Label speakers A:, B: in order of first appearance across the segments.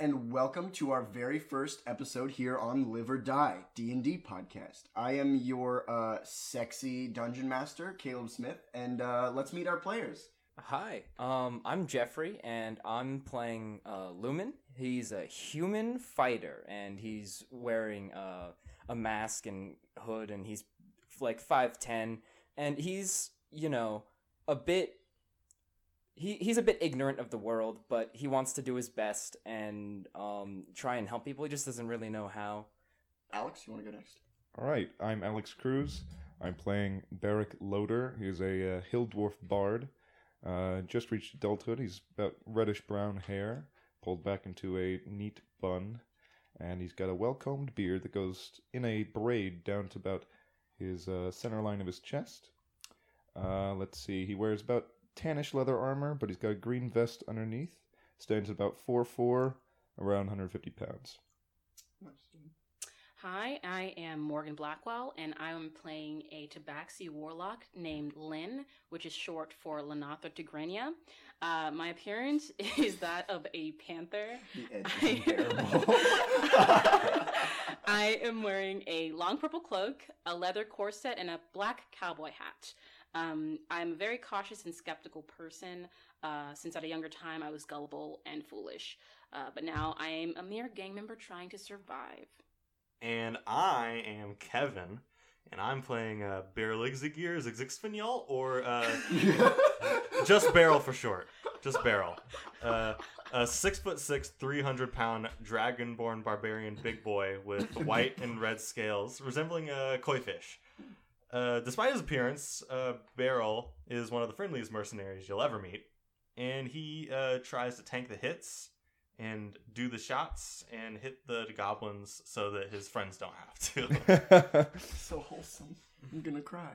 A: and welcome to our very first episode here on Live or Die D&D podcast. I am your uh, sexy dungeon master, Caleb Smith, and uh, let's meet our players.
B: Hi, um, I'm Jeffrey, and I'm playing uh, Lumen. He's a human fighter, and he's wearing uh, a mask and hood, and he's like five ten, and he's you know a bit. He he's a bit ignorant of the world, but he wants to do his best and um, try and help people. He just doesn't really know how.
A: Alex, you want to go next?
C: All right, I'm Alex Cruz. I'm playing Beric Loader. He's a uh, hill dwarf bard. Uh, just reached adulthood. He's about reddish brown hair, pulled back into a neat bun, and he's got a well combed beard that goes in a braid down to about his uh, center line of his chest. Uh, let's see, he wears about tannish leather armor, but he's got a green vest underneath. Stands at about 4'4, around 150 pounds.
D: Hi, I am Morgan Blackwell, and I am playing a Tabaxi warlock named Lynn, which is short for Lanatha Tigrania. Uh, my appearance is that of a panther.
A: The edge is unbearable.
D: I am wearing a long purple cloak, a leather corset, and a black cowboy hat. Um, I'm a very cautious and skeptical person. Uh, since at a younger time, I was gullible and foolish, uh, but now I am a mere gang member trying to survive.
E: and I am Kevin, and I'm playing uh, Barrel Exigir, Zigzigspinol, or uh, just Barrel for short, just Barrel. Uh, a six foot six, three hundred pound dragonborn barbarian big boy with white and red scales, resembling a koi fish. Uh, despite his appearance, uh, Barrel is one of the friendliest mercenaries you'll ever meet, and he uh, tries to tank the hits and do the shots and hit the goblins so that his friends don't have to.
A: so wholesome. I'm gonna cry.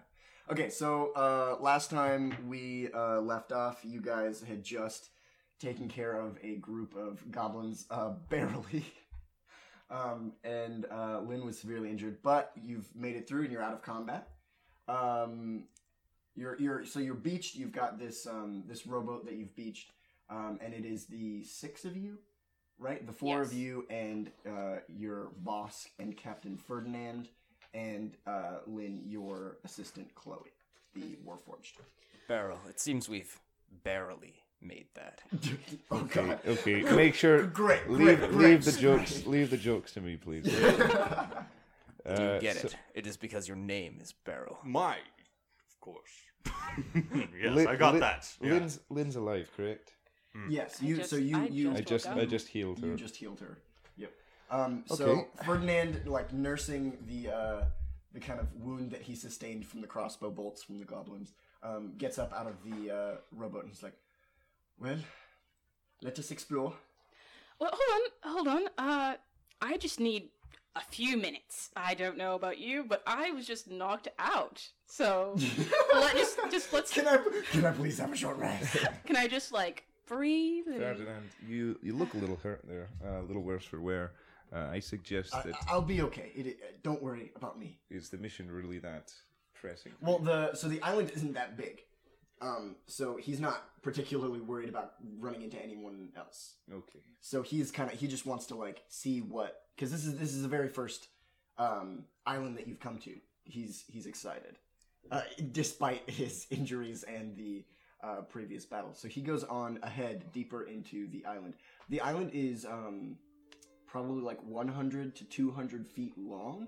A: Okay, so uh, last time we uh, left off, you guys had just taken care of a group of goblins, uh, barely. um, and uh, Lynn was severely injured, but you've made it through and you're out of combat. Um, you're you're so you're beached. You've got this um, this rowboat that you've beached, um, and it is the six of you, right? The four of
D: Yes.
A: you and uh, your boss and Captain Ferdinand and uh, Lynn, your assistant Chloe, the Warforged.
B: Barrel. It seems we've barely made that.
A: oh
C: Okay,
A: God.
C: okay. Make sure.
A: Great, great,
C: Leave,
A: great,
C: leave the
A: great.
C: jokes. Leave the jokes to me, please. Uh,
B: you get
C: so-
B: it. It is because your name is Barrel.
E: My, of course. yes,
C: Lin-
E: I got
C: Lin-
E: that. Yeah.
C: Lynn's Lynn's alive, correct?
A: Yes,
D: I
A: you.
D: just-
A: so you
D: I
A: you
C: I
D: Just
C: just
D: woke
C: I
D: up.
C: just healed
A: you
C: her.
A: just healed her. Yep. Um, So
C: Okay.
A: Ferdinand, like nursing the uh, the kind of wound that he sustained from the crossbow bolts from the goblins, um, gets up out of the uh, rowboat and he's like, "Well, let us explore."
D: Well, hold on, hold on. Uh, I just need a few minutes. I don't know about you, but I was just knocked out. So let just just let's
A: Can I can I please have a short rest?
D: can I just like breathe? and-
C: Ferdinand, you you look a little hurt there, uh, a little worse for wear. Uh, I suggest
A: I,
C: that
A: I'll be okay. It, it, don't worry about me.
C: is the mission really that pressing?
A: Well, the so the island isn't that big, um, so he's not particularly worried about running into anyone else.
C: okay.
A: So he's kind of he just wants to like see what because this is this is the very first um, island that you've come to. He's he's excited, uh, despite his injuries and the uh, previous battle. So he goes on ahead deeper into the island. The island is um, probably like 100 to 200 feet long,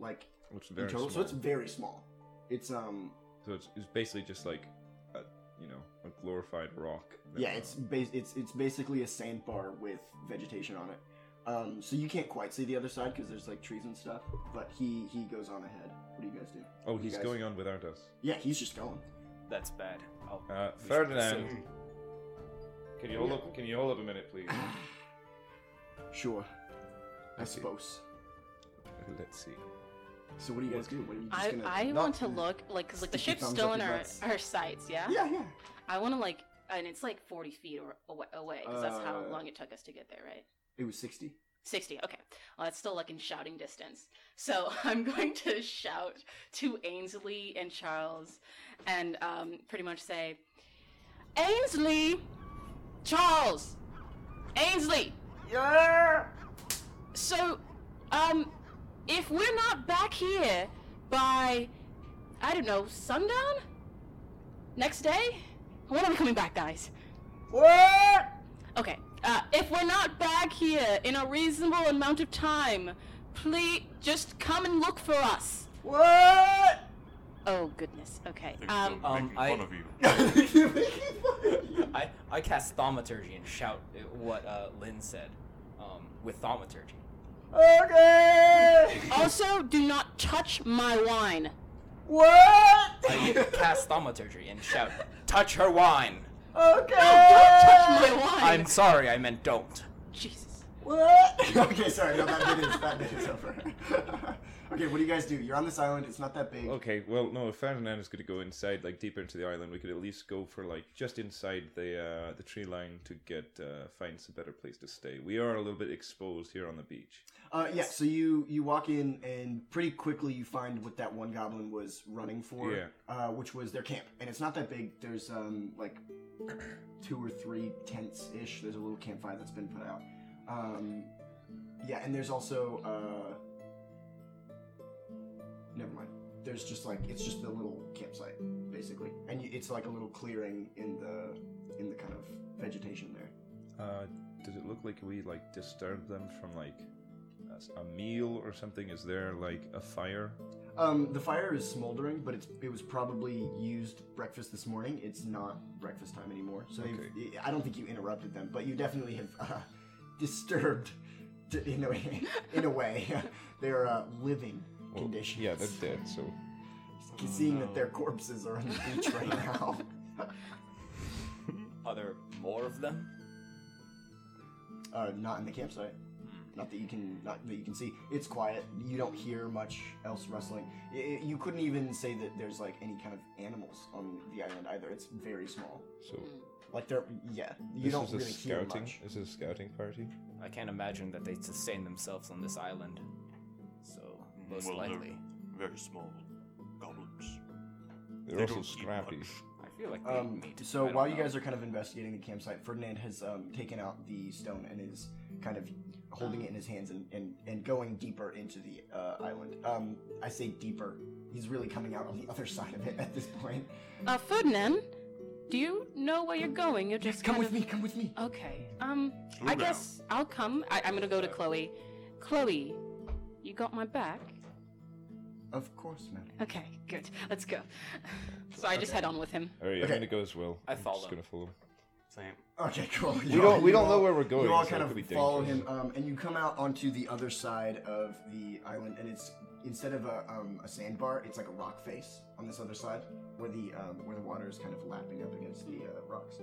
A: like
C: Which is
A: in
C: very
A: total. So
C: small.
A: it's very small. It's um
C: So it's, it's basically just like, a, you know, a glorified rock. that,
A: Yeah,
C: uh,
A: it's bas- it's it's basically a sandbar with vegetation on it. Um, so you can't quite see the other side because there's like trees and stuff. But he he goes on ahead. What do you guys do?
C: Oh,
A: you
C: he's
A: guys-
C: going on without us.
A: Yeah, he's just going.
B: That's bad. I'll-
C: Uh,
B: we should
C: Ferdinand.
B: proceed.
C: Can you hold up? Can you hold up a minute, please?
A: Sure, I
C: Okay.
A: suppose.
C: Let's see.
A: So what do you guys do? What are you just
D: I,
A: gonna?
D: I
A: not-
D: want to look like because like the
A: Sticky
D: ship's
A: thumbs
D: still
A: up
D: in
A: your
D: our,
A: butts.
D: our sights, yeah.
A: Yeah, yeah.
D: I want to like, and it's like forty feet or away away because that's how
A: Uh,
D: long it took us to get there, right?
A: It was sixty.
D: 60 okay well that's still like in shouting distance so i'm going to shout to ainsley and charles and um, pretty much say ainsley charles ainsley
A: Yeah!
D: So, um, if we're not back here by, I don't know, sundown? Next day? When are we coming back, guys?
A: What?
D: Okay. Uh, if we're not back here in a reasonable amount of time, please just come and look for us.
A: What?
D: Oh, goodness. Okay.
F: They're
D: Um,
F: still
B: um,
F: making
B: I-
F: fun of you.
B: I, I cast thaumaturgy and shout uh, what uh, Lynn said um, with thaumaturgy.
A: okay.
D: also, do not touch my wine.
A: What?
B: I cast thaumaturgy and shout, touch her wine!
A: Okay.
D: Don't touch my wine!
B: I'm sorry, I meant don't.
D: Jesus.
A: What? okay, sorry. No, that bit is that bit is over. okay, what do you guys do? You're on this island. It's not that big.
C: Okay, well, no. If Ferdinand is going to go inside, like deeper into the island, we could at least go for like just inside the uh, the tree line to get uh, find some better place to stay. We are a little bit exposed here on the beach.
A: Uh, yeah. So you you walk in and pretty quickly you find what that one goblin was running for.
C: Yeah.
A: Uh, which was their camp, and it's not that big. There's um like two or three tents ish. There's a little campfire that's been put out. Um, yeah, and there's also uh. Never mind. There's just like it's just a little campsite basically, and you, it's like a little clearing in the in the kind of vegetation there.
C: Uh, does it look like we like disturb them from like a s- a meal or something? Is there like a fire?
A: Um, the fire is smoldering, but it's it was probably used breakfast this morning. It's not breakfast time anymore, so they've- I don't think you interrupted them, but you definitely have uh, disturbed, d- in a way, in a way, their uh, living
C: Well,
A: conditions.
C: Yeah, they're dead. So
A: Seeing that their corpses are on the beach right now.
B: Are there more of them?
A: Uh, not in the campsite. Not that you can, not that you can see. It's quiet. You don't hear much else rustling. I I- you couldn't even say that there's like any kind of animals on the island either. It's very small.
C: so
A: Like they're, yeah, you
C: this
A: don't
C: is
A: really
C: a
A: hear
C: scouting.
A: much.
C: This is a scouting party.
B: I can't imagine that they sustain themselves on this island. So, most
F: Well, they're
B: likely.
F: very small goblins.
C: They're
F: They
C: also
F: don't eat
C: scrappy.
F: much.
B: I feel like they
A: Um,
B: meet.
A: so while you guys are kind of investigating the campsite, Ferdinand has um, taken out the stone and is kind of holding it in his hands and, and, and going deeper into the uh, island. Um, I say deeper. He's really coming out on the other side of it at this point.
D: Uh, Ferdinand, do you know where you're going? You're just
A: Come
D: kind
A: with
D: of-
A: me. Come with me.
D: Okay. Um,
F: Slow
D: I
F: down.
D: guess I'll come. I- I'm gonna go to Chloe. Chloe, you got my back?
A: Of course, man.
D: Okay, good. Let's go. so I just head on with him.
C: All right,
A: Okay.
C: I'm gonna go as well.
B: I
C: I'm
B: follow.
C: Just gonna follow.
E: Same.
A: Okay, cool.
C: We don't- we don't know where we're going,
A: You all
C: so
A: kind
C: it could
A: of
C: be
A: follow him,
C: dangerous.
A: um, and you come out onto the other side of the island, and it's instead of a, um, a sandbar, it's like a rock face on this other side, where the um, where the water is kind of lapping up against the uh, rocks.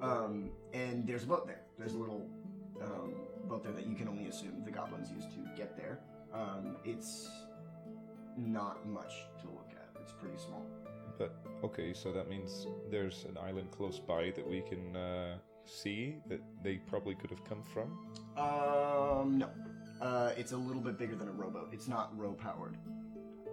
A: Um, and there's a boat there. There's a little um, boat there that you can only assume the goblins used to get there. Um, it's not much to look at. It's pretty small.
C: But okay, so that means there's an island close by that we can uh, see that they probably could have come from.
A: Um, no. Uh, it's a little bit bigger than a rowboat. It's not row powered.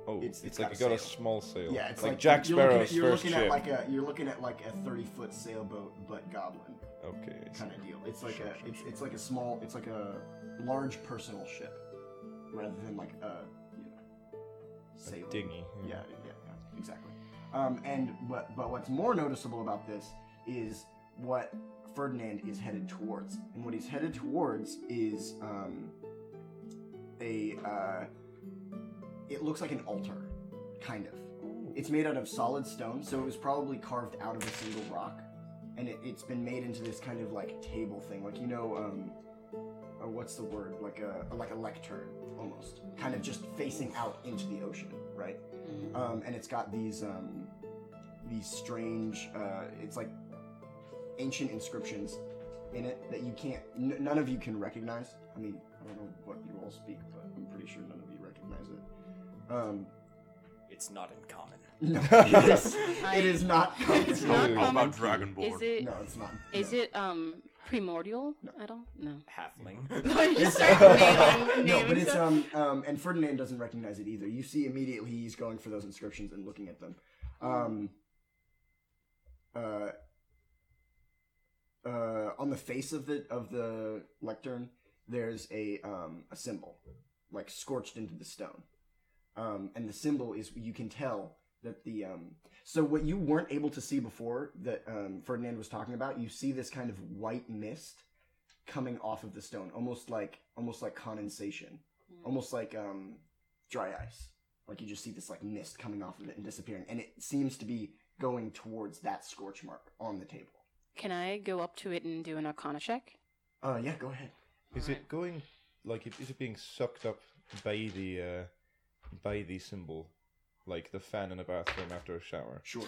C: Oh,
A: It's-
C: it's,
A: it's
C: like
A: got
C: you
A: a
C: got a
A: sail.
C: small sail.
A: Yeah, it's
C: like,
A: like,
C: Jack
A: you're looking
C: Sparrow's
A: at- you're
C: first
A: looking
C: ship.
A: at like a you're looking at like a thirty foot sailboat, but goblin
C: okay, I see.
A: kind of deal. It's like
C: Sure,
A: a
C: sure,
A: it's
C: sure.
A: it's like a small it's like a large personal ship rather than like a you know sail
C: a dinghy.
A: yeah, yeah, yeah, exactly. Um, and what, but what's more noticeable about this is what Ferdinand is headed towards, and what he's headed towards is um, a. Uh, it looks like an altar, kind of. It's made out of solid stone, so it was probably carved out of a single rock, and it, it's been made into this kind of like table thing, like you know. Um, or what's the word? Like a like a lectern, almost, kind of just facing out into the ocean, right? um, and it's got these um, these strange uh, it's like ancient inscriptions in it that you can't n- none of you can recognize i mean i don't know what you all speak but i'm pretty sure none of you recognize it um,
B: It's not in common.
A: no it is, it is not
D: It's not
C: Ooh.
F: How
D: common.
F: about Dragonborn?
D: Is it?
A: no it's not
D: Is it um primordial at all? No.
A: Uh,
B: Halfling.
A: no, but it's um, um, and Ferdinand doesn't recognize it either. You see immediately he's going for those inscriptions and looking at them. Um, uh, uh, on the face of the of the lectern there's a um, a symbol, like scorched into the stone, um, and the symbol is you can tell that the um, so what you weren't able to see before that um, Ferdinand was talking about, you see this kind of white mist coming off of the stone, almost like almost like condensation, almost like um, dry ice. Like you just see this like mist coming off of it and disappearing, and it seems to be going towards that scorch mark on the table.
D: Can I go up to it and do an arcana check?
A: Uh, yeah, go ahead.
C: Is it going like it, is it being sucked up by the uh, by the symbol, like the fan in a bathroom after a shower?
A: Sure.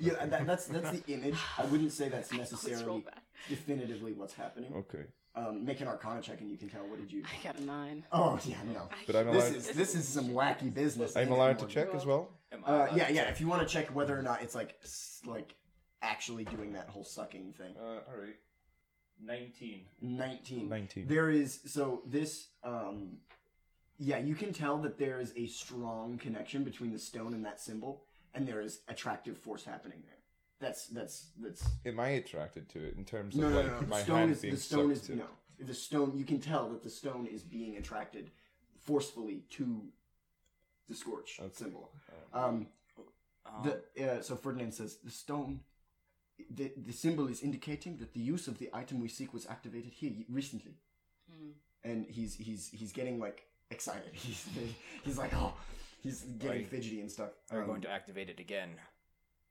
A: Yeah, that, that's that's the image. I wouldn't say that's
D: Let's roll
A: necessarily
D: back.
A: definitively what's happening.
C: Okay,
A: Um, make an Arcana check, and you can tell what did you.
D: I got a nine.
A: Oh yeah, no.
C: but I'm
A: This
C: allowed.
A: is this is some wacky business.
C: I'm
A: ain't it,
C: allowed to
A: Morgan?
C: check as well.
B: Am I
A: Uh,
B: allowed
A: yeah,
B: to
A: yeah.
B: check?
A: If you want to check whether or not it's like s- like actually doing that whole sucking thing.
C: Uh, all right,
B: Nineteen.
A: Nineteen.
C: nineteen.
A: There is so this um yeah, you can tell that there is a strong connection between the stone and that symbol and there is attractive force happening there. That's that's that's
C: Am I attracted to it in terms of
A: No, no,
C: like
A: no.
C: my
A: The stone
C: hand
A: is
C: being
A: the stone
C: sucked
A: is
C: to?
A: no. The stone you can tell that the stone is being attracted forcefully to the scorch
C: Okay.
A: symbol. Um
B: Um,
A: the, uh, so Ferdinand says the stone, the, the symbol is indicating that the use of the item we seek was activated here y- recently,
D: Mm.
A: and he's he's he's getting like excited. He's he's like oh, he's getting
B: Right.
A: fidgety and stuff.
B: are you
A: Um,
B: going to activate it again?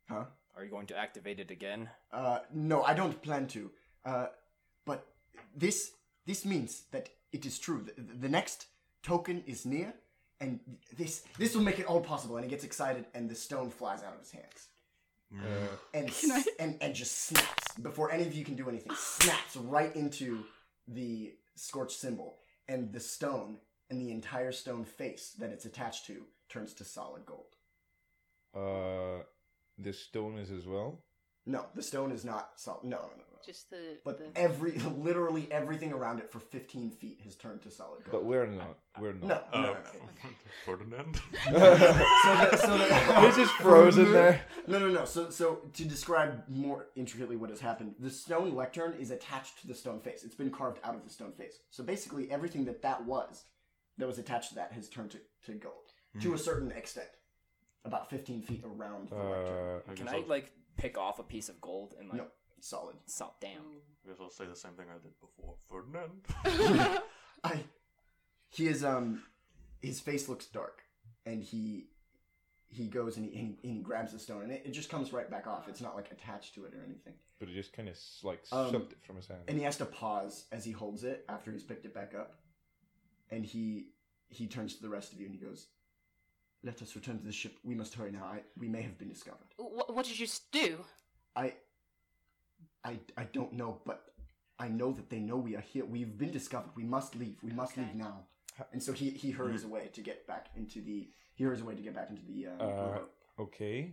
A: Huh?
B: Are you going to activate it again?
A: Uh, no, I don't plan to. Uh, but this this means that it is true. The, the- the next token is near, and this this will make it all possible. And he gets excited, and the stone flies out of his hands.
C: Uh,
A: and
D: Can I-
A: s- and and just snaps before any of you can do anything. Snaps right into the scorched symbol, and the stone and the entire stone face that it's attached to turns to solid gold.
C: Uh, the stone is as well.
A: No, the stone is not solid. No, no, no. no.
D: Just the.
A: But
D: the...
A: every literally everything around it for 15 feet has turned to solid gold.
C: But we're not. We're
A: no, no,
C: not.
A: no, no.
E: Oh, Okay. Ferdinand.
A: So the, so the,
C: This is frozen there.
A: No, no, no. So, so to describe more intricately what has happened, the stone lectern is attached to the stone face. It's been carved out of the stone face. So basically, everything that that was, that was attached to that, has turned to, to gold to a certain extent, about fifteen feet around the lectern.
C: Uh,
E: guess
B: Can
E: I'll-
B: I like pick off a piece of gold and like
A: No, solid.
B: salt? Damn.
E: I guess I'll say the same thing I did before. Ferdinand.
A: I. He is um, his face looks dark, and he. He goes and he, and he- and he grabs the stone, and it, it just comes right back off. It's not like attached to it or anything.
C: but it just kind of like
A: Um,
C: sucked it from his hand.
A: and he has to pause as he holds it after he's picked it back up and he he turns to the rest of you and he goes let us return to the ship we must hurry now I, we may have been discovered
D: What, what did you s- do?
A: I, I i don't know but i know that they know we are here we've been discovered we must leave we must leave
D: Okay.
A: now and so he he hurries away to get back into the he hurries away to get back into the uh,
C: Uh,
A: rowboat.
C: Okay.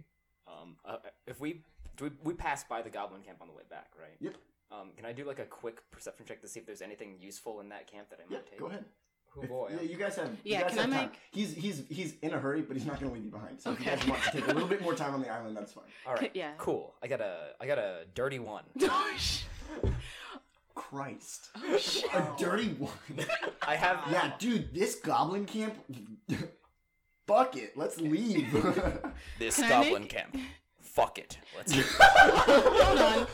B: Um, uh, if we do, we, we pass by the goblin camp on the way back, right?
A: Yep.
B: Um, can I do like a quick perception check to see if there's anything useful in that camp that I
A: yeah
B: might take?
A: go ahead
B: Who
A: If-
B: Oh, boy?
A: yeah, you guys have.
D: Yeah,
A: you guys
D: can
A: have
D: I
A: time.
D: make-
A: He's he's he's in a hurry, but he's not going to leave you behind. So if you
D: Okay.
A: guys want to take a little bit more time on the island, that's fine.
B: All right.
D: yeah.
B: Cool. I got a I got a dirty one.
D: Oh, sh-
A: Christ.
D: oh, shit.
A: A dirty one.
B: I have
A: yeah, dude, this goblin camp. Bucket, let's leave.
B: this
D: Can I
B: goblin
D: make-
B: camp. Fuck it. Let's.
D: Hold on.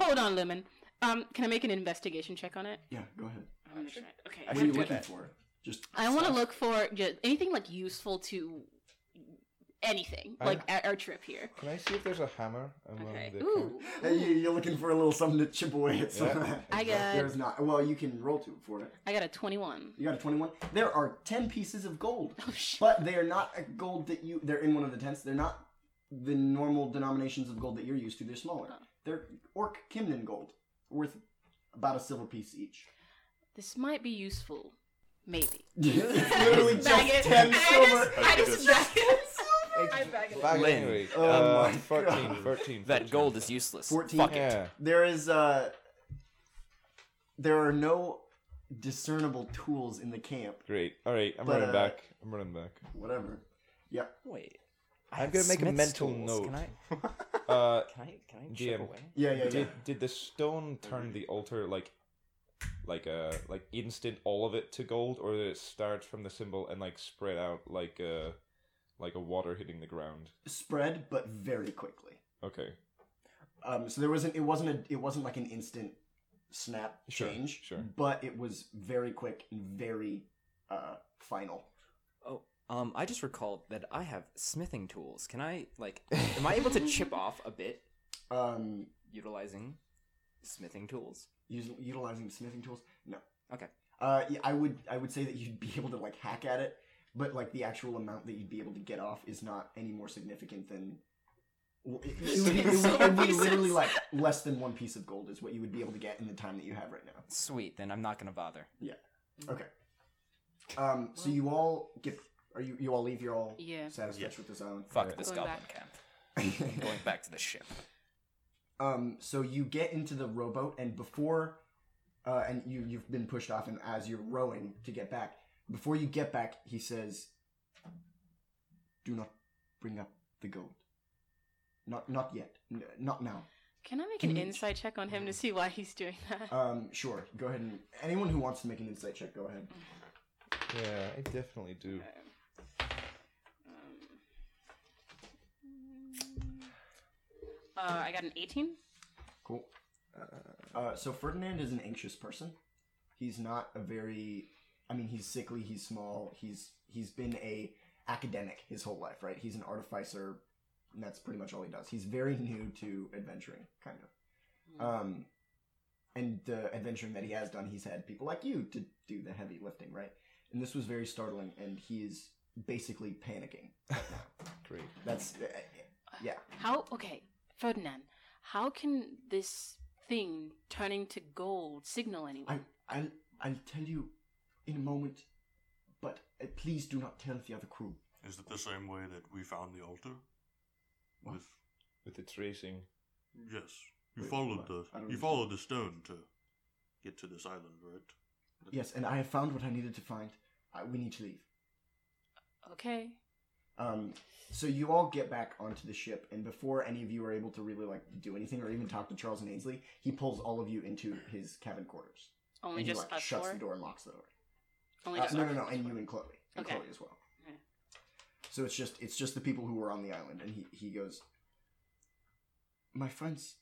D: Hold on, Lumen. Um, can I make an investigation check on it?
A: yeah, go ahead.
D: I'm gonna try it. Okay.
B: I
A: What
B: should
A: are you
B: do
A: looking
B: that.
A: for? Just
D: I want to
A: stuff?
D: look for ju- anything like useful to anything,
C: I-
D: like our, our trip here.
C: Can I see if there's a hammer among
D: Okay.
C: the
D: Ooh.
A: Hey, uh, you- you're looking for a little something to chip away at.
C: Yeah,
A: Some
D: I got
A: There's not. Well, you can roll to it for it.
D: I got a 21.
A: You got a 21. There are 10 pieces of gold,
D: Oh shit.
A: but they are not a gold that you. They're in one of the tents. They're not the normal denominations of gold that you're used to. They're
D: Oh.
A: smaller. They're orc Kimnin gold, worth about a silver piece each.
D: This might be useful. Maybe.
A: It's literally just
D: Bag it.
A: 10 silver.
D: I just, I just bag it. I bag it.
C: Back
B: Lynn.
C: anyway.
A: Oh
C: uh,
A: my
C: 13,
A: God.
C: 13,
B: That gold is useless.
A: 14.
B: Fuck it.
C: Yeah.
A: There is uh there are no discernible tools in the camp.
C: Great. All right. I'm
A: But,
C: running
A: uh,
C: back. I'm running back.
A: Whatever. Yeah.
B: Wait.
C: I'm gonna make a mental note.
B: Can I?
C: Uh,
B: Can I? Can I
C: DM.
B: chip away?
A: Yeah, yeah, yeah.
C: did did the stone turn the altar like like uh like instant all of it to gold, or that it starts from the symbol and like spread out like uh like a water hitting the ground.
A: Spread, but very quickly.
C: Okay,
A: Um, so there wasn't. It wasn't a. It wasn't like an instant snap
C: Sure,
A: change.
C: sure.
A: But it was very quick and very uh, final.
B: Oh, um, I just recalled that I have smithing tools. Can I like? Am I able to chip off a bit
A: Um,
B: utilizing smithing tools?
A: using, utilizing smithing tools. No.
B: Okay.
A: Uh, yeah, I would. I would say that you'd be able to like hack at it, but like the actual amount that you'd be able to get off is not any more significant than. Well, it, it would, it would- it would be literally like less than one piece of gold is what you would be able to get in the time that you have right now.
B: Sweet. Then I'm not gonna bother.
A: Okay. Um. So you all get. Are you? You all leave. You're all
D: Yeah.
A: satisfied
E: Yeah.
A: with this island.
B: Fuck
C: Alright.
B: this
D: Going
B: goblin
D: back.
B: camp. I'm going back to the ship.
A: um. So you get into the rowboat, and before, uh, and you you've been pushed off, and as you're rowing to get back, before you get back, he says, "Do not bring up the gold. Not not yet. N- not now.
D: Can I make
A: Can
D: an
A: you-
D: insight check on him to see why he's doing that?
A: Um. Sure. Go ahead and anyone who wants to make an insight check, go ahead.
C: yeah, I definitely do.
D: Um, uh, I got an 18.
A: Cool. Uh, so Ferdinand is an anxious person. He's not a very. I mean, he's sickly. He's small. He's he's been a academic his whole life, right? He's an artificer. And that's pretty much all he does. He's very new to adventuring, kind of. Um, and the adventuring that he has done, he's had people like you to do the heavy lifting, right? And this was very startling, and he is basically panicking.
C: Great.
A: That's uh, yeah.
D: How? Okay, Ferdinand, how can this thing turning to gold signal
A: I,
D: anyone?
A: I'll, I'll tell you in a moment, but uh, please do not tell the other crew.
F: Is it the same way that we found the altar?
A: What?
F: With
C: With its racing,
F: yes, you
A: Wait,
F: followed
A: what?
F: the
A: I don't
F: you
A: understand.
F: followed the stone to get to this island, right?
A: Yes, and I have found what I needed to find. I, we need to leave.
D: Okay.
A: Um, so you all get back onto the ship, and before any of you are able to really like do anything or even talk to Charles and Ainsley, he pulls all of you into his cabin quarters.
D: Only
A: and he,
D: just
A: like,
D: us
A: shuts
D: four?
A: the door and locks the door.
D: Only
A: Uh,
D: just
A: no,
D: us
A: no, no,
D: four.
A: and you and Chloe, and
D: Okay.
A: Chloe as well.
D: Okay.
A: So it's just it's just the people who were on the island, and he he goes, "My friends,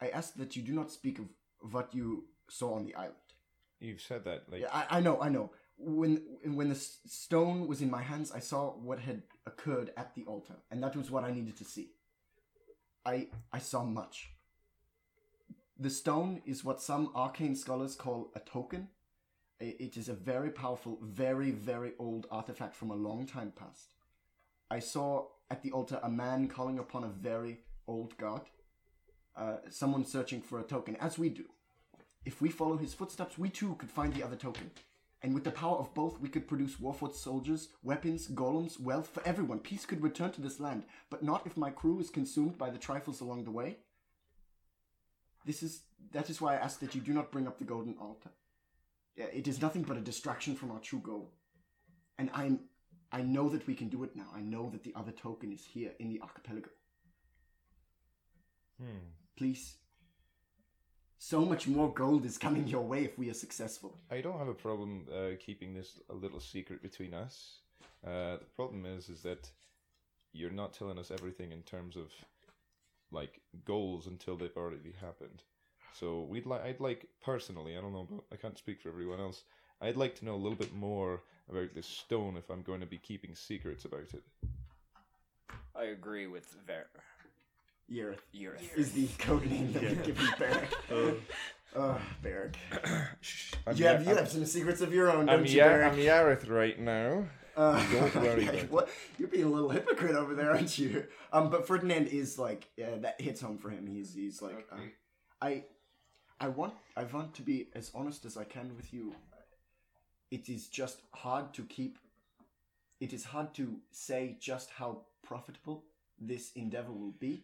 A: I ask that you do not speak of what you saw on the island.
C: you've said that like
A: Yeah, I, I know, I know. When when the s- stone was in my hands, I saw what had occurred at the altar, and that was what I needed to see. I I saw much. The stone is what some arcane scholars call a token. I- It is a very powerful, very very old artifact from a long time past. I saw at the altar a man calling upon a very old god. Uh, someone searching for a token, as we do. If we follow his footsteps, we too could find the other token. And with the power of both, we could produce Warfoot soldiers, weapons, golems, wealth for everyone. Peace could return to this land, but not if my crew is consumed by the trifles along the way. This is that is why I ask that you do not bring up the golden altar. Yeah, It is nothing but a distraction from our true goal. And I'm I know that we can do it now. I know that the other token is here in the archipelago.
C: hmm.
A: Please. So much more gold is coming your way if we are successful.
C: I don't have a problem uh, keeping this a little secret between us. Uh, the problem is, is that you're not telling us everything in terms of like goals until they've already happened. So we'd like, I'd like personally, I don't know, about, I can't speak for everyone else. I'd like to know a little bit more about this stone if I'm going to be keeping secrets about it.
B: I agree with Ver.
A: Yerith
B: Yurith.
A: is the code name that we
E: Yeah.
A: give you, Barrick.
E: Uh,
C: Oh.
A: Ugh, Barrick.
C: I'm
A: you have,
C: Ya-
A: you
C: I'm-
A: have some secrets of your own, don't
C: I'm,
A: you,
C: Ya-
A: Barrick?
C: I'm Yareth right now.
A: Uh,
C: Don't worry about it.
A: what, you're being a little hypocrite over there, aren't you? Um, but Ferdinand is like yeah, that hits home for him. He's he's like, uh,
C: Okay.
A: I, I want I want to be as honest as I can with you. It is just hard to keep. It is hard to say just how profitable this endeavor will be.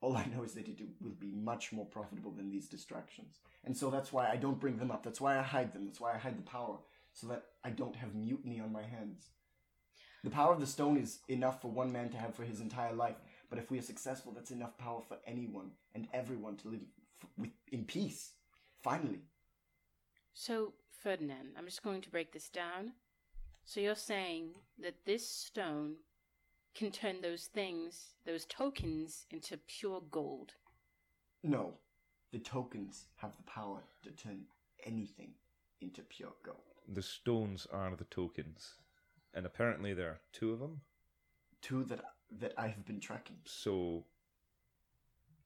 A: All I know is that it will be much more profitable than these distractions, and so that's why I don't bring them up. That's why I hide them. That's why I hide the power, so that I don't have mutiny on my hands. The power of the stone is enough for one man to have for his entire life, but if we are successful, that's enough power for anyone and everyone to live f- with, in peace. Finally.
D: So, Ferdinand, I'm just going to break this down. So, you're saying that this stone can turn those things, those tokens, into pure gold.
A: No, the tokens have the power to turn anything into pure gold.
C: The stones are the tokens, and apparently there are two of them.
A: Two that that I have been tracking.
C: So,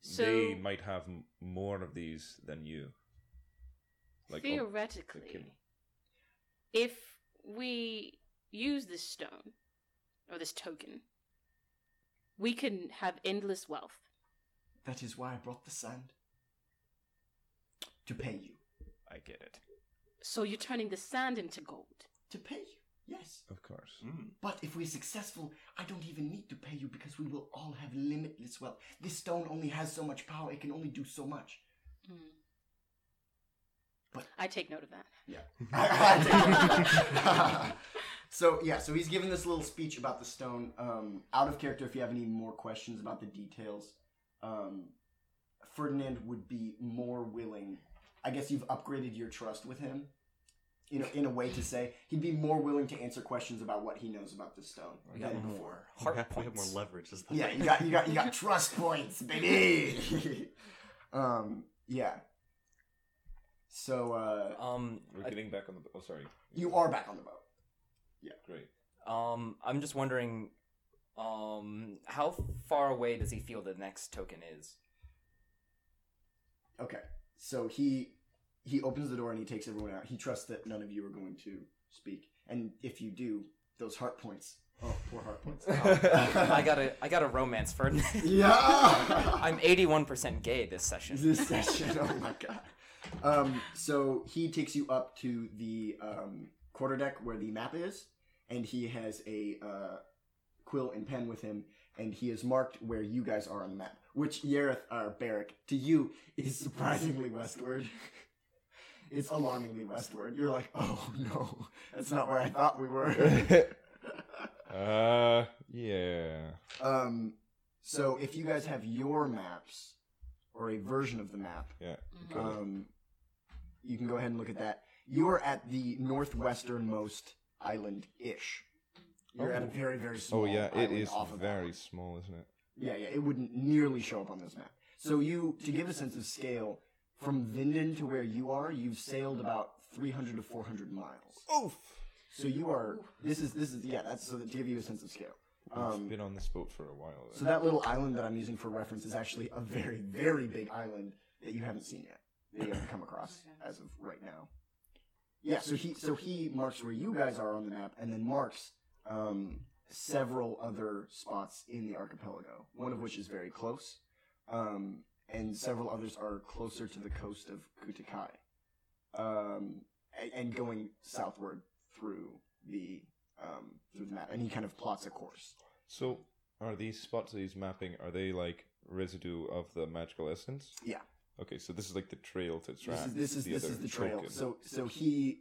D: So,
C: they might have m- more of these than you. Like, oh,
D: theoretically,
C: they can-
D: if we use this stone or this token, we can have endless wealth.
A: That is why I brought the sand to pay you.
B: I get it.
D: So, you're turning the sand into gold.
A: To pay you, yes.
C: of course.
F: Mm.
A: But if we're successful, I don't even need to pay you because we will all have limitless wealth. This stone only has so much power; it can only do so much. But-
D: I take note of that.
A: Yeah. so yeah, so he's giving this little speech about the stone. Um, out of character, if you have any more questions about the details, um, Ferdinand would be more willing. I guess you've upgraded your trust with him. You know, in a way to say he'd be more willing to answer questions about what he knows about the stone
E: We
A: than
E: have more.
A: before.
B: Heart
E: we, have, we have
B: points.
E: more leverage. Is the
A: Yeah,
E: thing.
A: you got you got you got trust points, baby. um, yeah. So uh,
B: Um,
C: We're getting back on the. Oh, sorry.
A: you are back on the boat.
C: Great.
B: um, I'm just wondering, um, how far away does he feel the next token is?
A: Okay. So he he opens the door and he takes everyone out. He trusts that none of you are going to speak. And if you do, those heart points. Oh, poor heart points. Oh.
B: I got a, I got a romance for.
A: Yeah.
B: I'm 81% gay this
A: Is
B: session.
A: this session. Oh my god. Um, so he takes you up to the um, quarter deck where the map is, and he has a uh, quill and pen with him, and he has marked where you guys are on the map, which Yareth, uh, Barrack, to you is surprisingly westward. it's alarmingly westward. You're like, oh no, that's not where I thought we were.
C: Uh, yeah.
A: um, so if you guys have your maps or a version of the map,
C: Yeah.
D: Mhm.
C: Got it.
A: Um, you can go ahead and look at that. You're at the northwesternmost island ish. You're at a very, very small.
C: Oh, yeah. It
A: island
C: is
A: off of that
C: very
A: one.
C: small, isn't it?
A: Yeah, yeah. It wouldn't nearly show up on this map. So you, to give a sense of scale, from Vinden to where you are, you've sailed about 300 to 400 miles.
C: Oof.
A: So you are. This is this is yeah. That's so that to give you a sense of scale.
C: I've
A: Um,
C: been on this boat for a while.
A: so
C: Then.
A: that little island that I'm using for reference is actually a very, very big island that you haven't seen yet. That you haven't come across as of right now. Yeah, so he so he marks where you guys are on the map and then marks um, several other spots in the archipelago, one of which is very close. Um, and several others are closer to the coast of Kutakai. Um, a- and going southward through the um, through the map. And he kind of plots a course.
C: So, are these spots that he's mapping? Are they like residue of the magical essence?
A: Yeah.
C: Okay, so this is like the trail to
A: This
C: track.
A: is this is this
C: other
A: is the trail.
C: token.
A: So so he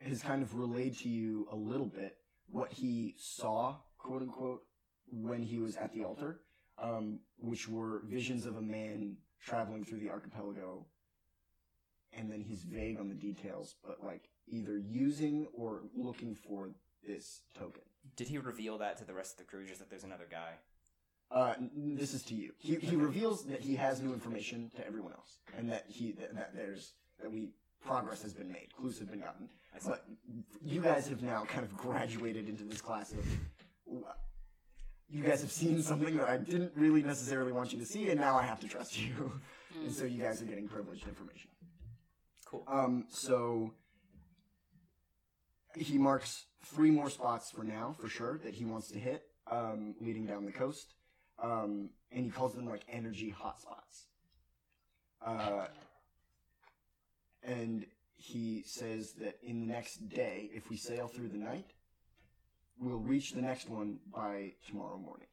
A: has kind of relayed to you a little bit what he saw, quote unquote, when he was at the altar, um, which were visions of a man traveling through the archipelago. And then he's vague on the details, but like either using or looking for this token.
B: Did he reveal that to the rest of the crew, just that there's another guy?
A: Uh, n- n- this is to you. He, he reveals that he has new information to everyone else, and that he that, that there's that we progress has been made, clues have been gotten.
B: I said,
A: But you guys have now kind of graduated into this class of. You guys have seen something that I didn't really necessarily want you to see, and now I have to trust you.
D: Mm.
A: and so you guys are getting privileged information.
B: cool.
A: Um, so he marks three more spots for now, for sure, that he wants to hit, um, leading down the coast. Um, and he calls them like energy hotspots. Uh, and he says that in the next day, if we sail through the night, we'll reach the next one by tomorrow morning.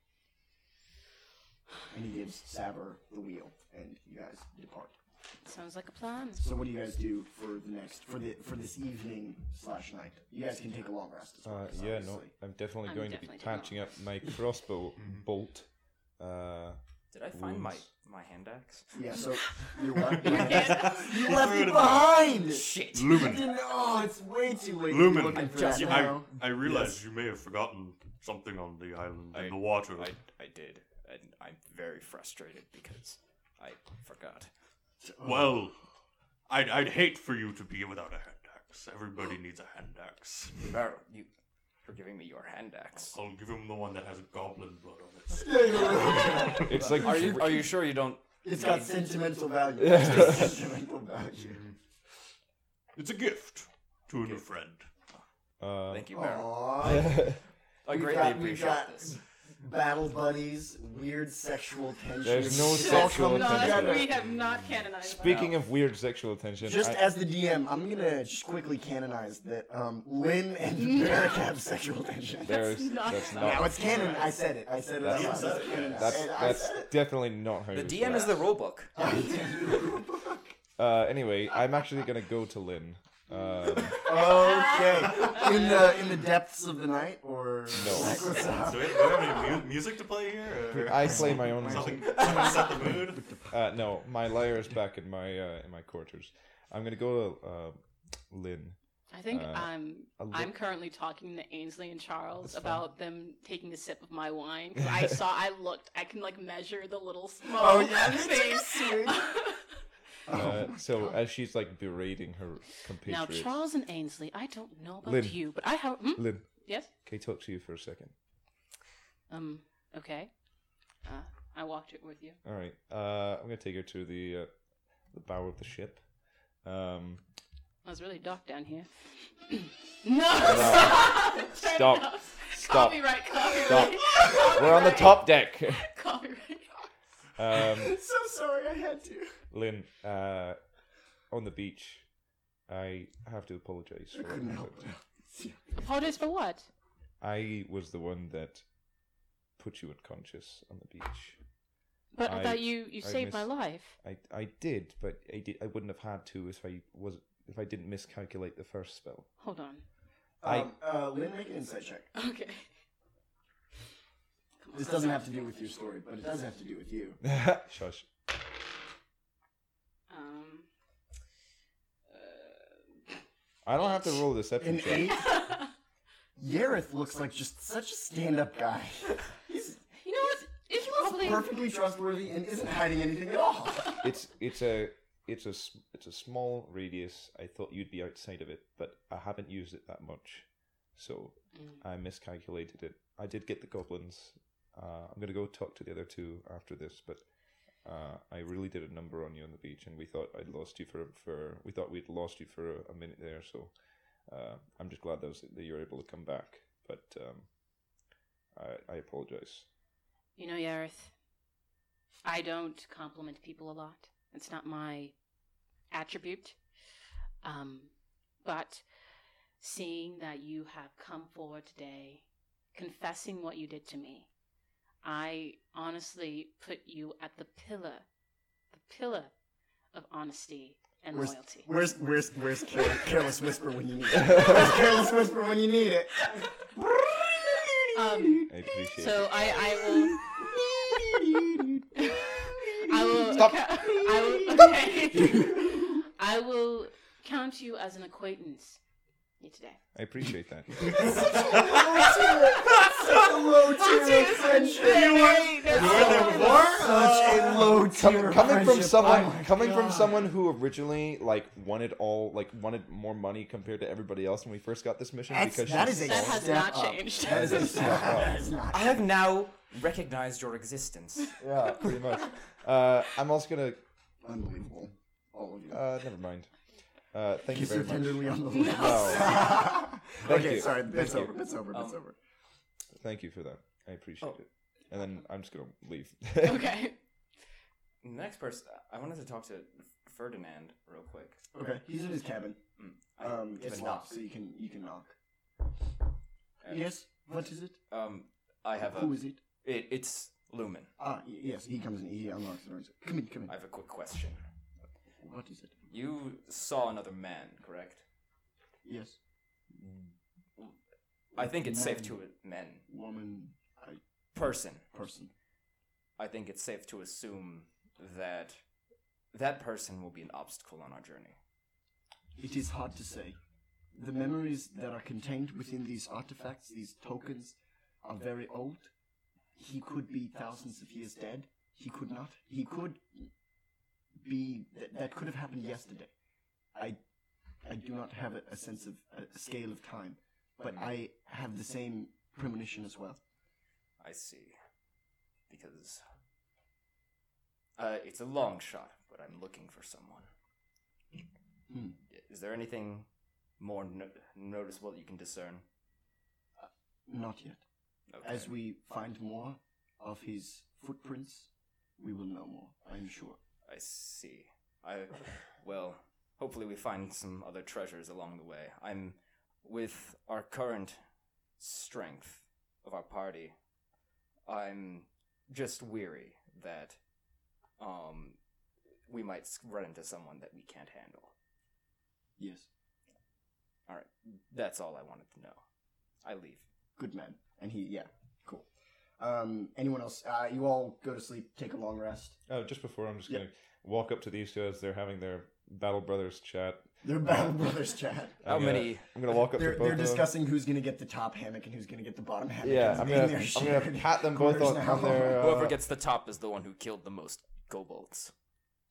A: And he gives Saber the wheel, and you guys depart.
D: Sounds like a plan.
A: So what do you guys do for the next for the for this evening slash night? You guys can take a long rest. As well,
C: Uh,
A: so
C: yeah, no,
A: obviously.
C: I'm definitely
D: I'm
C: going
D: definitely
C: to be
D: doing
B: Mm-hmm.
C: patching up my crossbow bolt. Uh,
B: Did I find my
C: wounds.
B: my hand axe.
A: Yeah, so you what?
D: You can't.
A: you
E: You
A: left
E: threw
A: it
E: it
A: behind.
B: Shit.
A: I
F: Lumen.
A: didn't- Oh, it's way too late. to be
F: Lumen.
A: looking for
B: Just-
A: that
B: I-
A: now.
F: I realize you may have forgotten something on the island
B: I-
F: in the water.
B: I, I did, and I'm very frustrated because I forgot.
F: Well, I'd, I'd hate for you to be without a hand axe. Everybody needs a hand axe.
B: Barrow, you for giving me your hand axe.
F: I'll give him the one that has goblin blood on it.
C: It's like
B: Are you are you sure you don't?
A: It's got sentimental value.
C: Yeah.
A: It's got sentimental value.
F: It's a gift to a new friend.
C: Uh,
B: Thank you, Barrow.
A: Aww.
B: I
A: We've Oh,
B: greatly
A: got- we've
B: appreciate
A: got-
B: this.
A: Battle buddies, weird sexual tension.
C: There's no
A: It's all
C: sexual
A: coming
D: No, that's
C: attention.
A: together.
D: what we have not canonized. that.
C: Speaking of weird sexual attention,
A: Just
C: I-
A: as the DM, I'm gonna just quickly canonize that um, Lynn and Merrick have sexual tension.
C: there's,
D: not-
C: that's not.
A: Now it's canon. I said it. I said it. out loud. It's canon.
C: that's
A: And I
C: that's
A: said it.
C: definitely not how
B: The
C: you
B: DM is the rule book.
C: Uh, anyway, I'm actually gonna go to Lynn. Um,
A: Okay. In the in the depths of the night, or
C: No.
A: Like, what's up?
E: Do we, do we have any mu- music to play here? Or
C: I play my own music.
E: something something to set the mood?
C: Uh, no, my lyre is back in my uh, in my quarters. I'm gonna go to uh, Lynn.
D: I think
C: Uh,
D: I'm
C: a li-
D: I'm currently talking to Ainsley and Charles
C: That's fine.
D: about them taking a sip of my wine. 'cause I saw, I looked, I can like measure the little smoke.
A: Oh, yeah,
D: on the
A: they took a
D: thing.
C: Uh, so as she's like berating her
D: Oh now,
C: compatriots,
D: Charles and Ainsley, I don't know about
C: Lynn.
D: you, but I have. Hmm?
C: Lynn,
D: Yes.
C: can I talk to you for a second?
D: Um. Okay. Uh, I walked it with you.
C: All right. Uh, I'm gonna take her to the uh, the bow of the ship. Um,
D: I was really dark down here. no. Stop.
C: Stop. Stop.
D: Copyright. Copyright.
C: Stop.
D: Copyright.
C: We're on the top deck.
D: Copyright.
C: Um,
A: so sorry, I had to.
C: Lynn, uh, on the beach, I have to apologize. For what
A: No.
C: happened.
D: Apologies for what?
C: I was the one that put you unconscious on the beach.
D: But I,
C: I-
D: thought you you
C: I
D: saved my
C: miss-
D: life.
C: I, I did, but I did. I wouldn't have had to if I was if I didn't miscalculate the first spell.
D: Hold on.
C: I-
A: Um, uh, Lynn, make an insight check.
D: Okay.
A: This doesn't have to do with your story, but it does have to do with you.
C: Shush.
D: Um.
C: I don't have to roll a deception
A: An
C: check.
A: eight.
D: uh,
A: Yareth looks like just such a stand-up guy. He's
D: You know what? It's probably
A: perfectly trustworthy and isn't hiding anything at all.
C: It's it's a it's a s- it's a small radius. I thought you'd be outside of it, but I haven't used it that much, so I miscalculated it. I did get the goblins. Uh, I'm gonna go talk to the other two after this, but uh, I really did a number on you on the beach, and we thought I'd lost you for for we thought we'd lost you for a, a minute there. So uh, I'm just glad that, was, that you were able to come back, but um, I I apologize.
D: You know, Yareth, I don't compliment people a lot. It's not my attribute. Um, but seeing that you have come forward today, confessing what you did to me, I honestly put you at the pillar, the pillar of honesty and
A: Where's-
D: loyalty.
A: Where's where's where's Care- Careless Whisper when you need it? Where's Careless Whisper when you need it?
D: Um,
C: I appreciate it.
D: so I, I will. I will.
C: Stop.
D: I will. Okay. I will count you as an acquaintance. You today.
C: I appreciate that.
A: Such a low tier of friendship.
E: You weren't, you weren't there before?
A: Such a low tier.
C: coming from someone
A: oh my
C: coming from
A: God.
C: someone who originally like wanted all like wanted more money compared to everybody else when we first got this mission
A: That's,
C: because
A: that
C: she's
A: is a
D: That
A: step
D: has not
A: up.
D: changed.
A: That is a
C: That's a
A: step
C: step
A: up.
C: up.
A: That is not.
B: I have now recognized your existence.
C: yeah pretty much. Uh, I'm also gonna
A: Unbelievable. All of you.
C: uh, never mind. Uh, thank you
A: Kiss her
C: very
A: tenderly
C: much.
A: on the lips.
C: Thank
A: okay,
C: you.
A: sorry. That's
C: Thank
A: over.
C: you.
A: That's over. That's
B: Um,
A: over.
C: Thank you for that. I appreciate
B: Oh.
C: it. And then I'm just gonna leave.
D: Okay.
B: The next person, I wanted to talk to Ferdinand real quick.
A: Okay, he's in his cabin.
B: I
A: Um,
B: give
A: it's
B: a
A: locked,
B: knock.
A: so you can you can knock.
B: Uh,
A: Yes. What is it?
B: Um, I have a.
A: Who is it?
B: it? It's Lumen.
A: Ah, y- yes. He comes in. He unlocks the door. and says, Come in. Come in.
B: I have a quick question.
A: What is it?
B: You saw another man, correct?
A: Yes.
B: I think it's safe
A: Man.
B: to men
A: Woman. I,
B: person.
A: person.
B: I think it's safe to assume that that person will be an obstacle on our journey.
A: It is hard to say. The memories that are contained within these artifacts, these tokens, are very old. He could be thousands of years dead. He could not. He could be. That, that could have happened yesterday. I, I do not have a, a sense of a scale of time, but I have the same premonition as well.
B: I see. Because uh, it's a long shot, but I'm looking for someone.
A: Hmm.
B: Is there anything more no- noticeable that you can discern?
A: Not yet.
B: Okay.
A: As we find more of his footprints, we will know more. I am sure.
B: I see. I well, hopefully we find some other treasures along the way. I'm with our current strength of our party. I'm just weary that um we might s- run into someone that we can't handle.
A: Yes.
B: All right. That's all I wanted to know. I leave.
A: good man. And he, yeah, cool. Um, anyone else? Uh, you all go to sleep, take a long rest.
C: Oh, just before, I'm just
A: Yeah.
C: gonna walk up to these two as they're having their Battle Brothers chat.
A: They're Battle Brothers chat.
B: How
C: I'm gonna-
B: many
C: I'm gonna walk up
A: They're,
C: to both
A: they're
C: of them.
A: discussing who's gonna get the top hammock and who's gonna get the bottom hammock.
C: Yeah,
A: It's
C: I'm
A: in
C: gonna,
A: their
C: I'm gonna
A: shared
C: pat them both
A: quarters
C: on,
A: now.
C: on their uh,
B: whoever gets the top is the one who killed the most kobolds.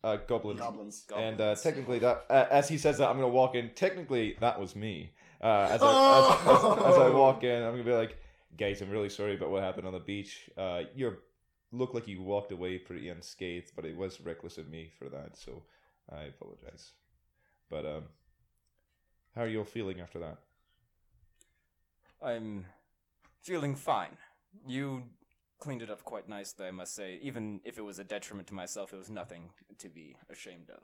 C: uh, goblins.
A: goblins.
C: And uh, technically, that uh, as he says that, I'm gonna walk in. Technically, that was me. Uh, as, I, as, as, as
A: Oh!
C: I walk in, I'm gonna be like, "Guys, I'm really sorry about what happened on the beach. Uh, you look like you walked away pretty unscathed, but it was reckless of me for that. So I apologize. But um, how are you all feeling after that?
B: I'm feeling fine. You cleaned it up quite nicely, I must say. Even if it was a detriment to myself, it was nothing to be ashamed of.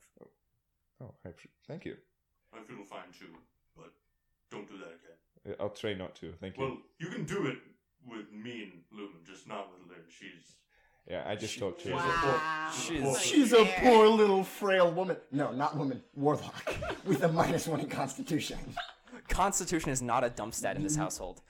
C: Oh, I appre- thank you.
F: I feel fine too, but don't do that again.
C: Uh, I'll try not to. Thank you.
F: Well, you can do it with me and Lumen, just not with Lynn. She's
C: yeah, I just talked to.
F: she's
C: you.
D: Wow.
F: a
B: She's-
F: poor, she's a poor-
A: She's a poor little frail woman. No, not woman. Warlock with a minus one in Constitution.
B: Constitution is not a dump stat in this household.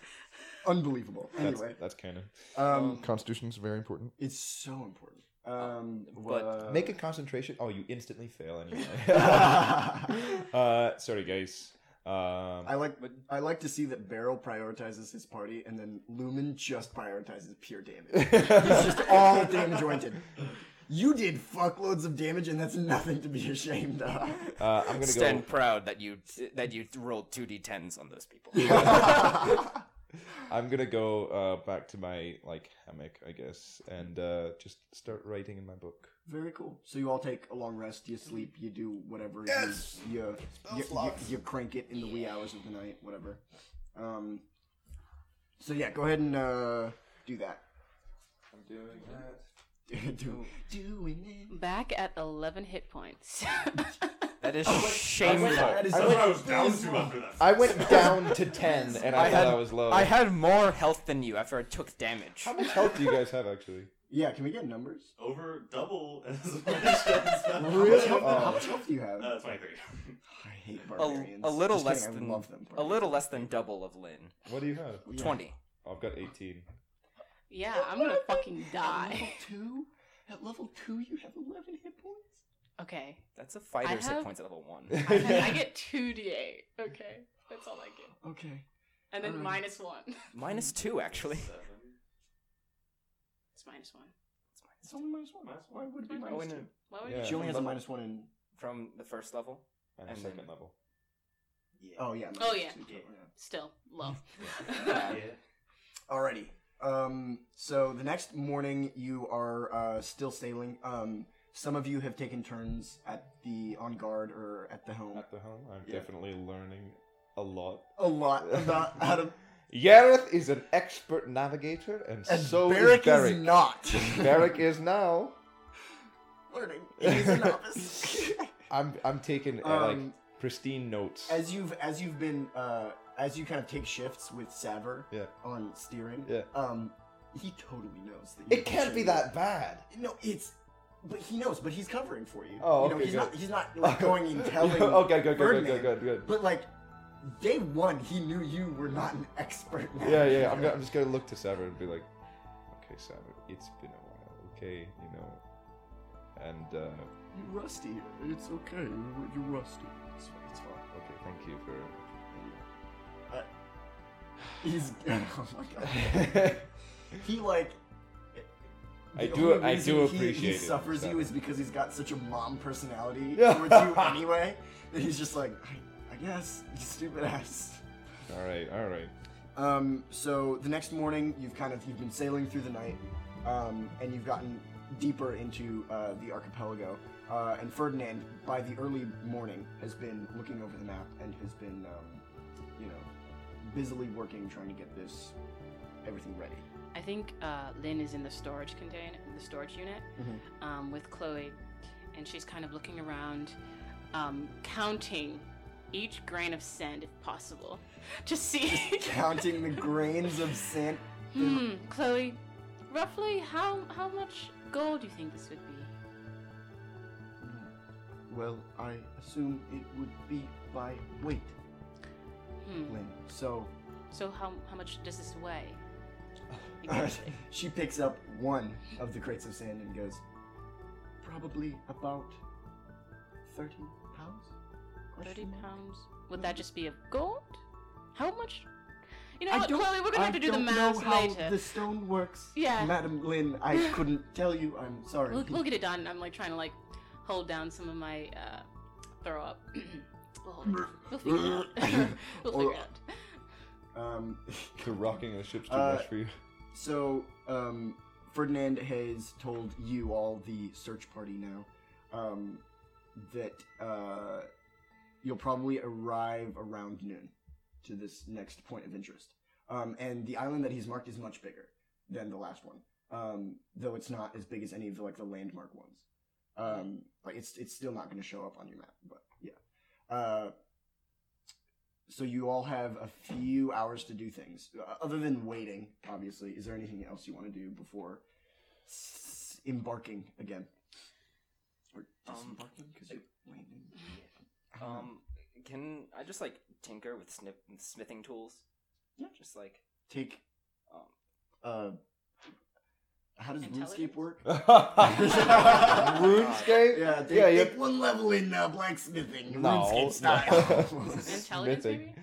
A: Unbelievable.
C: That's,
A: Anyway,
C: that's canon.
A: um,
C: Constitution's very important.
A: it's so important. Um,
B: But-
A: uh,
C: Make a concentration. Oh, you instantly fail anyway. uh, sorry, guys. Um,
A: I like I like to see that Beryl prioritizes his party and then Lumen just prioritizes pure damage. He's just all damage oriented. You did fuckloads of damage and that's nothing to be ashamed of.
C: uh, I'm gonna
B: Stand
C: go.
B: proud that you that you rolled two d10s on those people.
C: I'm gonna go uh, back to my like hammock, I guess, and uh, just start writing in my book.
A: Very cool. So you all take a long rest, you sleep, you do whatever you, you, you, you you crank it in the wee hours of the night, whatever. Um so yeah, go ahead and uh, do that.
C: I'm doing that.
A: do, doing it.
D: Back at 11 hit points.
B: That is shameful.
A: That is
F: That's what I was down to after that.
C: I went down to ten, and I,
B: I
C: thought
B: had,
C: I was low.
B: I had more health than you after I took damage.
C: How much health do you guys have actually?
A: Yeah, can we get numbers?
F: Over double as much as
A: Really? Uh, How,
C: Oh.
A: much health do you have?
F: Uh, 23.
A: I hate
B: A,
A: barbarians.
B: a little
A: Just
B: less
A: kidding, I
B: than
A: love them.
B: a little less than double of Lynn.
C: What do you have?
A: Yeah.
B: Twenty.
C: I've got 18.
D: yeah, I'm gonna fucking
A: At
D: die.
A: level two, at level two, you have eleven hit points.
D: Okay.
B: That's a fighter's hit
D: have-
B: points at level one.
D: I, get- I get 2d8. Okay. That's all I get.
A: Okay.
D: And then
A: Alright.
D: minus 1.
B: Minus two, actually.
D: It's minus 1.
A: It's only minus one. Why would it be
D: Why
A: minus
B: wouldn't
A: two?
D: Why would
C: Yeah.
D: you?
A: She only has a
C: Level-
A: minus one in.
B: From the first level.
C: And,
B: And
C: a second
B: then-
C: level.
A: Oh yeah.
D: Oh,
A: minus
D: yeah.
A: two,
F: Yeah.
D: Still, low.
A: Alrighty. Um, so the next morning, you are uh, still sailing. Um, some of you have taken turns at the on guard or at the helm.
C: At the helm, I'm
A: Yeah.
C: definitely learning a lot.
A: A lot about how to.
C: Yareth is an expert navigator, and,
A: And
C: so
A: Beric
C: is Beric.
A: is not
C: Beric is now.
A: learning. He's a novice.
C: I'm I'm taking uh, like
A: Um,
C: pristine notes.
A: as you've as you've been uh, as you kind of take shifts with Saver
C: Yeah.
A: on steering,
C: Yeah.
A: um, he totally knows that. you
C: it can't be
A: shouldn't-
C: that bad.
A: No, it's. But he knows. But he's covering for you.
C: Oh,
A: you know,
C: okay,
A: he's
C: good.
A: not. He's not like going and telling.
C: okay, good, good, good,
A: Birdman,
C: good, good, good.
A: But like, day one, he knew you were not an expert.
C: Yeah, yeah.
A: navigator.
C: I'm, go- I'm just gonna look to Sever and be like, okay, Sever, it's been a while. Okay, you know, And uh,
A: You're rusty. It's okay. You're, you're rusty. It's, fi- it's fine.
C: okay, thank you for.
A: Uh, He's. Oh my god.
C: Yeah.
A: He like.
C: I
A: the
C: do-
A: only
C: I
A: reason
C: do
A: he,
C: appreciate
A: he
C: it,
A: suffers you
C: Simon.
A: is because he's got such a mom personality
C: Yeah.
A: towards you anyway that he's just like, I, I guess, you stupid ass.
C: all right, all right.
A: Um, so the next morning, you've kind of you've been sailing through the night, um, and you've gotten deeper into uh, the archipelago. Uh, and Ferdinand, by the early morning, has been looking over the map and has been, um, you know, busily working trying to get this everything ready.
D: I think uh, Lynn is in the storage container, the storage unit,
A: Mm-hmm.
D: um, with Chloe, and she's kind of looking around, um, counting each grain of sand if possible, to see.
A: Counting the grains of sand.
D: hmm, Chloe, roughly how how much gold do you think this would be?
A: Well, I assume it would be by weight,
D: Hmm.
A: Lynn. So
D: So how how much does this weigh?
A: Uh,
D: Exactly.
A: she picks up one of the crates of sand and goes, probably about 30 pounds?
D: Thirty
A: Question mark.
D: pounds. Would that just be of gold? How much? You know,
A: I
D: what,
A: don't-
D: Chloe, we're gonna
A: I
D: have to do the
A: don't
D: math
A: know how
D: later.
A: the stone works.
D: Yeah.
A: Madam Lynn, I couldn't tell you. I'm sorry.
D: We'll, we'll get it done. I'm like trying to like hold down some of my uh, throw up. we'll, hold it. we'll figure it out. we'll figure it out.
A: Um,
C: The rocking of the ship's too
A: Uh,
C: much for you.
A: so, um, Ferdinand has told you all the search party now um, that uh, you'll probably arrive around noon to this next point of interest. Um, and the island that he's marked is much bigger than the last one, um, though it's not as big as any of the, like the landmark ones. Um, like it's it's still not going to show up on your map, but yeah. Uh, so you all have a few hours to do things Uh, other than waiting. Obviously, is there anything else you want to do before s- embarking again? Or
B: Um,
A: disembarking because you're landing. Uh-huh.
B: Um, can I just like tinker with snip- smithing tools?
A: Yeah.
B: Just like
A: take
B: um,
A: uh how does RuneScape
D: Intelligence?
A: work?
C: RuneScape?
A: Yeah, take,
C: Yeah, you-
A: take one level in uh, blacksmithing,
C: No,
A: RuneScape
C: no.
A: style.
D: Intelligence,
C: Smithing.
D: maybe?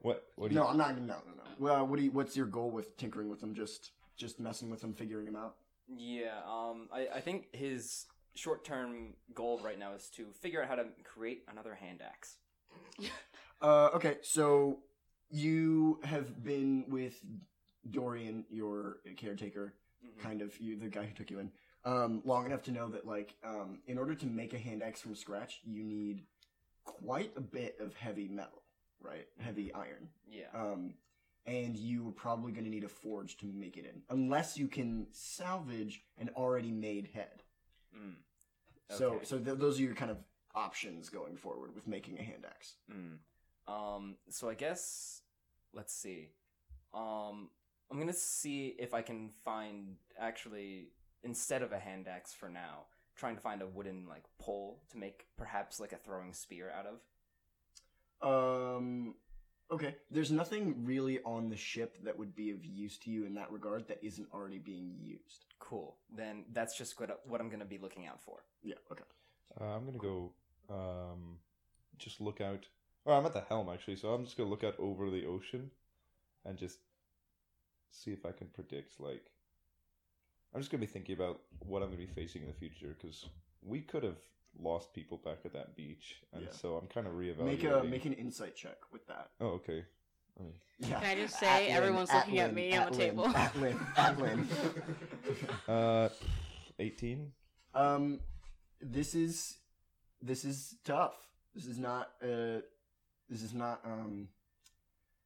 C: What? What do you?
A: no, I'm not. No, no, no. Well, what do you? What's your goal with tinkering with them? Just, just messing with them, figuring them out.
B: Yeah, um, I, I think his short term goal right now is to figure out how to create another hand axe.
A: Uh, okay, so you have been with Dorian, your caretaker,
B: Mhm.
A: kind of you, the guy who took you in, um, long enough to know that like, um, in order to make a hand axe from scratch, you need quite a bit of heavy metal, right? Heavy iron.
B: Yeah.
A: Um, and you are probably going to need a forge to make it in, unless you can salvage an already made head.
B: Mm.
A: So,
B: Okay.
A: so th- those are your kind of options going forward with making a hand axe.
B: Mm. Um, so I guess let's see. Um, I'm gonna see if I can find actually instead of a hand axe for now, trying to find a wooden like pole to make perhaps like a throwing spear out of.
A: Um. Okay. There's nothing really on the ship that would be of use to you in that regard that isn't already being used.
B: Cool. Then that's just what what I'm gonna be looking out for.
A: Yeah. Okay.
C: Uh, I'm gonna go. Um, just look out. Or I'm at the helm actually, so I'm just gonna look out over the ocean, and just see if I can predict. Like, I'm just gonna be thinking about what I'm gonna be facing in the future because we could have lost people back at that beach, and
A: Yeah.
C: so I'm kind of reevaluating.
A: Make a make an insight check with that.
C: Oh, okay. I mean,
A: Yeah.
D: Can I just say everyone's looking at me on the
A: Atlin,
D: table?
A: Atlin, Atlin.
C: Uh, eighteen.
A: um, this is this is tough. This is not uh, this is not um,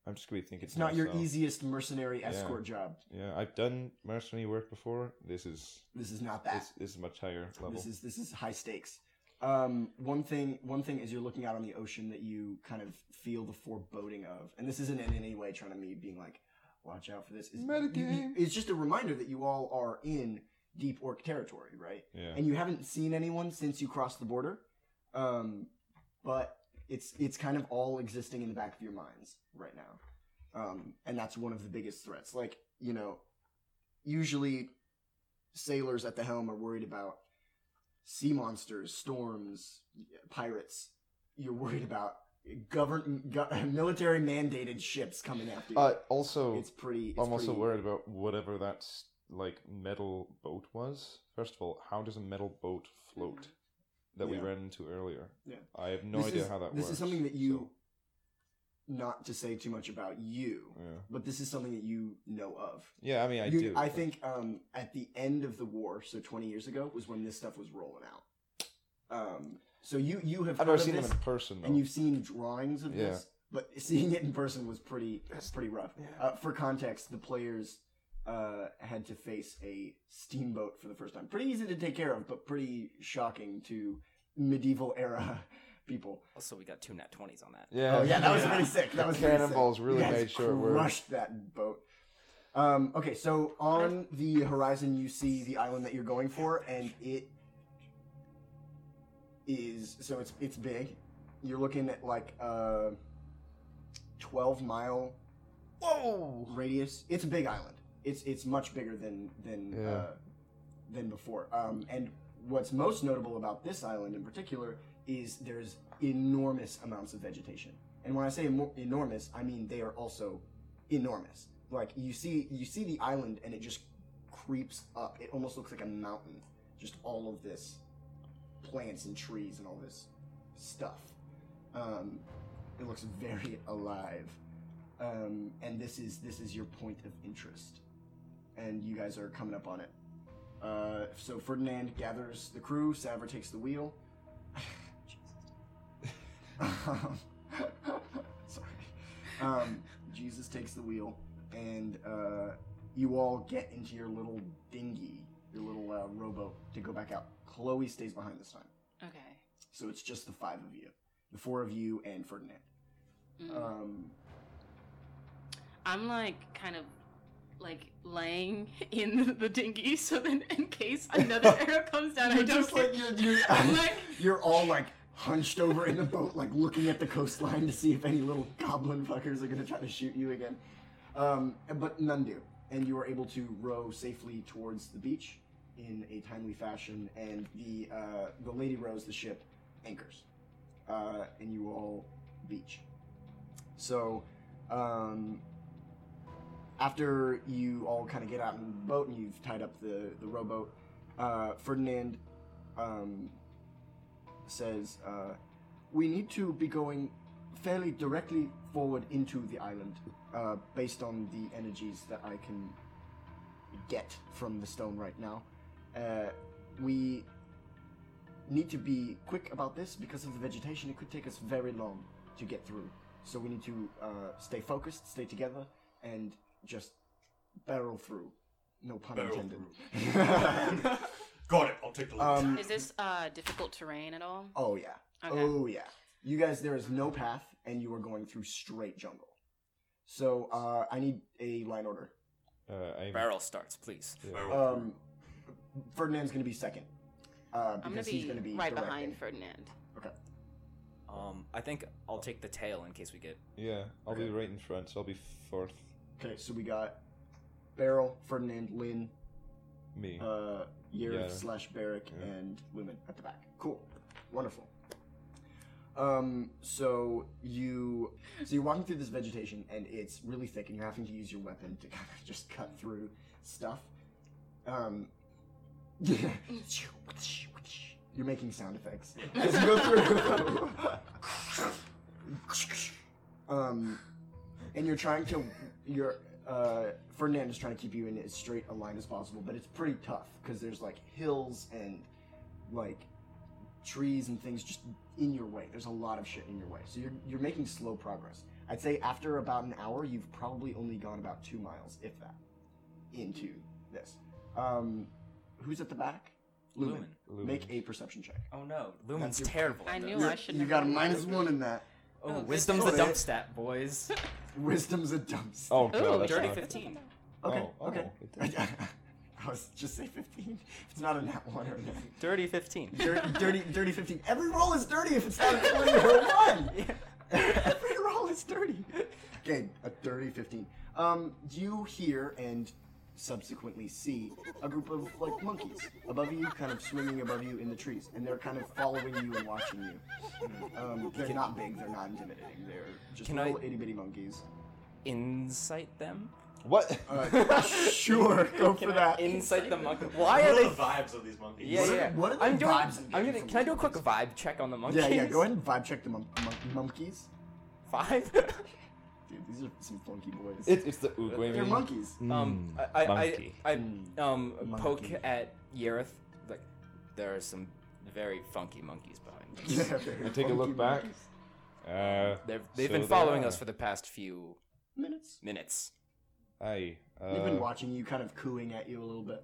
C: I'm just gonna be thinking.
A: it's
C: to
A: not your
C: myself,
A: easiest mercenary
C: Yeah.
A: escort job.
C: Yeah, I've done mercenary work before. This is
A: This is not that.
C: this, this is much higher level.
A: This is this is high stakes. Um, one thing one thing is you're looking out on the ocean that you kind of feel the foreboding of, and this isn't in any way trying to me being like, watch out for this. It's,
C: Metagame.
A: it's just a reminder that you all are in deep orc territory, right?
C: yeah.
A: And you haven't seen anyone since you crossed the border, um, but it's it's kind of all existing in the back of your minds right now, um, and that's one of the biggest threats. Like you know, usually sailors at the helm are worried about sea monsters, storms, pirates. You're worried about govern go- military mandated ships coming after you.
C: Uh, also,
A: it's pretty. It's
C: I'm also
A: pretty-
C: worried about whatever that like metal boat was. First of all, how does a metal boat float? That we
A: Yeah.
C: ran into earlier.
A: Yeah.
C: I have no
A: This
C: idea
A: is-
C: how that
A: This
C: works.
A: is something that you,
C: so,
A: not to say too much about you,
C: yeah.
A: but this is something that you know of.
C: Yeah, I mean, I
A: You-
C: do.
A: I
C: but-
A: think um, at the end of the war, so 20 years ago, was when this stuff was rolling out. Um, so you you have heard
C: I've never
A: of
C: seen
A: this,
C: them in person. Though.
A: and you've seen drawings of
C: Yeah.
A: this, but seeing it in person was pretty pretty rough. Uh, for context, the players uh, had to face a steamboat for the first time. Pretty easy to take care of, but pretty shocking to medieval era people.
B: Also, we got two nat 20s on that.
C: yeah,
A: Oh yeah, that was
E: Yeah.
A: pretty sick. That was pretty sick.
C: cannonballs really
A: You guys
C: made sure it worked.
A: crushed that boat. Um, okay, so on the horizon you see the island that you're going for, and it is so it's it's big. You're looking at like a twelve mile
E: Whoa!
A: radius. It's a big island. It's it's much bigger than than
C: Yeah.
A: uh, than before. Um, and what's most notable about this island in particular is there's enormous amounts of vegetation. And when I say emo- enormous, I mean they are also enormous. Like you see you see the island and it just creeps up. It almost looks like a mountain. Just all of this plants and trees and all this stuff. Um, it looks very alive um, and this is this is your point of interest, and you guys are coming up on it. Uh, so Ferdinand gathers the crew. Saver takes the wheel. um, sorry. Um, Jesus takes the wheel, and uh, you all get into your little dinghy, your little uh, rowboat to go back out. Chloe stays behind this time,
D: Okay.
A: so it's just the five of you, the four of you and Ferdinand.
D: Mm.
A: Um,
D: I'm like kind of like laying in the dinghy so then in case another arrow comes down, I
A: You're
D: don't
A: just like you're, you're,
D: I'm like
A: you're all like hunched over in the boat, like looking at the coastline to see if any little goblin fuckers are gonna try to shoot you again. Um, but none do, and you are able to row safely towards the beach in a timely fashion. And the uh, the lady rows the ship anchors, uh, and you all beach. So. Um, after you all kind of get out in the boat and you've tied up the, the rowboat, uh, Ferdinand um, says, uh, We need to be going fairly directly forward into the island uh, based on the energies that I can get from the stone right now. Uh, we need to be quick about this because of the vegetation. It could take us very long to get through. So we need to uh, stay focused, stay together, and just barrel through. No pun
F: Barrel
A: intended.
F: Got it. I'll take the lead.
A: um,
D: Is this uh difficult terrain at all?
A: Oh yeah.
D: Okay.
A: Oh yeah. You guys, there is no path, and you are going through straight jungle. So uh, I need a line order.
C: Uh, I,
B: Barrel starts, please.
C: Yeah.
F: Barrel
A: Um, Ferdinand's going to be second uh, because
D: I'm gonna
A: he's
D: be,
A: going to be
D: right
A: directing.
D: behind Ferdinand.
B: Um, I think I'll take the tail in case we get.
C: yeah, I'll
A: Okay.
C: be right in front, so I'll be fourth.
A: Okay, so we got Beryl, Ferdinand, Lynn,
C: Me.
A: uh, Yerif
C: Yeah.
A: slash Barrack
C: Yeah.
A: and women at the back. Cool, wonderful. Um, so you so you're walking through this vegetation and it's really thick, and you're having to use your weapon to kind of just cut through stuff. Um, you're making sound effects as you go through. um, and you're trying to you're uh, Ferdinand is trying to keep you in as straight a line as possible, but it's pretty tough because there's like hills and like trees and things just in your way. There's a lot of shit in your way, so you're you're making slow progress. I'd say after about an hour, you've probably only gone about two miles, if that, into this. Um, who's at the back?
B: Lumen.
C: Lumen.
A: Make a perception check.
B: Oh no, Lumen's
A: That's your-
B: terrible. at
D: I
B: this.
D: knew
A: You're-
D: I should
A: you
D: have
A: got a
D: rolled.
A: minus one in that.
B: Oh,
D: Oh,
B: wisdom's a
A: goodness.
B: dump stat, boys.
A: Wisdom's a dump. stat.
C: Oh, God,
D: Ooh,
C: that's
B: dirty
C: not-
B: fifty.
A: Okay.
C: Oh, oh,
A: okay.
C: it did.
A: I was just say 15. If it's not a nat 1 or a nat-
B: Dirty 15.
A: dirty, dirty, dirty 15. Every roll is dirty if it's not a 20 or a 1. Every roll is dirty. Okay, a dirty 15. Um, you hear and subsequently see a group of like monkeys above you, kind of swimming above you in the trees, and they're kind of following you and watching you. Um, they're not big, they're not intimidating, they're just
B: Can I-
A: little itty bitty monkeys.
B: Insight them.
C: What?
A: Uh, sure, go for
B: Can I
A: that.
B: Insight the monkey. Why
E: What
B: are
E: are the
B: they?
E: vibes of these monkeys?
B: Yeah,
A: What are-
B: yeah.
A: what are the
B: I'm doing.
A: vibes I'm
B: I'm
A: getting
B: gonna.
A: from
B: Can I do a
A: these
B: quick vibe check on the monkeys?
A: yeah, yeah. Go ahead and vibe check the mon- mon- monkeys.
B: Five.
A: Dude, these are some funky boys.
C: It's, it's the Oogway.
A: they're monkeys.
B: um, I, I,
C: monkey.
B: I,
A: Mm,
B: I, um, poke
A: monkey.
B: at Yerith. Like, there are some very funky monkeys behind. you.
A: Yeah,
C: And take a look back. Uh,
B: They've they've
C: So
B: been
C: they
B: following
C: are.
B: us for the past few
A: Minutes.
B: minutes.
C: I. Uh,
A: They've been watching you, kind of cooing at you a little bit.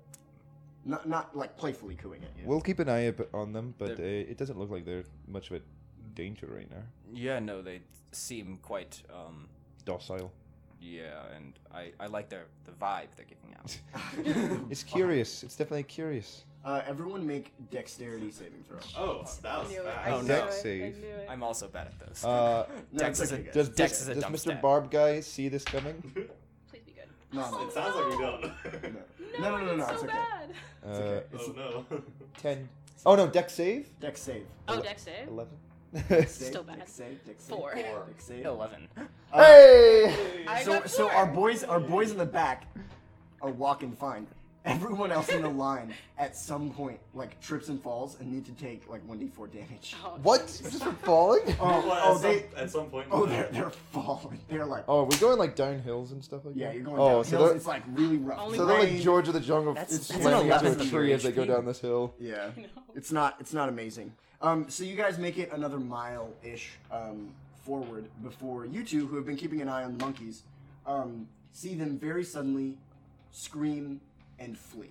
A: Not, not like playfully cooing at you.
C: We'll keep an eye up on them, but uh, it doesn't look like they're much of a danger right now.
B: Yeah, no, they seem quite um
C: Docile.
B: yeah, and I I like their the vibe they're giving out.
C: It's curious. It's definitely curious.
A: uh, everyone make dexterity saving throw.
E: Oh, that was
D: knew it.
E: fast.
D: I
B: Oh,
D: knew
B: no.
D: it.
C: Save.
D: I knew it.
B: I'm also bad at those.
C: Uh,
A: No,
B: Dex
A: it's
B: is a-
A: okay,
C: does
A: guys.
B: Dex
C: this-
B: is a
C: does
B: dumb
C: Mr.
B: stat.
C: Barb guy see this coming?
D: Please be good.
A: No, no,
E: It sounds like we don't.
A: no, no, no, no, no,
D: it's
A: it's
D: so
A: okay.
D: bad.
C: Uh,
A: It's okay. It's
E: oh no.
C: Ten. Oh no, deck save.
A: Dex save.
D: Oh, Dex save.
C: Eleven. Uh,
A: Save,
D: Still bad.
A: Dex save. Dex save.
D: Four.
A: Dex save.
B: Eleven.
C: hey!
D: I
A: So,
D: got
A: so
D: four.
A: our boys, our boys in the back, are walking fine. Everyone else in the line at some point like trips and falls and need to take like one d four damage.
D: Oh,
C: What? Just for falling?
A: Oh,
E: Well,
A: oh,
E: at,
A: they,
E: some, at some point. in
A: oh,
E: the-
A: they're they're falling. They're like,
C: Oh, we're going like down hills and stuff like
A: yeah,
C: that.
A: you're going
C: oh,
A: down
C: so
A: hills.
C: they're,
A: It's like really rough.
D: Only
C: so they're like
A: Rain.
C: George of the Jungle,
B: That's-
C: it's
B: that's
C: slamming
B: an
C: into a
B: 11
C: tree as they go
B: HP.
C: down this hill.
A: Yeah,
D: You know.
A: it's not it's not amazing. Um, so you guys make it another mile ish um, forward before you two, who have been keeping an eye on the monkeys, um, see them very suddenly scream and flee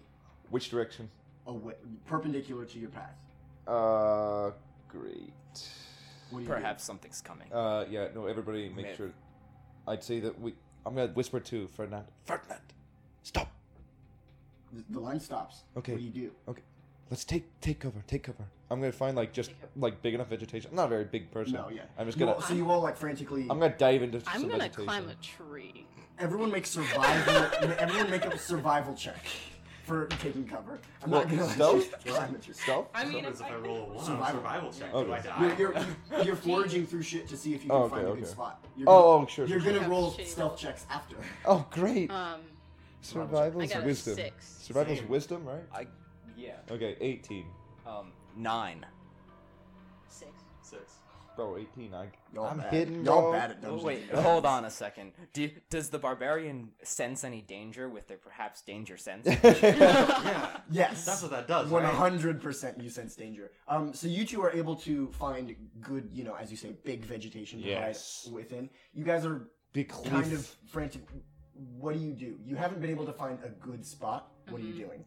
C: Which direction?
A: away, perpendicular to your path.
C: Uh, great.
A: What do you do?
B: Perhaps something's coming.
C: Uh, yeah, no, everybody make
B: Myth.
C: sure. I'd say that we. I'm gonna whisper to Fernand. Fernand, stop.
A: The, the line stops.
C: Okay.
A: What do you do?
C: Okay, let's take take cover, take cover. I'm gonna find like just
D: Take cover.
C: like big enough vegetation. I'm not a very big person.
A: No, yeah.
C: I'm just
A: You
C: gonna.
A: all- so you all like frantically.
C: I'm gonna dive into
D: I'm
C: some
D: gonna
C: vegetation.
D: climb a tree.
A: Everyone make survival. everyone make a survival check for taking cover. I'm not
C: What,
A: gonna let
C: stealth?
A: you climb it yourself.
C: Stealth?
D: I mean,
E: What
D: if
E: happens if I
D: I-
E: roll a one on
A: Survival. Oh,
E: survival check?
C: Okay.
E: Do I die?
A: You're, you're, you're foraging through shit to see if you can
C: Oh, okay,
A: find a good
C: okay.
A: spot. You're gonna,
C: Oh, oh, sure.
A: you're
C: sure,
A: gonna
C: sure.
A: roll
D: Shit.
A: stealth checks after.
C: Oh, great.
D: um, I
C: Survival's
D: got a
C: wisdom.
D: six.
C: Survival's
E: Same.
C: wisdom, right?
B: I yeah.
C: Okay, 18.
B: Um nine.
D: six.
E: Six.
C: Bro, 18. I,
A: Y'all
C: I'm
A: bad.
C: hidden.
A: Y'all
C: bro.
A: bad at
B: Oh,
A: Dungeons.
B: wait,
A: and Dragons.
B: hold on a second. Do, does the barbarian sense any danger with their perhaps danger sense?
D: um,
A: Uh,
E: Yeah,
A: Yes.
E: that's what that does.
A: One
E: right?
A: hundred percent, you sense danger. Um, so you two are able to find good, you know, as you say, big vegetation to hide
C: Yes.
A: within. You guys are
C: Big
A: kind
C: cliff.
A: of frantic. What do you do? You haven't been able to find a good spot. What are you
D: Mm-hmm.
A: doing?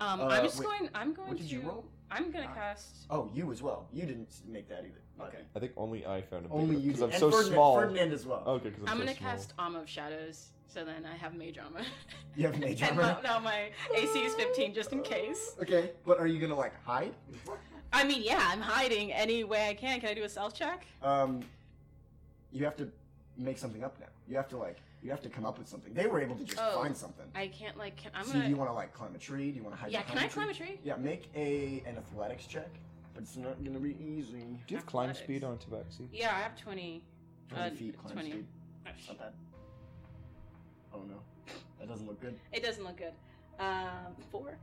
D: Um,
A: Uh,
D: I'm just
A: wait.
D: going. I'm going
A: What did
D: to.
A: you roll?
D: I'm gonna
A: Nine.
D: cast.
A: Oh, you as well. You didn't make that either. buddy.
B: Okay.
C: I think only I found a big
A: Only you.
C: Because
A: Did.
C: I'm
A: and
C: so
A: Ferdinand,
C: small.
A: Ferdinand as well.
C: Okay, because I'm,
D: I'm
C: so
D: gonna
C: small.
D: cast Arm of Shadows, so then I have Mage Armor.
A: You have mage
D: and
A: armor.
D: now, now my AC is 15, just in case.
A: Okay, but are you gonna like hide?
D: I mean, yeah, I'm hiding any way I can. Can I do a stealth check?
A: Um, you have to make something up now. You have to like, you have to come up with something. They were able to just
D: Oh,
A: find something.
D: I can't like. Can, I'm
A: so
D: gonna.
A: do you want to like climb a tree? Do you want to hide?
D: yeah,
A: behind
D: can I climb a tree?
A: Yeah, make a an athletics check, but it's not gonna be easy.
C: Do you have climb
D: athletics.
C: speed on Tabaxi?
D: Yeah, I have 20.
A: Twenty
D: Uh,
A: feet climb
D: 20.
A: speed.
D: Oh,
A: Not
D: sh-
A: bad. Oh no, that doesn't look good.
D: It doesn't look good. Um, four.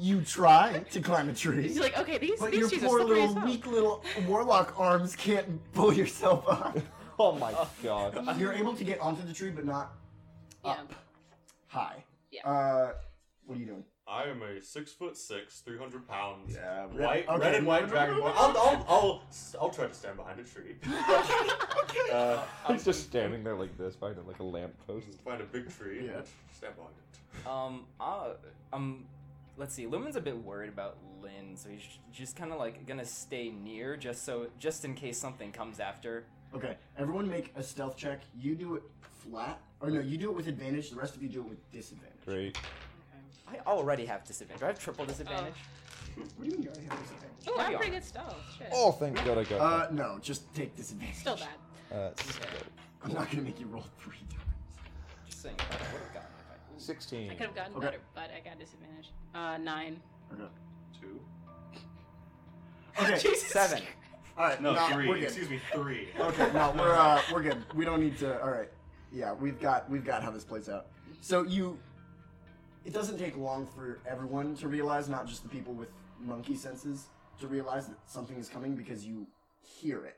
A: You try to climb a tree.
D: She's like, okay, these
A: but
D: these
A: your
D: trees
A: poor
D: are slippery
A: little
D: as hell.
A: weak little warlock arms can't pull yourself up. Uh,
C: Oh my god.
A: You're able to get onto the tree, but not
D: Yeah.
A: up high.
D: Yeah.
A: Uh, what are you doing?
E: I am a six foot six, three hundred pounds.
A: Yeah, red-
E: White,
A: okay.
E: red and white dragonborn. I'll, I'll, I'll, I'll try to stand behind a tree. Uh,
C: He's just standing there like this behind like a lamppost.
E: find a big tree.
A: Yeah.
E: And stand behind it.
B: Um, uh, um, let's see. Lumen's a bit worried about Lynn, so he's just kind of like gonna stay near, just so, just in case something comes after.
A: Okay, everyone make a stealth check. You do it flat, or no, you do it with advantage. The rest of you do it with disadvantage.
C: Great.
B: I already have disadvantage. I have triple disadvantage.
A: What do you mean you already have disadvantage?
D: Oh, I have
B: Yeah.
D: pretty good stealth. Shit.
C: Oh, thank god I got
A: Uh, no, just take disadvantage.
D: Still bad.
C: that. Uh, so-
A: I'm not gonna make you roll three times.
B: Just saying. I would've gotten it if I-
D: I
C: Sixteen.
D: could have gotten
A: Okay.
D: better, but I got disadvantage. Uh, nine.
E: Two.
A: Okay,
D: Jesus.
B: Seven.
A: all right.
E: No,
A: nah, We're
E: three.
A: good.
E: Excuse me, three.
A: Okay, no, we're uh, we're good. We don't need to. All right. Yeah, we've got we've got how this plays out. So you, it doesn't take long for everyone to realize, not just the people with monkey senses, to realize that something is coming because you hear it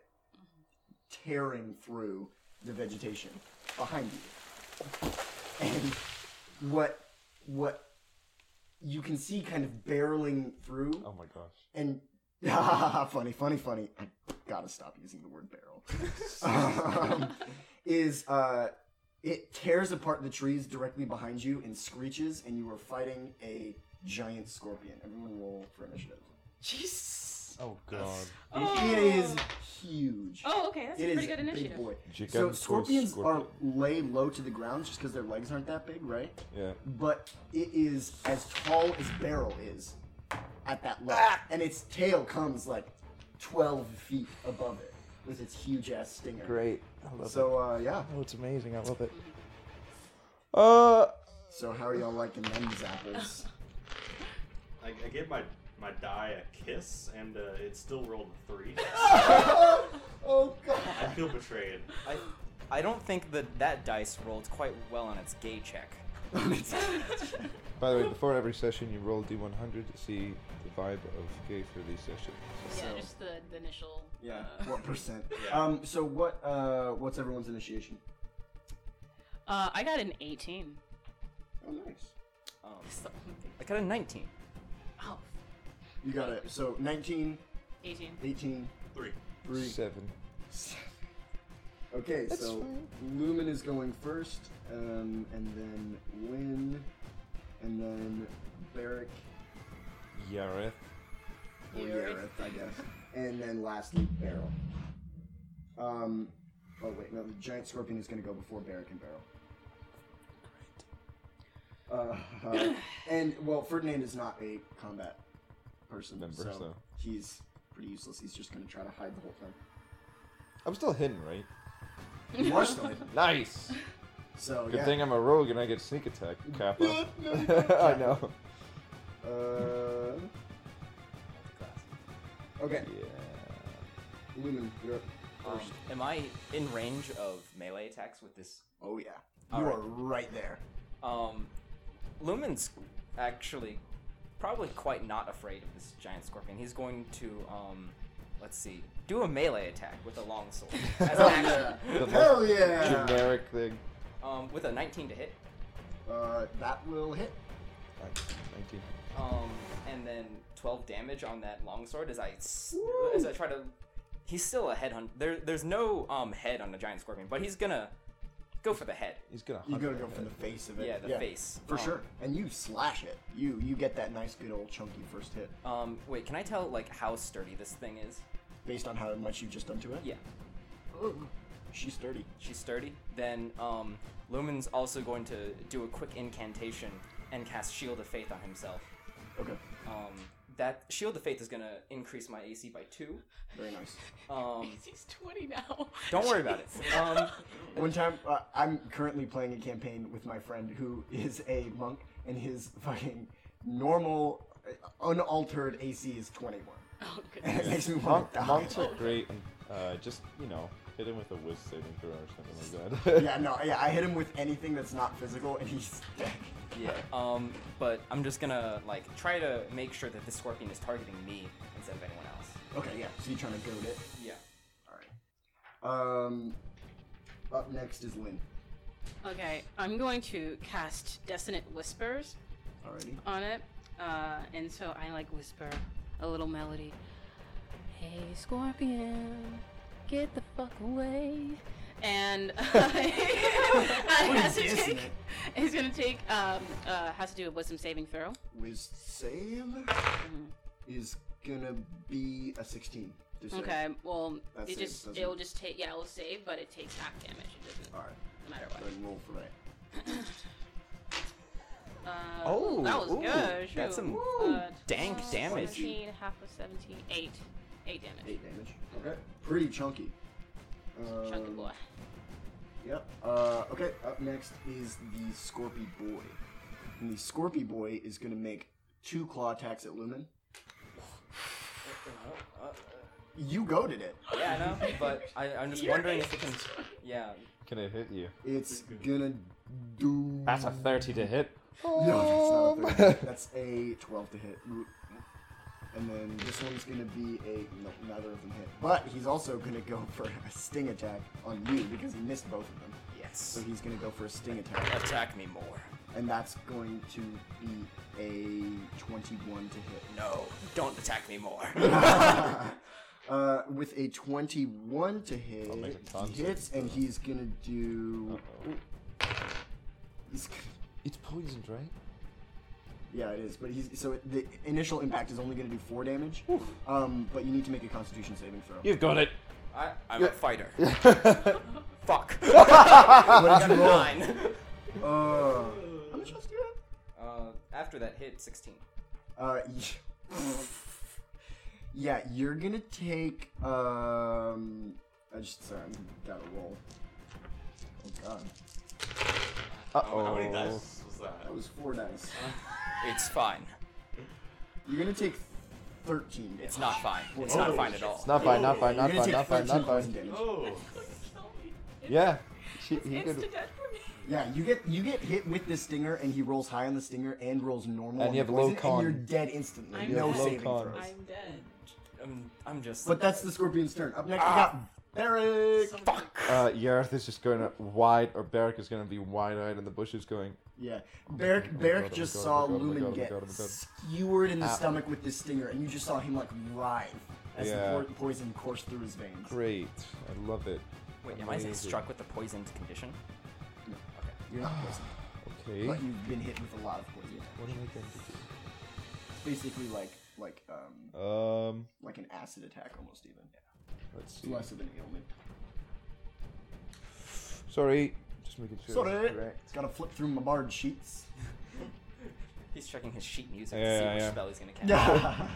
A: tearing through the vegetation behind you, and what what you can see kind of barreling through
C: Oh my gosh.
A: and funny, funny, funny. I gotta stop using the word barrel. Um, is uh, it tears apart the trees directly behind you and screeches, and you are fighting a giant scorpion. Everyone roll for initiative.
D: Jesus.
C: Oh god.
D: Oh.
A: It E is huge.
D: Oh, okay. That's
A: It
D: a
A: is
D: pretty good
A: a
D: initiative.
A: Big boy. So
C: Gigantor
A: scorpions are
C: scorpion.
A: lay low to the ground just because their legs aren't that big, right?
C: Yeah.
A: but it is as tall as Barrel is at that level. And its tail comes like 12 feet above it with its huge ass stinger.
G: Great. I love it.
A: So, uh, yeah.
G: Oh, it's amazing. I love it. Uh,
A: So, how are y'all liking them zappers?
E: I, I gave my my die a kiss, and uh, it still rolled a three.
A: oh,
E: I
A: God.
E: feel betrayed.
B: I, I don't think that that dice rolled quite well on its gay check.
C: By the way, before every session, you roll d100 to see the vibe of gay for these sessions.
D: Yeah,
A: So-
D: just the, the initial.
A: Yeah.
D: Uh,
A: What percent?
E: Yeah.
A: Um. So what? Uh. What's everyone's initiation?
D: uh, I got an 18.
A: Oh, nice.
B: Um,
D: So-
B: I got a 19.
D: Oh,
A: You got it. So 19,
D: 18.
A: 18,
E: Three.
A: 3,
C: Seven.
A: Okay, so Lumen is going first, um, and then Win, and then Barrick,
C: Yareth.
A: or
D: Yareth.
A: Yareth, I guess, and then lastly Barrel. Um, oh wait, no, the giant scorpion is going to go before Barrick and Barrel. Uh, uh, and well, Ferdinand is not a combat person,
C: Member,
A: so,
C: so.
A: he's pretty useless. He's just going to try to hide the whole time.
C: I'm still hidden, right?
A: You are still hidden,
C: Nice!
A: so
C: Good
A: Oh, yeah.
C: thing I'm a rogue and I get sneak attack, Kappa.
A: No, no, you don't.
C: I know.
A: Uh, okay,
C: Yeah.
A: Lumen, you're up
B: Um,
A: first.
B: am I in range of melee attacks with this?
A: oh yeah,
B: all
A: you
B: right.
A: are right there.
B: Um, Lumen's actually probably quite not afraid of this giant scorpion. He's going to, um, let's see, do a melee attack with a long sword. As
A: Oh,
B: an action.
C: The
A: Hell
C: most
A: yeah!
C: Generic thing.
B: Um, with a 19 to hit.
A: Uh, that will hit.
C: Like, 19.
B: Um, and then 12 damage on that longsword as I s- as I try to. He's still a headhunt. There, there's no um head on the giant scorpion, but he's gonna go for the head.
C: He's gonna hunt
A: You gotta
C: that
A: go for
C: guy.
A: the face of it.
B: Yeah, the face.
A: for
B: Um,
A: sure. And you slash it. You you get that nice, good old chunky first hit
B: Um, wait, can I tell like how sturdy this thing is?
A: based on how much you've just done to it.
B: Yeah,
A: Ooh, she's sturdy.
B: she's sturdy. Then um, Lumen's also going to do a quick incantation and cast Shield of Faith on himself.
A: Okay,
B: Um, that Shield of Faith is gonna increase my AC by two.
A: very nice.
B: Um,
D: He's 20 now.
B: don't worry about it. Um,
A: One time, uh, I'm currently playing a campaign with my friend who is a monk, and his fucking normal, uh, unaltered AC is 21.
D: Oh,
A: And
D: goodness.
A: it makes me want
C: Monk,
A: to die.
C: monks are great and uh, just, you know, hit him with a whiz saving throw or something like that.
A: Yeah, no, yeah, I hit him with anything that's not physical, and he's dead.
B: Yeah. Um, but I'm just gonna like try to make sure that the scorpion is targeting me instead of anyone else.
A: Okay, yeah, so you're trying to goad it.
B: Yeah.
A: Alright. Um, up next is Lynn.
D: Okay, I'm going to cast Dissonant Whispers
A: Alrighty.
D: on it. Uh, and so I like whisper a little melody. Hey, Scorpion, get the fuck away. And I has to
A: dissonant?
D: take, he's gonna take, um, uh, has to do a wisdom saving throw.
A: Wiz save
D: Mm-hmm.
A: is gonna be a 16. to save.
D: Okay, well,
A: That
D: it
A: saves,
D: just,
A: doesn't
D: it'll
A: it?
D: just take, yeah, it'll save, but it takes half damage. It doesn't
A: Alright,
D: matter
A: go
D: what.
A: ahead and roll for that.
D: Uh,
B: Oh,
D: that was
B: ooh,
D: good.
B: that's
D: shoot.
B: some
D: uh,
B: dank
D: 12,
B: damage.
D: 17, half of 17, 8. 8 damage.
A: 8 damage. Okay. Pretty chunky. Um,
D: Chunky boy.
A: Yep. Uh, okay, up next is the Scorpy Boy. And the Scorpy Boy is going to make two claw attacks at Lumen. You goaded it.
B: Yeah, I know, but I, I'm just wondering if it can. Yeah.
C: Can it hit you?
A: It's gonna do.
H: That's a 30 to hit.
A: No, that's not a 30. That's a 12 to hit. And then this one's gonna be a. No, neither of them hit. But he's also gonna go for a sting attack on you because he missed both of them. So
B: Yes.
A: he's gonna go for a sting attack.
B: Attack me more.
A: And that's going to be a 21 to hit.
B: No, don't attack me more.
A: Uh, with a 21 to hit,
C: make a con
A: he hits, and he's gonna do.
C: Oh.
A: He's,
C: It's poisoned, right?
A: yeah, it is. But he's so it, the initial impact is only gonna do four damage. Um, but you need to make a Constitution saving throw.
H: You've got it.
B: I, I'm a fighter. Fuck.
A: What did you roll?
B: Nine.
A: Uh, how much else do you have?
B: Uh, after that hit, 16.
A: Uh, y- yeah, you're gonna take. Um, I just sorry, I'm gotta roll. Oh god,
E: How many dice was that?
A: Oh. that was four dice.
B: It's fine.
A: You're gonna take thirteen. Damage.
B: It's not fine. It's not fine at all.
G: Not fine, not fine,
A: You're
G: not
A: gonna
G: fine,
A: take
G: not fine, not
A: 13 poison
G: fine.
A: damage.
E: Oh,
G: Yeah. She, he
I: It's
G: could,
I: to death for me.
A: Yeah, you get you get hit with this stinger, and he rolls high on the stinger and rolls normal.
G: And
A: on
G: you
A: the
G: have low
A: poison,
G: con.
A: And you're dead instantly.
I: I'm
A: no
I: dead. Low
A: saving
G: con.
A: throws.
I: I'm dead.
B: I'm, I'm just.
A: But that's the scorpion's turn. Up next, we
G: Ah!
A: got Beric.
I: Fuck.
G: uh,
C: Yareth is just going to wide, or Beric is going to be wide-eyed in the bushes, going,
A: Yeah, Beric. Beric just
C: God,
A: saw
C: oh my God, oh my
A: Lumen
C: God, oh my
A: get
C: God, oh my God.
A: skewered
G: Ah.
A: in the stomach with this stinger, and you just saw him like writhe as
C: Yeah.
A: the po- poison coursed through his veins.
C: "Great, I love it."
B: Wait, am I
C: Amazing.
B: struck with the poisoned condition?
A: You're not poisoned,
C: Okay.
A: but you've been hit with a lot of poison.
C: What am I going
A: Basically, like like um
C: to do? Um,
A: like an acid attack, almost even.
C: let's see.
A: It's less of an ailment.
C: Sorry, just making sure.
A: Sorry,
C: it's correct.
A: gotta flip through my barred sheets.
B: He's checking his sheet music
C: Yeah,
B: to see
C: yeah,
B: which
C: yeah.
B: spell he's gonna cast.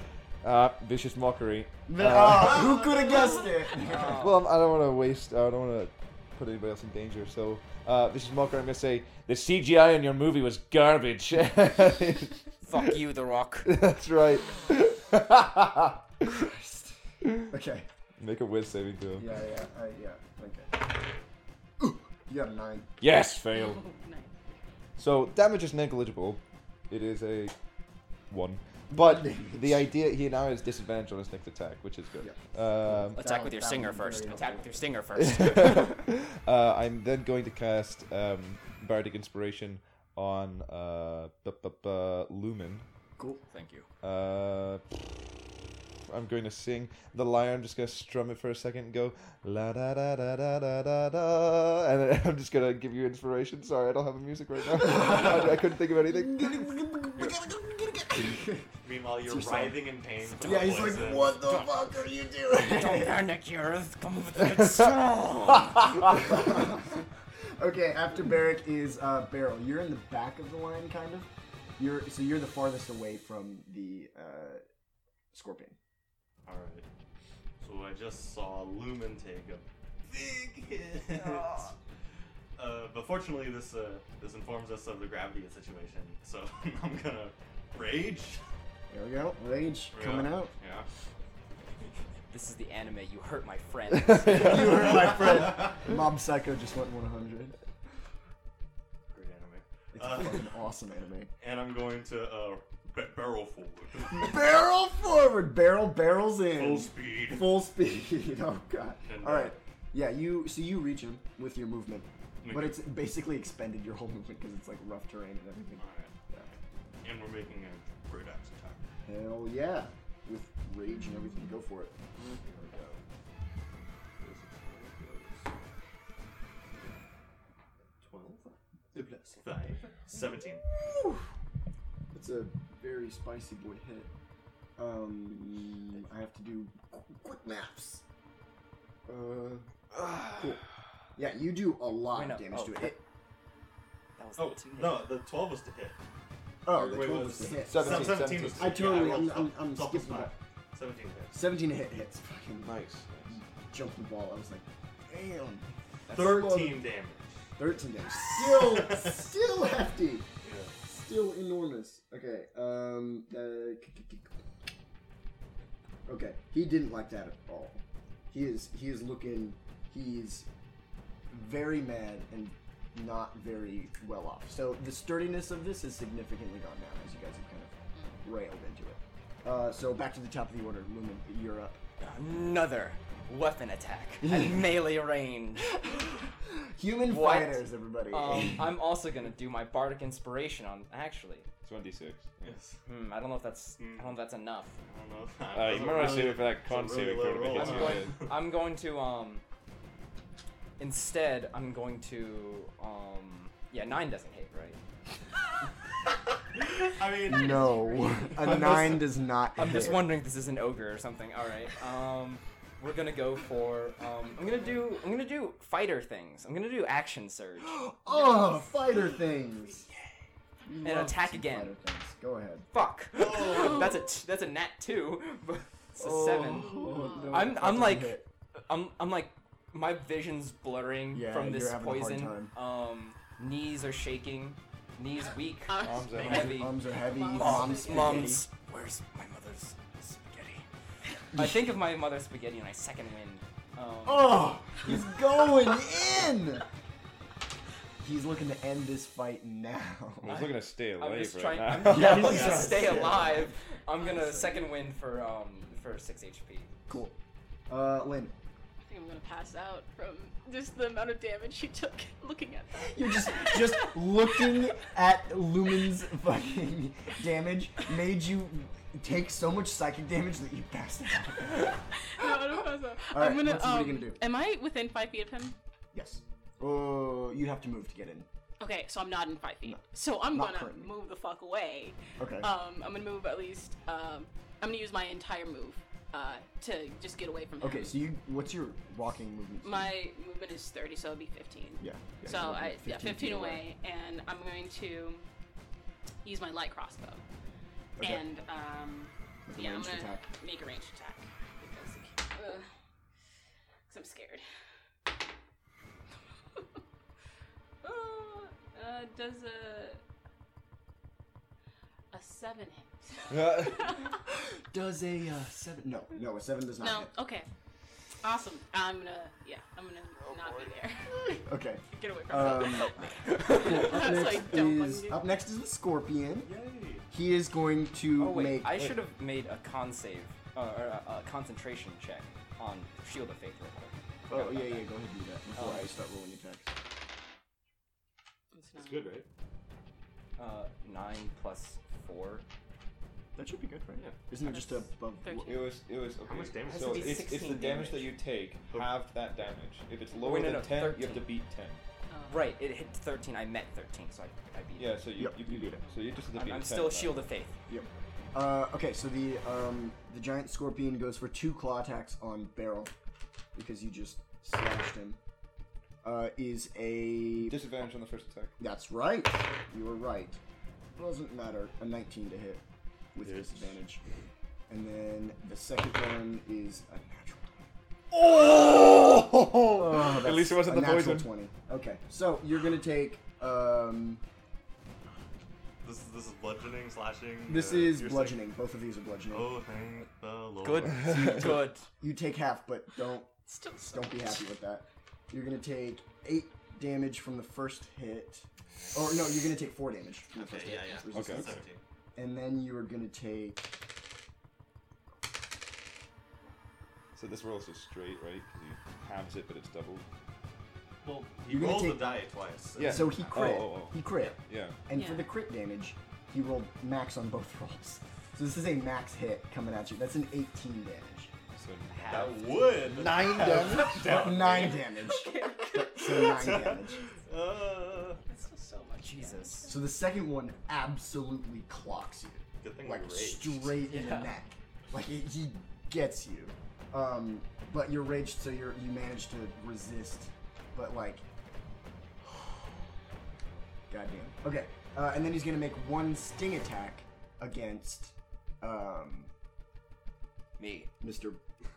A: Yeah.
C: Uh, vicious mockery. Uh,
A: Ah, who could have guessed it?
C: Well, I don't want to waste. I don't want to put anybody else in danger. So, uh, Vicious Mockery, I'm gonna say
H: The CGI in your movie was garbage.
B: Fuck you, The Rock.
C: that's right.
A: okay.
C: Make a whiz saving throw.
A: Yeah, yeah, I, yeah. Okay. Ooh, you got a nine.
H: yes, fail.
I: Oh,
C: So damage is negligible. It is a one. But the idea here now is disadvantage on his next attack, which is good. Um,
B: Attack
A: That-
B: with your
A: that
B: stinger
A: one's very
B: first.
A: helpful.
B: Attack with your stinger first.
C: uh, I'm then going to cast um, Bardic Inspiration on uh, bu- bu- bu- Lumen.
A: Cool.
B: Thank you.
C: Uh, I'm going to sing the lion. I'm just going to strum it for a second and go la da da da da da da da, and then I'm just going to give you inspiration. Sorry, I don't have a music right now. I, I couldn't think of anything.
E: meanwhile you're writhing in pain. from
A: Yeah,
E: the
A: he's like,
E: poison.
A: what the fuck are you doing?
B: Panic, you're come with the soul.
A: okay, after Barrack is uh, Barrel. You're in the back of the line, kind of. You're so you're the farthest away from the uh, scorpion.
E: All right. So I just saw Lumen take a big hit. Uh, but fortunately, this uh, this informs us of the gravity of the situation. So I'm gonna rage.
A: There we go. Rage coming
E: Yeah.
A: out.
E: Yeah.
B: This is the anime. You hurt my friends.
A: you heard my friend. Mob Psycho just went 100.
E: Great anime.
A: It's
E: Uh,
A: a fucking awesome anime.
E: And I'm going to uh, b- barrel forward.
A: Barrel forward. Barrel barrels in.
E: Full speed.
A: Full speed. Oh god.
E: And,
A: All
E: uh,
A: right. Yeah, you so you reach him with your movement, but
E: Okay.
A: it's basically expended your whole movement because it's like rough terrain and everything.
E: All right. And we're making a great axe attack.
A: Hell yeah, with rage and everything, go for it.
E: Here we go. This is how it goes. Twelve. Plus five. Seventeen.
A: It's a very spicy boy hit. Um, I have to do qu- quick maps. Uh, cool. Yeah, you do a lot
B: Wait, no.
A: of damage
B: Oh,
A: to it.
B: that-
A: It-
B: That was
E: Oh
B: the two.
E: no, the twelve was to hit.
A: oh, the
E: Wait,
A: 12
E: what
A: was
E: was
A: to hit.
E: Sev-
C: Seventeen,
E: was to
A: I
E: hit.
A: totally-
E: I rolled
A: I'm-
E: up.
A: I'm- I'm
E: Twelve was
A: skipping
E: five.
A: that.
E: Seventeen hits.
A: 17 hit hits. Fucking
C: Nice.
A: jumped the ball. I was like, damn.
E: Thirteen damage.
A: 13 damage. Still, still hefty.
E: Yeah.
A: still enormous. Okay. Um. Uh, okay. He didn't like that at all. He is. He is looking. He's very mad and not very well off. So the sturdiness of this has significantly gone down as you guys have kind of railed into it. Uh, so back to the top of the order, Lumen, you're up.
B: Another weapon attack at melee range.
A: Human
B: What?
A: fighters, everybody.
B: Um, I'm also gonna do my bardic inspiration on actually.
C: It's one d six.
E: Yes.
B: Hmm, I don't know if that's I don't know if that's enough.
E: I don't know.
C: Uh, you
E: That's a
C: might want to save it for that con
E: that's a really
C: saving
E: low
C: throw to make it
E: roll.
B: I'm
E: Yeah.
B: going. I'm going to um. Instead, I'm going to um. Yeah, nine doesn't hit, right?
E: I mean,
A: no, a nine does not.
B: I'm
A: hit.
B: just wondering if this is an ogre or something. All right. Um, we're gonna go for. Um, I'm gonna do. I'm gonna do fighter things. I'm gonna do action surge
A: Oh, fighter things. You
B: and
A: love
B: attack
A: some
B: again.
A: fighter things. Go ahead.
B: Fuck. that's a t- that's a nat two. but it's a seven.
A: Oh, no,
B: I'm-
A: that
B: I'm
A: doesn't
B: like-
A: hit.
B: I'm I'm like my vision's blurring
A: Yeah,
B: from this
A: you're having a hard
B: poison. Um, knees are shaking, knees weak,
D: Uh,
C: Arms out.
B: heavy.
A: Arms are heavy.
B: Mom's,
A: Mom's,
B: mom's. Where's my mother's spaghetti? I think of my mother's spaghetti and I second wind. Um,
A: Oh, he's going in. He's looking to end this fight now.
C: I was looking to stay
B: I'm
C: alive
B: just
C: right
B: trying.
C: now.
A: he's
B: I'm, I'm gonna
A: trying to
B: stay
A: stay
B: alive. I'm gonna second wind for um for six HP.
A: Cool. Uh, Lynn,
D: I think I'm gonna pass out from just the amount of damage you took looking at that.
A: you're just just looking at Lumen's fucking damage made you take so much psychic damage that you passed out.
D: No, I don't pass out.
A: Alright,
D: I'm gonna.
A: Lindsay, what are you
D: um,
A: gonna do?
D: Am I within five feet of him?
A: yes. Oh, you have to move to get in.
D: Okay, so I'm not in five feet. So I'm
A: Not
D: gonna
A: currently.
D: move the fuck away.
A: Okay.
B: Uh,
D: Um, I'm gonna move at least. Um, I'm gonna use my entire move. Uh, to just get away from him.
A: okay, so you what's your walking movement?
D: My movement is 30, so it'd be 15.
A: yeah. yeah,
D: so
A: you're looking
D: I, yeah,
A: 15 feet
D: 15 away, and I'm going to use my light crossbow.
A: Okay.
D: And, um,
A: With a
D: yeah, I'm
A: ranged
D: gonna
A: attack.
D: make a ranged attack. Because, uh, 'cause I'm scared. uh, uh, does a. A seven hit.
A: Does a uh, seven? No, no, a seven does not.
D: no,
A: hit.
D: okay. Awesome. I'm gonna, yeah, I'm gonna not be there.
A: Okay.
D: Get away from me.
A: Um, up,
D: That's
A: next
D: like, don't fucking
A: is,
D: do
A: up next is the scorpion. He is going to
B: Oh wait,
A: make.
B: I should have made a con save uh, or a, a concentration check on Shield of Faith real quick.
A: Oh yeah, yeah. Go ahead and do that before I start rolling attacks.
D: It's not-
C: good, right?
B: Uh, nine plus four.
A: That should be good, right? Yeah. Isn't it just above?
D: Thirteen.
C: It was. It was. Okay.
E: much damage
C: So
B: does it do?
C: it's, it's the
B: 16
C: damage, that
B: damage. Oh.
C: you take. Half that damage. If it's lower
B: Wait, no, no,
C: than ten, you have to
B: 13.
C: beat ten.
D: Oh.
B: Right, it hit thirteen. I met thirteen, so I, I beat. it.
C: Yeah. So you
A: Yep,
C: you
A: you
C: beat
A: beat
C: it. So you just have to
B: I'm,
C: beat
B: I'm
C: 10
B: still
C: then.
B: Shield of Faith.
A: Yep. Uh, okay, so the um, the giant scorpion goes for two claw attacks on Barrel because you just slashed him. Uh, is a
C: Disadvantage on the first attack.
A: that's right. You were right. Doesn't matter. A 19 to hit with disadvantage, and then the second one is a natural. Oh,
C: At least it wasn't
A: a
C: the
A: natural
C: poison.
A: 20. Okay, so you're gonna take. Um,
E: This is this is bludgeoning, slashing.
A: this
E: uh,
A: is
E: piercing.
A: bludgeoning. Both of these are bludgeoning.
E: Oh, thank the Lord.
B: Good, good.
A: You take half, but don't
D: Still so
A: don't be happy with that. You're gonna take eight damage from the first hit, or no, you're gonna take four damage from the first
E: Okay, yeah,
A: hit.
E: yeah.
A: resistance.
C: Okay.
E: Seventeen.
A: And then you are gonna take
C: So this rolls is straight, right? Because he halves it, but it's doubled.
E: Well,
A: You're
E: you
A: gonna
E: rolled
A: take-
E: the die twice.
C: Yeah.
A: So he crit.
C: oh, oh.
A: He crit.
C: Yeah.
A: And for
D: Yeah.
A: the crit damage, he rolled max on both rolls. So this is a max hit coming at you. That's an 18 damage.
C: So
E: That would.
A: Nine damage. but nine damage. so nine damage.
E: Uh,
D: so much.
B: Jesus.
A: So the second one absolutely clocks you.
E: good thing
A: like
E: we raged.
A: straight in the neck. Like it, he gets you. Um, but you're raged, so you're you manage to resist. But like, goddamn. Okay, uh, and then he's gonna make one sting attack against um,
B: Me.
A: Mr.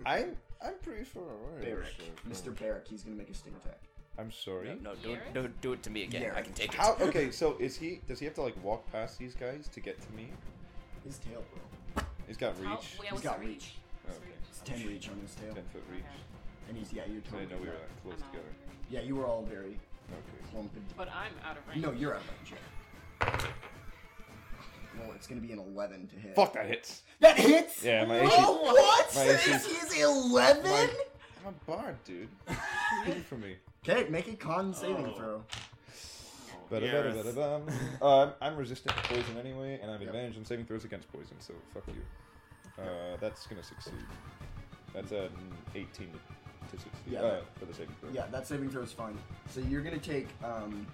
C: I'm I'm pretty far away.
A: Barrick. Mr. Barrick. He's gonna make a sting attack.
C: I'm sorry.
B: No, do it, do, do it to me again. I can take it.
C: How? Okay, so is he? Does he have to like walk past these guys to get to me?
A: His tail, bro.
C: He's got reach.
D: How, yeah, what's
A: got
D: the reach? What's the
C: Okay.
A: It's ten reach on his tail,
C: Ten foot reach.
A: and he's yeah, you're
C: I
A: totally.
C: didn't know we were
A: right.
C: that close
D: I'm out.
C: together.
A: Yeah, you were all very
C: Okay.
A: clumped.
D: But I'm out of range.
A: No, you're out of range. Well, it's gonna be an eleven to hit.
C: Fuck that hits.
A: That hits.
C: Yeah, my AC.
A: Oh what?
C: My
A: This is eleven.
C: My- I'm a bard, dude. Good for me.
A: Okay, make a con saving
E: Oh.
A: throw.
C: Bada,
E: Yeah,
C: bada,
E: that's-
C: bada, bum. um, I'm resistant to poison anyway, and I have
A: Yep.
C: advantage on saving throws against poison, so fuck you. Uh, that's gonna succeed. That's an 18 to, to succeed
A: Yeah,
C: uh,
A: that-
C: for the saving throw.
A: Yeah, that saving throw is fine. So you're gonna take um,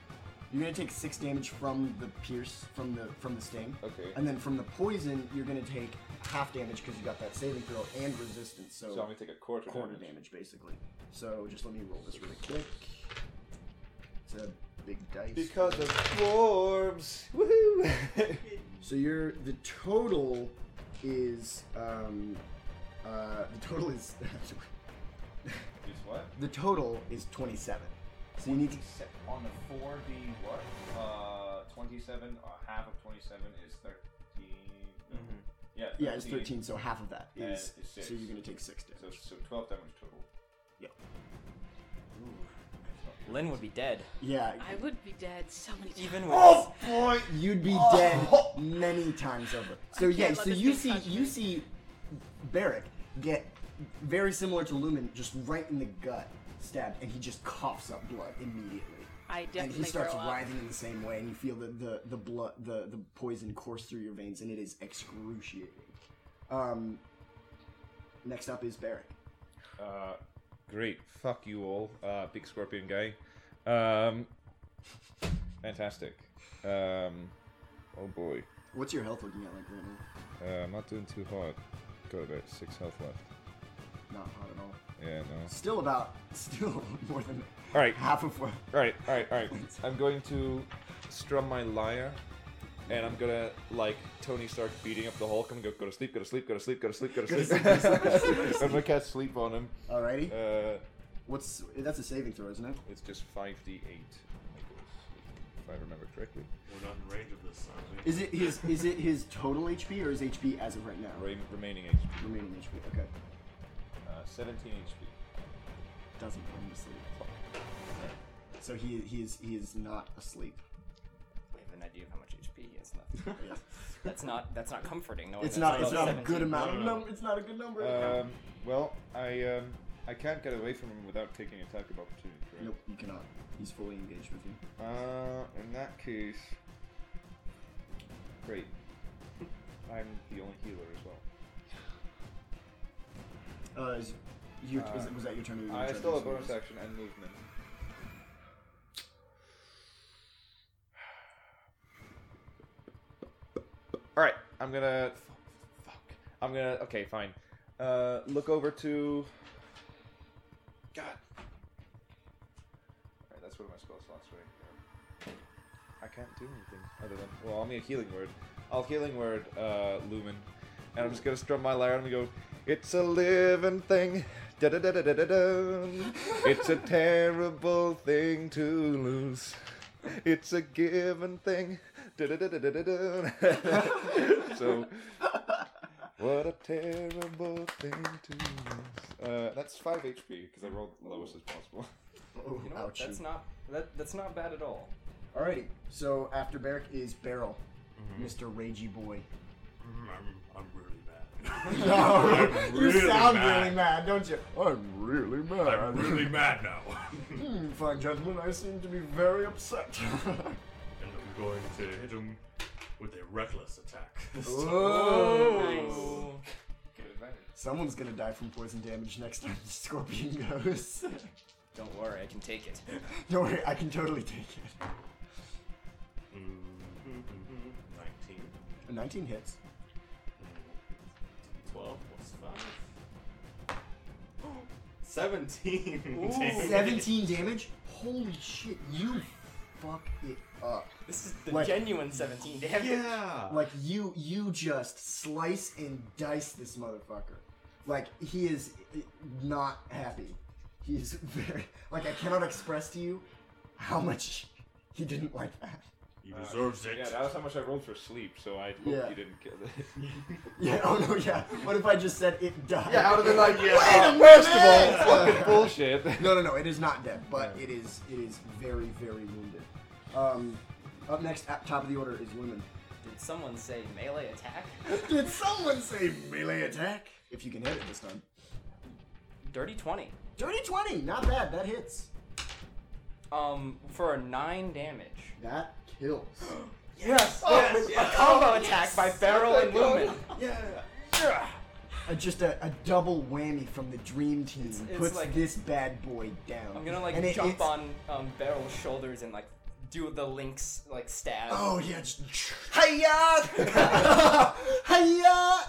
A: you're gonna take six damage from the pierce from the from the sting.
C: Okay.
A: And then from the poison, you're gonna take half damage because you got that saving throw and resistance. So,
C: So I'm gonna take a quarter.
A: quarter damage basically. So just let me roll this really quick. It's a big dice.
C: Because of dwarves. Woohoo!
A: So you're the total is um, uh, the total is
C: Use what?
A: the total is 27. So you need to
C: on the 4 being what? Uh, 27, uh, half of 27 is 13. Yeah,
A: Mm-hmm. yeah, it's 13. So half of that is
C: Uh, it's six.
A: so you're gonna take six damage.
C: so 12 damage total.
B: Lynn would be dead.
A: Yeah.
D: I would be dead so many times.
B: Even with
A: Oh boy, you'd be dead many times over. So yeah,
D: can't let
A: so
D: this
A: you see
D: thing touch
A: you
D: me.
A: see Barrick get very similar to Lumen, just right in the gut, stabbed, and he just coughs up blood immediately.
D: I
A: And he
D: definitely
A: starts
D: grow up.
A: writhing in the same way, and you feel the, the, the blood the, the poison course through your veins, and it is excruciating. Um, next up is Barrick.
C: Uh, great. Fuck you all. Uh, big scorpion guy. Um, fantastic. Um, oh boy.
A: What's your health looking at like right now?
C: Uh, I'm not doing too hot. Got about six health left.
A: Not hot at all.
C: Yeah, no.
A: Still about still more than
C: All right.
A: half of what
C: All right. All right. All right. I'm going to strum my lyre, and I'm gonna like Tony Stark beating up the Hulk. I'm gonna go, go to sleep. Go to sleep. Go to sleep. Go to sleep. Go to sleep. I'm gonna catch sleep on him.
A: Alrighty.
C: Uh,
A: What's that's a saving throw, isn't it?
C: it's just five d eight. If I remember correctly.
E: We're not in range of this, are we?
A: Is it his is it his total HP or his HP as of right now?
C: Rem- remaining HP.
A: Remaining HP. Okay.
C: Uh, 17 HP.
A: Doesn't put him to sleep. So he he is he is not asleep.
B: I have an idea of how much HP he has left.
A: Yeah.
B: That's not that's not comforting. Oh, No,
A: It's not it's not a
B: 17.
A: good amount of
E: No, no, no.
A: number. It's not a good number.
C: Um, well, I um, I can't get away from him without taking attack of opportunity. Correct?
A: Nope, you cannot. He's fully engaged with you.
C: Uh, in that case, great. I'm the only healer as well.
A: Uh, is, you
C: Uh,
A: is, was that your turn? or you
C: I
A: tried to
C: still
A: do
C: have
A: something
C: bonus
A: else?
C: action and movement. All right, I'm gonna. Fuck. fuck. I'm gonna. Okay, fine. Uh, look over to. God. All right, that's one of my spell slots right here. I can't do anything other than well, I'll make a healing word. I'll healing word, uh, Lumen, and I'm just gonna strum my lyre and go. It's a living thing. Da da da da da da. It's a terrible thing to lose. It's a given thing. Da da da da da da. So. What a terrible thing to lose. Uh, that's 5 HP because I rolled lowest as possible.
A: Oh,
B: You know what?
A: ouchie.
B: That's not that, that's not bad at all.
A: Alrighty. So after Barrick is Barrel, Mr. Ragey Boy.
E: I'm, I'm really mad.
A: No, you
E: really
A: sound
E: mad.
A: really mad, don't you? I'm really mad.
E: I'm really mad now.
A: Hmm, fine gentlemen, I seem to be very upset.
E: and I'm going to hit him with a reckless attack.
A: Oh,
D: Nice.
A: Someone's gonna die from poison damage next time the scorpion goes.
B: Don't worry, I can take it.
A: Don't worry, I can totally take it.
E: Mm-hmm. Nineteen.
A: A 19 hits.
E: 12 plus 5. 17. damage.
A: 17 damage? Holy shit, you fuck it up.
B: This is the
A: What?
B: genuine 17 damage.
E: Yeah.
A: Like you you just slice and dice this motherfucker. Like he is eh, not happy. He's very like I cannot express to you how much he didn't like that.
F: He deserves it.
C: Yeah, that was how much I rolled for sleep, so I hope
A: Yeah.
C: you didn't get it.
A: Yeah. Oh no. Yeah. What if I just said it died? Yeah.
C: I would've been like, yeah,
A: Wait a
C: first of
A: minute!
C: all, fucking bullshit.
A: No, no, no. It is not dead, but it is it is very very wounded. Um, up next at top of the order is Lumen.
B: Did someone say melee attack?
A: Did someone say melee attack? If you can hit it this time.
B: Dirty 20.
A: Dirty twenty. Not bad. That hits.
B: Um, for a 9 damage.
A: That kills.
B: Yes! yes, Oh, A combo attack by Barrel and Lumen.
A: yeah. Uh, just a, a double whammy from the dream team
B: it's
A: puts
B: like-
A: this bad boy down.
B: I'm gonna like
A: And it-
B: jump
A: it's-
B: on um, Barrel's shoulders and like do the Lynx like stab.
A: Oh yeah, just hiya, hiya.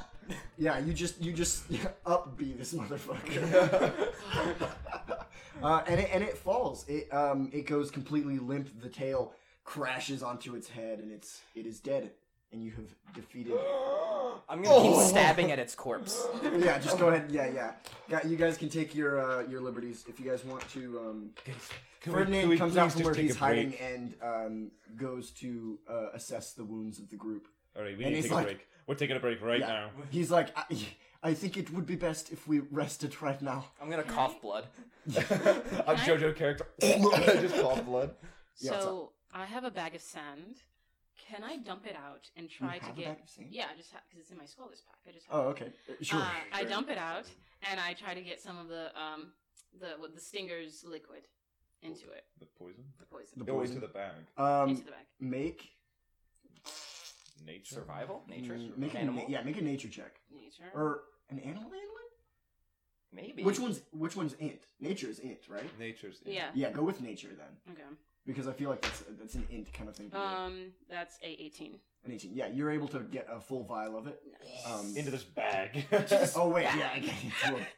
A: Yeah, you just you just upbeat this motherfucker. uh, and it and it falls. It um it goes completely limp. The tail crashes onto its head, and it's it is dead. And you have defeated.
B: I'm gonna
A: Oh.
B: keep stabbing at its corpse.
A: yeah, just go ahead. Yeah, yeah. Got you guys can take your uh, your liberties if you guys want to. Um, Ferdinand comes out from where he's hiding and um, goes to uh, assess the wounds of the group.
C: All right, we
A: And
C: need to
A: he's
C: take
A: like-
C: a break. We're taking a break right
A: Yeah.
C: now.
A: He's like, I, I think it would be best if we rested right now.
B: I'm gonna cough blood.
C: I'm
D: I-
C: JoJo character. just call blood.
A: Yeah, what's
D: so I have a bag of sand. Can I dump it out and try to
A: have a
D: get?
A: bag of sand?
D: Yeah, I just because it's in my scholars pack. I just have
A: Oh,
D: it.
A: okay. Uh, Sure.
D: Uh, I dump it out and I try to get some of the um the what, the stingers liquid into it,
C: The poison.
D: the poison
A: Oh. The
C: Go
A: poison.
C: into the bag.
A: Um,
D: into the bag.
A: make
C: Nature.
B: Survival? Nature?
A: mm, make a,
B: Animal?
A: na- yeah, make a nature check
D: Nature.
A: or an animal handling.
B: Maybe.
A: Which one's which one's int? Nature is int, right?
C: Nature's. in.
D: yeah.
A: Yeah, go with nature then,
D: Okay.
A: because I feel like that's that's an int kind of thing. to do.
D: Um, that's a eighteen.
A: an 18. Yeah, you're able to get a full vial of it. Um,
H: Into this bag.
A: oh wait, yeah, I get into a-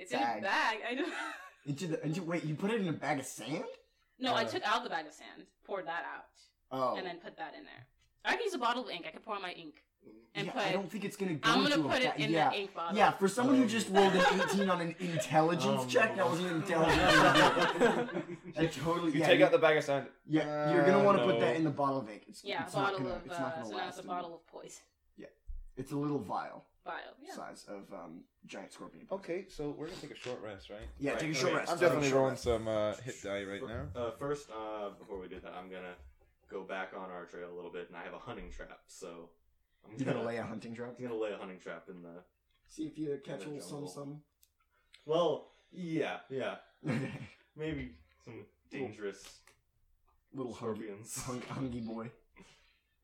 D: It's in
A: Bag.
D: a bag. I don't.
A: into the into, wait. You put it in a bag of sand?
D: no, I
A: Uh.
D: took out the bag of sand, poured that out,
A: Oh,
D: and then put that in there. I could use a bottle of ink. I could pour out my ink. and
A: yeah,
D: put-
A: I don't think it's gonna go
D: I'm gonna
A: into
D: put
A: a
D: it
A: ba-
D: in
A: yeah.
D: the ink bottle.
A: Yeah, for someone who just rolled an 18 on an intelligence
H: Oh,
E: Um,
A: check, that was an intelligence check. That totally,
H: You
A: yeah,
H: take
A: you-
H: out the bag of sand.
A: yeah, you're gonna want to
H: Uh,
A: put that
H: no.
A: in the bottle of ink. It's,
D: Yeah,
A: it's
D: a bottle
A: not gonna,
D: of.
A: it's not
D: Uh,
A: gonna
D: so now
A: last.
D: it's a
A: in-
D: bottle of poison.
A: It's a little vial
D: Bio. Yeah.
A: size of um, giant scorpion.
C: Okay, so we're gonna take a short rest, right?
A: Yeah,
E: Right,
A: take a
E: okay,
A: short rest.
C: I'm
A: take a
C: definitely
A: short
C: rolling
A: rest.
C: some uh, hit die right
E: Fir-
C: now.
E: Uh, first, uh, before we did that, I'm gonna go back on our trail a little bit, and I have a hunting trap, so I'm
A: You're gonna lay a hunting trap.
E: I'm gonna lay a hunting trap in the.
A: See if you catch
E: the
A: a little some
E: jungle.
A: some.
E: Well, yeah, yeah,
A: Okay,
E: maybe some dangerous
A: little hungry,
E: scorpions.
A: hung, hungry boy.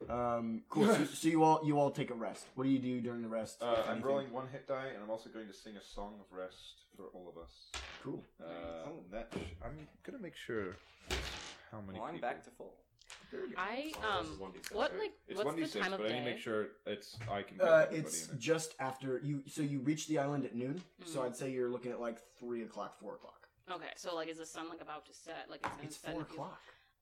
A: Um, cool. So, so you all you all take a rest. What do you do during the rest?
C: Uh,
A: if
C: I'm
A: anything?
C: rolling one hit die, and I'm also going to sing a song of rest for all of us.
A: Cool.
C: Uh, that sh- I'm gonna make sure how many.
B: Well, I'm
C: people-
B: back to full.
D: I
E: Oh,
D: um.
E: this is 1d6,
D: What
E: right?
D: like?
C: It's
D: what's
C: one
D: the
C: d six,
D: time of
C: but I
D: day?
C: need to make sure it's I can.
A: Uh,
C: get everybody
A: it's
C: in it.
A: just after you. So you reach the island at noon. So
D: Mhm.
A: I'd say you're looking at like three o'clock, four o'clock.
D: Okay, so like, is the sun like about to set? Like it's, gonna
A: It's
D: set in
A: four
D: a few-
A: o'clock.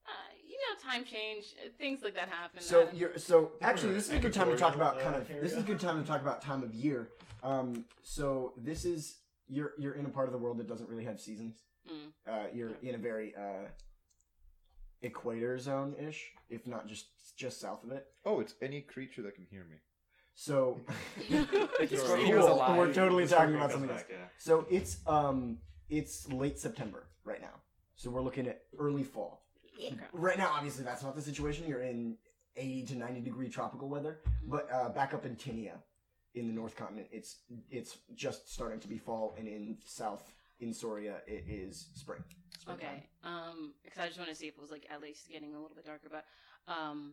D: Uh, you know, time change, uh, things like that happen. Uh, I
A: So
D: don't-
A: you're so actually this is a good time to talk about kind of
E: Uh,
A: this is a good time to talk about time of year. Um, so this is you're you're in a part of the world that doesn't really have seasons.
D: Mm.
A: Uh, you're in a very uh, equator zone ish, if not just just south of it.
C: Oh, it's any creature that can hear me.
A: So
B: It's
E: Sure.
B: cool.
E: Cool.
B: alive.
A: We're totally talking about
E: Comes
A: something else.
E: back, yeah.
A: So it's um it's late September right now. So we're looking at early fall. Right now, obviously, that's not the situation. You're in 80 to 90 degree tropical weather,
D: Mm-hmm.
A: but uh, back up in Tinia, in the North Continent, it's it's just starting to be fall, and in South in Soria, it is spring. Springtime.
D: okay, um, because I just want to see if it was like at least getting a little bit darker. But um,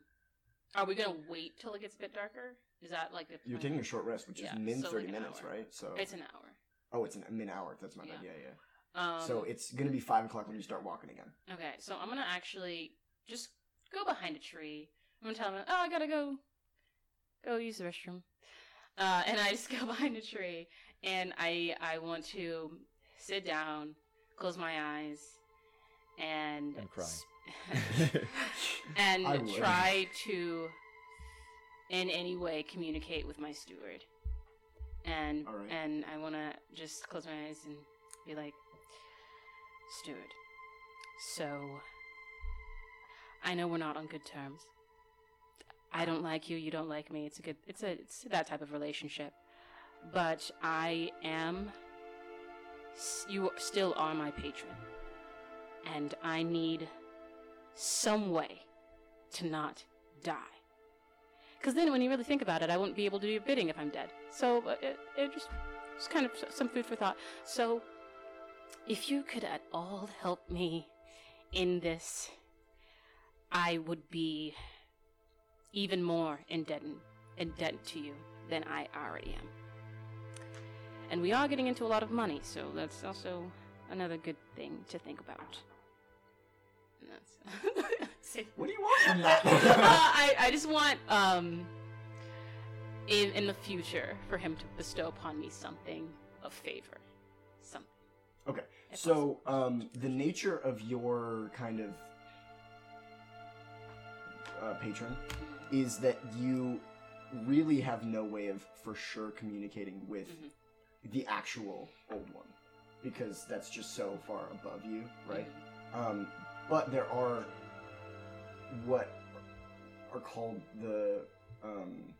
D: are we gonna wait till it gets a bit darker? Is that like the
A: You're
D: plan?
A: taking a short rest, which is
D: Yeah,
A: min
D: so
A: 30
D: like an
A: minutes,
D: hour.
A: right? So
D: It's an hour.
A: oh, it's an, min hour. That's my bad. Yeah,
D: Yeah.
A: yeah.
D: Um,
A: so it's gonna be five o'clock when you start walking again.
D: Okay, so I'm gonna actually just go behind a tree. I'm gonna tell him, oh, I gotta go, go use the restroom, uh, and I just go behind a tree, and I I want to sit down, close my eyes, and
G: And cry.
D: s- and
A: I would.
D: try to, in any way, communicate with my steward, and
A: All right.
D: and I want to just close my eyes and be like, Steward. So, I know we're not on good terms. I don't like you. You don't like me. It's a good. It's a. It's that type of relationship. But I am. s- You still are my patron, and I need some way to not die. Because then, when you really think about it, I wouldn't be able to do your bidding if I'm dead. So uh, it, it just, it's kind of s- some food for thought. So, if you could at all help me in this, I would be even more indebted, indebted to you than I already am. And we are getting into a lot of money, so that's also another good thing to think about. And that's- See?
A: What do you want from
D: uh,
A: that?
D: I, I just want um in in the future for him to bestow upon me something of favor, something.
A: okay.
D: if
A: So, um, the nature of your kind of uh, patron is that you really have no way of for sure communicating with
D: Mhm.
A: the actual old one because that's just so far above you, right?
D: Mm-hmm.
A: Um, but there are what are called the um,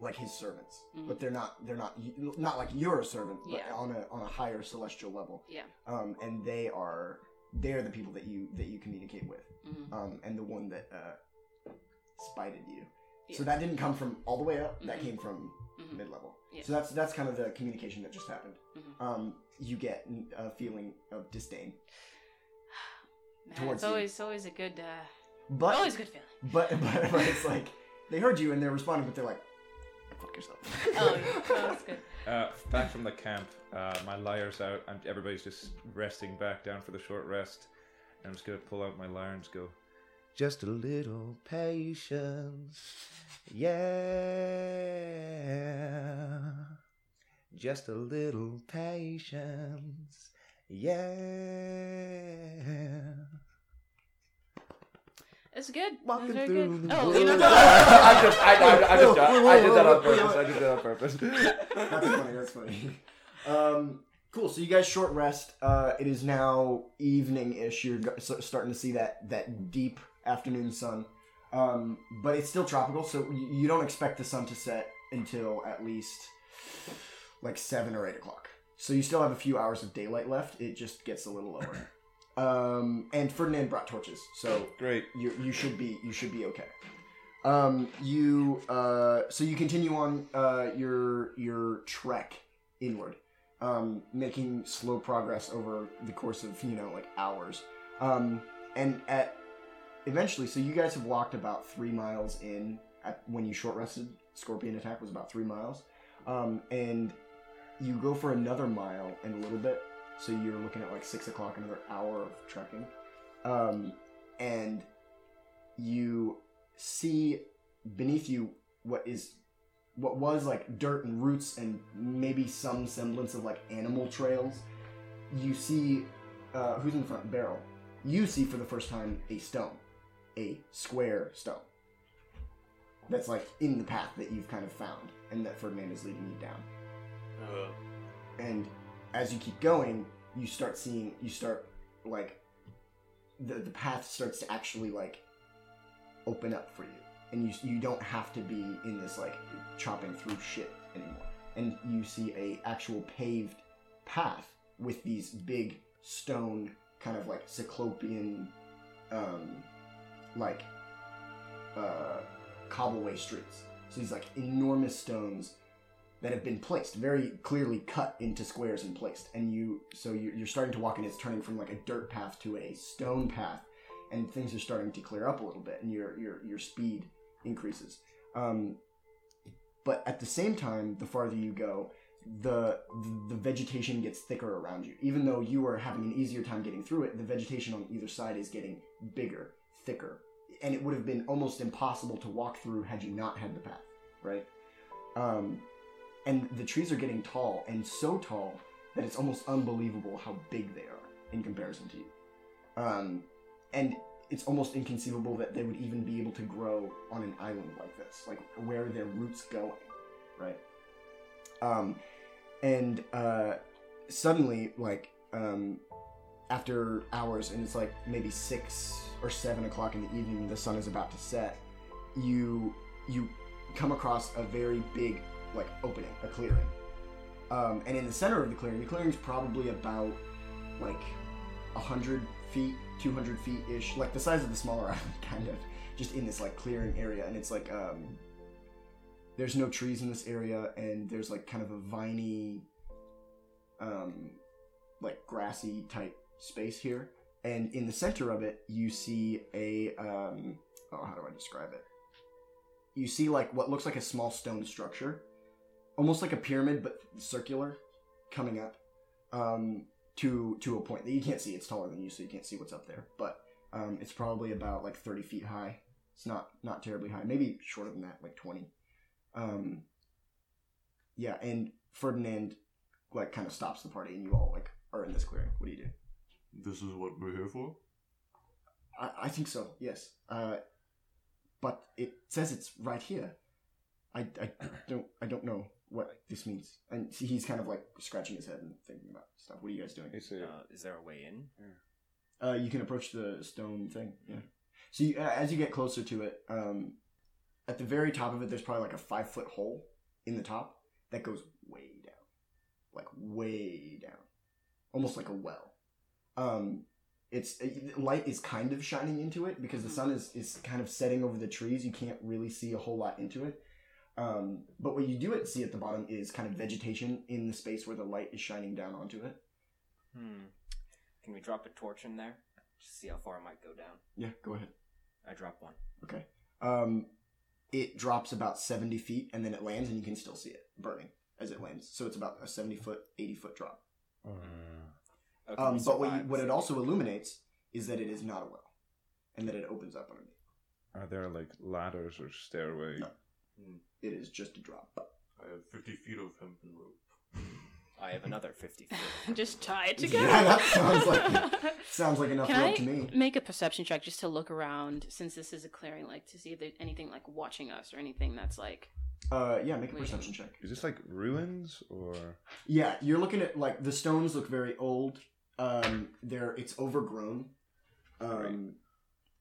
A: like his servants,
D: Mhm.
A: but they're not they're not not like you're a servant, but
D: Yeah.
A: on a on a higher celestial level.
D: Yeah.
A: Um, and they are they are the people that you that you communicate with,
D: Mhm.
A: um, and the one that uh, spited you. So
D: Yeah.
A: that didn't come from all the way up. That
D: Mhm.
A: came from
D: Mhm.
A: mid level.
D: Yeah.
A: So that's that's kind of the communication that just happened.
D: Mhm.
A: Um, you get n- a feeling of disdain,
D: Man,
A: towards
D: it's
A: you.
D: always always a good uh,
A: but
D: always a good feeling.
A: but, but but it's like they heard you and they're responding, but they're like, "Fuck yourself."
D: Oh, yeah. oh, that's good.
C: Uh, back from the camp, uh, my lyre's out. I'm, everybody's just resting back down for the short rest. And I'm just gonna pull out my lyre and just go. Just a little patience, yeah. Just a little patience, yeah.
D: It's good.
A: Walking
D: It's very
A: through
D: good.
A: the
D: Oh,
A: woods.
D: you know,
H: I just, I, I, I just, I did that on purpose. I did that on purpose.
A: that's funny. That's funny. Um, cool. So you guys short rest. Uh, it is now evening ish. You're go- so- starting to see that that deep afternoon sun, um, but it's still tropical. So y- you don't expect the sun to set until at least like seven or eight o'clock. So you still have a few hours of daylight left. It just gets a little lower. Um, and Ferdinand brought torches, so
C: Great.
A: you you should be you should be okay. Um, you uh, so you continue on uh, your your trek inward, um, making slow progress over the course of you know like hours, um, and at eventually, so you guys have walked about three miles in at, when you short rested. Scorpion attack was about three miles, um, and you go for another mile and a little bit. So you're looking at like six o'clock, another hour of trekking, um, and you see beneath you what is what was like dirt and roots and maybe some semblance of like animal trails you see uh, who's in the front barrel you see for the first time a stone a square stone that's like in the path that you've kind of found and that ferdinand is leading you down
F: Uh,
A: and as you keep going you start seeing you start like the, the path starts to actually like open up for you and you you don't have to be in this like chopping through shit anymore and you see a actual paved path with these big stone kind of like cyclopean um like uh cobbleway streets so these like enormous stones that have been placed very clearly cut into squares and placed and you so you- you're starting to walk and it's turning from like a dirt path to a stone path and things are starting to clear up a little bit and your your, your speed increases um, but at the same time the farther you go the the vegetation gets thicker around you even though you are having an easier time getting through it the vegetation on either side is getting bigger thicker and it would have been almost impossible to walk through had you not had the path right um, and the trees are getting tall and so tall that it's almost unbelievable how big they are in comparison to you. Um, and it's almost inconceivable that they would even be able to grow on an island like this. Like, where are their roots going, right? Um, and uh, suddenly, like, um, after hours, and it's like maybe six or seven o'clock in the evening. The sun is about to set. You you come across a very big like opening, a clearing, um, and in the center of the clearing, the clearing's probably about like hundred feet, two hundred feet ish, like the size of the smaller island, kind of, just in this like clearing area, and it's like um, there's no trees in this area, and there's like kind of a viney, um, like grassy type space here, and in the center of it, you see a um, oh, how do I describe it? You see like what looks like a small stone structure, almost like a pyramid but circular, coming up. Um, to to a point that you can't see. It's taller than you, so you can't see what's up there. But um, it's probably about like thirty feet high. It's not not terribly high. Maybe shorter than that, like twenty. Um, yeah, and Ferdinand like kind of stops the party, and you all like are in this clearing. What do you do?
F: This is what we're here for.
A: I, I think so. Yes. Uh, but it says it's right here. I, I don't I don't know what this means. And see, he's kind of like scratching his head and thinking about stuff. What are you guys doing?
C: It's a,
B: Uh, is there a way in?
A: Uh, you can approach the stone thing. Yeah. So you, uh, as you get closer to it, um, at the very top of it, there's probably like a five foot hole in the top that goes way down, like way down, almost like a well. Um, it's uh, light is kind of shining into it because the sun is is kind of setting over the trees. You can't really see a whole lot into it. Um, but what you do at, see at the bottom is kind of vegetation in the space where the light is shining down onto it.
B: Hmm. Can we drop a torch in there? Just see how far it might go down.
A: Yeah, go ahead.
B: I drop one.
A: Okay. Um, it drops about 70 feet and then it lands, and you can still see it burning as it lands. So it's about a 70 foot, 80 foot drop.
H: Uh,
B: Oh, can
A: Um,
B: we
A: but what, you,
B: survive?
A: what it also illuminates is that it is not a well and that it opens up underneath.
C: Are there like ladders or stairway?
A: No. It is just a drop.
F: I have fifty feet of hemp and rope.
B: I have another fifty. feet.
D: Just tie it together.
A: Yeah, that sounds like sounds like enough
D: Can
A: rope
D: I
A: to me.
D: make a perception check just to look around since this is a clearing, like to see if there's anything like watching us or anything that's like.
A: Uh, yeah, make a
D: Wait.
A: perception check.
C: Is this like ruins or
A: Yeah, you're looking at like the stones look very old. Um, they're it's overgrown. Um,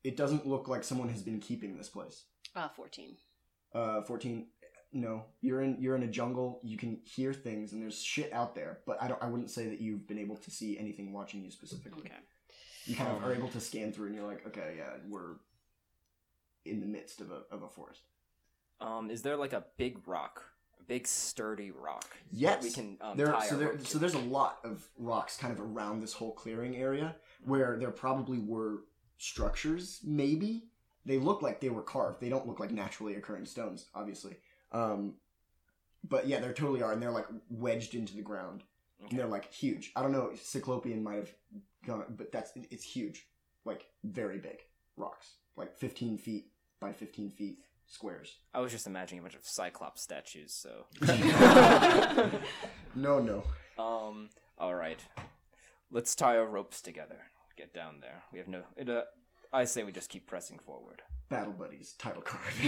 A: it doesn't look like someone has been keeping this place.
D: Uh, 14.
A: Uh, fourteen. No, you're in you're in a jungle. You can hear things, and there's shit out there. But I don't. I wouldn't say that you've been able to see anything watching you specifically.
D: Okay.
A: You kind of are able to scan through, and you're like, okay, yeah, we're in the midst of a of a forest.
B: Um, is there like a big rock, a big sturdy rock?
A: Yes.
B: that we can. Um,
A: there,
B: tie
A: so
B: our
A: there,
B: rope
A: so
B: to?
A: there's a lot of rocks kind of around this whole clearing area where there probably were structures. Maybe they look like they were carved. They don't look like naturally occurring stones, obviously. Um, but yeah, there totally are, and they're like wedged into the ground. And they're like huge. I don't know. Cyclopean might have gone, but that's it- it's huge, like very big rocks, like 15 feet by 15 feet squares.
B: I was just imagining a bunch of cyclops statues. So,
A: No, no.
B: um, all right, let's tie our ropes together. Get down there. We have no. It, uh, I say we just keep pressing forward.
A: Battle Buddies title card.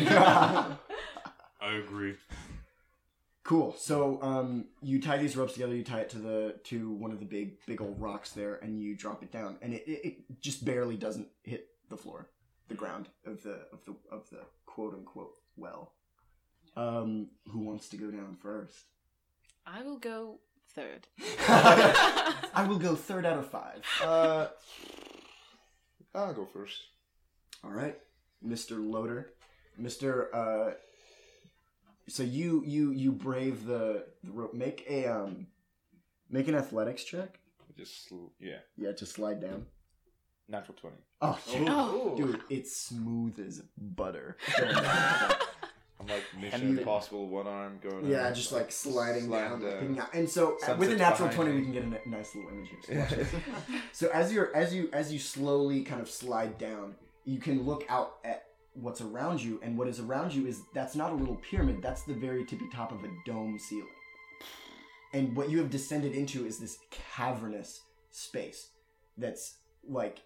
F: I agree.
A: cool. So um, you tie these ropes together. You tie it to the to one of the big big old rocks there, and you drop it down, and it, it, it just barely doesn't hit the floor, the ground of the of the of the quote unquote well. Um, who wants to go down first?
D: I will go third.
A: I will go third out of five. Uh,
C: I'll go first.
A: All right, Mister Loader, Mister. Uh, so you you you brave the the rope. Make a um, make an athletics check.
C: Just sl- yeah,
A: Yeah, to slide down.
C: natural twenty.
A: Oh, yeah.
D: Oh.
A: dude, it's smooth as butter.
C: I'm like Mission
B: Hemmed in.
C: Impossible, one arm going.
A: yeah,
C: out.
A: just like sliding
C: Slide
A: down. Yeah, And so uh, with a
C: Sunset's
A: natural
C: behind
A: twenty, we
C: me.
A: can get a n- nice little image here. So watch this. so as you're as you as you slowly kind of slide down, you can look out at what's around you, and what is around you is that's not a little pyramid. That's the very tippy top of a dome ceiling. And what you have descended into is this cavernous space that's like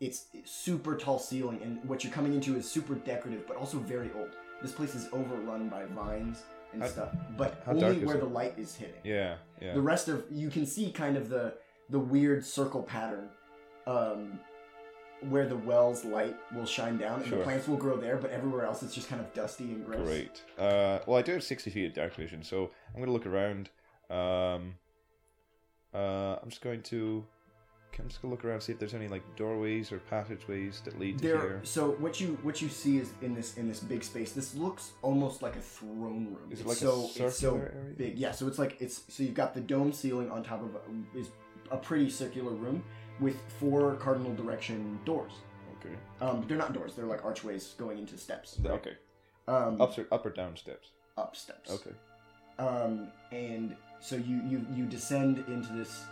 A: it's super tall ceiling and what you're coming into is super decorative but also very old this place is overrun by vines and
C: How-
A: stuff but
C: how dark
A: only
C: is
A: where
C: it?
A: the light is hitting
C: Yeah, yeah.
A: the rest of you can see kind of the the weird circle pattern um, where the well's light will shine down and
C: Sure.
A: the plants will grow there, but everywhere else it's just kind of dusty and gross.
C: Great. Uh, well, I do have 60 feet of dark vision, so I'm going to look around. Um, uh, I'm just going to. okay, I'm just going to look around see if there's any like doorways or passageways that lead to
A: There,
C: here.
A: so what you what you see is in this in this big space. This looks almost like a throne room.
C: Is it
A: it's
C: like a
A: so it's so
C: circular area?
A: big. Yeah, so it's like it's so you've got the dome ceiling on top of a, is a pretty circular room with four cardinal direction doors.
C: Okay.
A: Um, they're not doors; they're like archways going into steps.
C: Okay.
A: Um,
C: Up or, up or down steps.
A: up steps.
C: Okay.
A: um, and so you, you you descend into this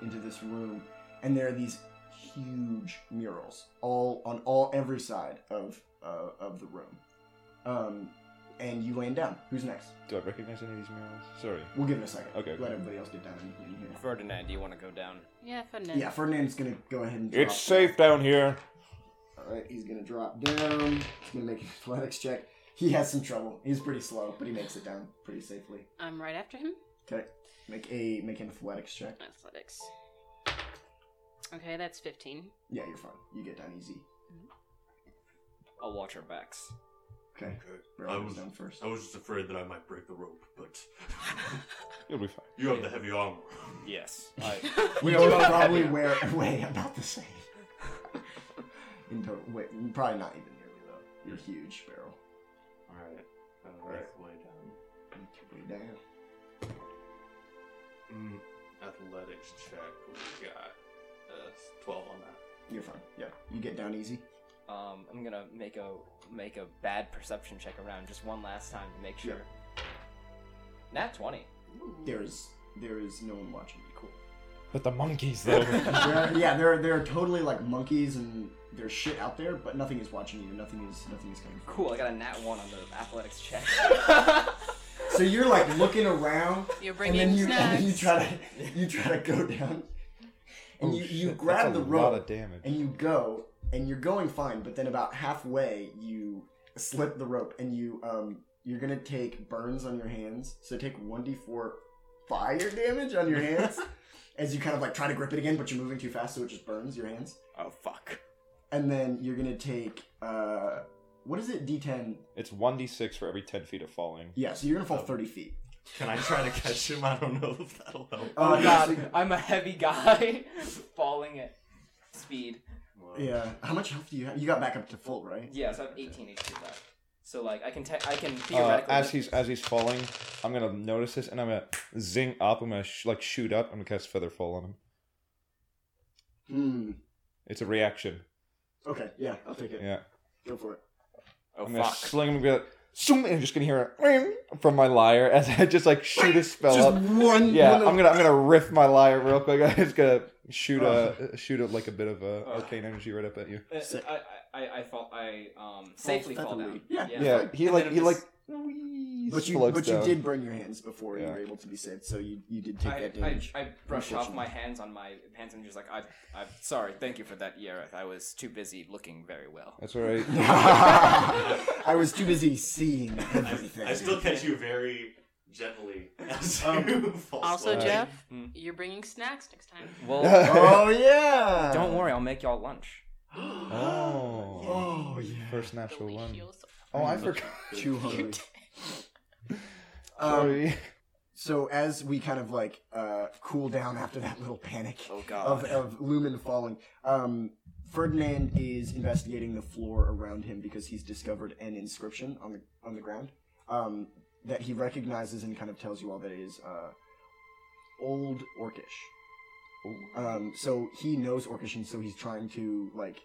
A: into this room and there are these huge murals all on all every side of uh, of the room um, and you land down who's next
C: Do I recognize any of these murals? Sorry.
A: we'll give it a second
C: Okay.
A: let everybody else get down in, in here
B: Ferdinand, do you want to go down?
D: Yeah, Ferdinand.
A: yeah ferdinand's gonna go ahead and drop.
C: It's safe down here.
A: all right he's gonna drop down he's gonna make an athletics check he has some trouble he's pretty slow but he makes it down pretty safely
D: I'm right after him.
A: okay make a make an athletics check
D: Athletics. Okay, that's 15.
A: yeah you're fine you get down easy
B: I'll watch our backs.
A: okay
F: Okay. I
A: Barrel goes
F: was,
A: down first.
E: Uh,
F: I was just afraid that I might break the rope, but
C: You'll be fine.
F: you have the heavy armor.
B: Yes. I,
A: We all probably wear weigh about the same. In total, wait, probably not even nearly though. You're huge, barrel.
F: All right. Uh,
A: Right.
F: Way
E: um,
F: down.
A: Way down.
F: Mm, athletics check. We got uh, twelve on that.
A: You're fine. Yeah, you get down easy.
B: um, I'm gonna make a make a bad perception check around just one last time to make sure. Nat twenty.
A: There's there is no one watching you. Cool.
C: But the monkeys, though.
A: There are, yeah, there are, there are totally like monkeys and there's shit out there, but nothing is watching you. Nothing is nothing is coming.
B: Cool. I got a nat one on the athletics check.
A: So you're like looking around,
D: You're
A: and
D: bringing
A: then you,
D: snacks.
A: you try to you try to go down, and
C: Oh,
A: you, you
C: shit,
A: grab
C: that's
A: the
C: a
A: rope.
C: lot of damage.
A: and you go and you're going fine but then about halfway you slip the rope and you um you're gonna take burns on your hands so take 1d4 fire damage on your hands as you kind of like try to grip it again but you're moving too fast so it just burns your hands
B: oh fuck.
A: and then you're gonna take uh what is it d10
C: It's 1d6 for every 10 feet of falling.
A: yeah so you're gonna fall 30 feet
E: Can I try to catch him? I don't know if that'll help.
B: Oh
A: Uh,
B: god,
A: so-
B: I'm a heavy guy, falling at speed.
A: yeah how much health do you have you got back up to full right
B: Yeah, so I have 18 HP left. So like I can te- I can
C: Uh,
B: theoretically
C: as he's as he's falling, I'm gonna notice this, and I'm gonna zing up. I'm gonna sh- like shoot up. I'm gonna cast feather fall on him.
A: hmm
C: It's a reaction.
A: okay yeah i'll take it
C: Yeah,
A: go for it
B: oh
C: I'm gonna
B: fuck.
C: sling him. and be like, Zoom, and I'm just gonna hear a ring from my lyre as I just like shoot a spell
A: just
C: up.
A: one
C: Yeah,
A: one of-
C: I'm gonna I'm gonna riff my lyre real quick. I'm just gonna shoot
A: Oh.
C: a shoot a, like a bit of uh,
B: Ugh.
C: arcane energy right up at you.
B: Uh,
A: Sick.
B: I, I, I, I fall. I um safely fall
A: featherweight.
B: down.
A: Yeah.
C: Yeah, he
B: And
C: like
B: then
C: he
B: I'm
C: like.
B: just-
A: But you,
C: floats
A: but you
C: down.
A: did burn your hands before you
C: Yeah.
A: were able to be saved, so you, you did take
B: I,
A: that
B: I,
A: damage.
B: I brush off
A: Unfortunately.
B: my hands on my pants and just like I I'm sorry. Thank you for that, Yereth. I was too busy looking very well.
C: That's alright.
A: I, was too busy seeing everything.
E: I still catch you very gently as you fall.
D: Also,
E: slowly.
D: Jeff,
B: Mm.
D: you're bringing snacks next time.
B: Well,
A: oh yeah.
B: don't worry. I'll make y'all lunch.
C: oh,
A: Oh yeah.
C: first natural one.
D: Delicious.
C: Oh, I forgot.
A: Too hungry. Um,
C: Sorry.
A: so as we kind of like uh, cool down after that little panic
B: Oh god.
A: of, of Lumen falling, um, Ferdinand is investigating the floor around him because he's discovered an inscription on the on the ground um, that he recognizes and kind of tells you all that it is uh, old Orcish. Um, so he knows Orcish, and so he's trying to like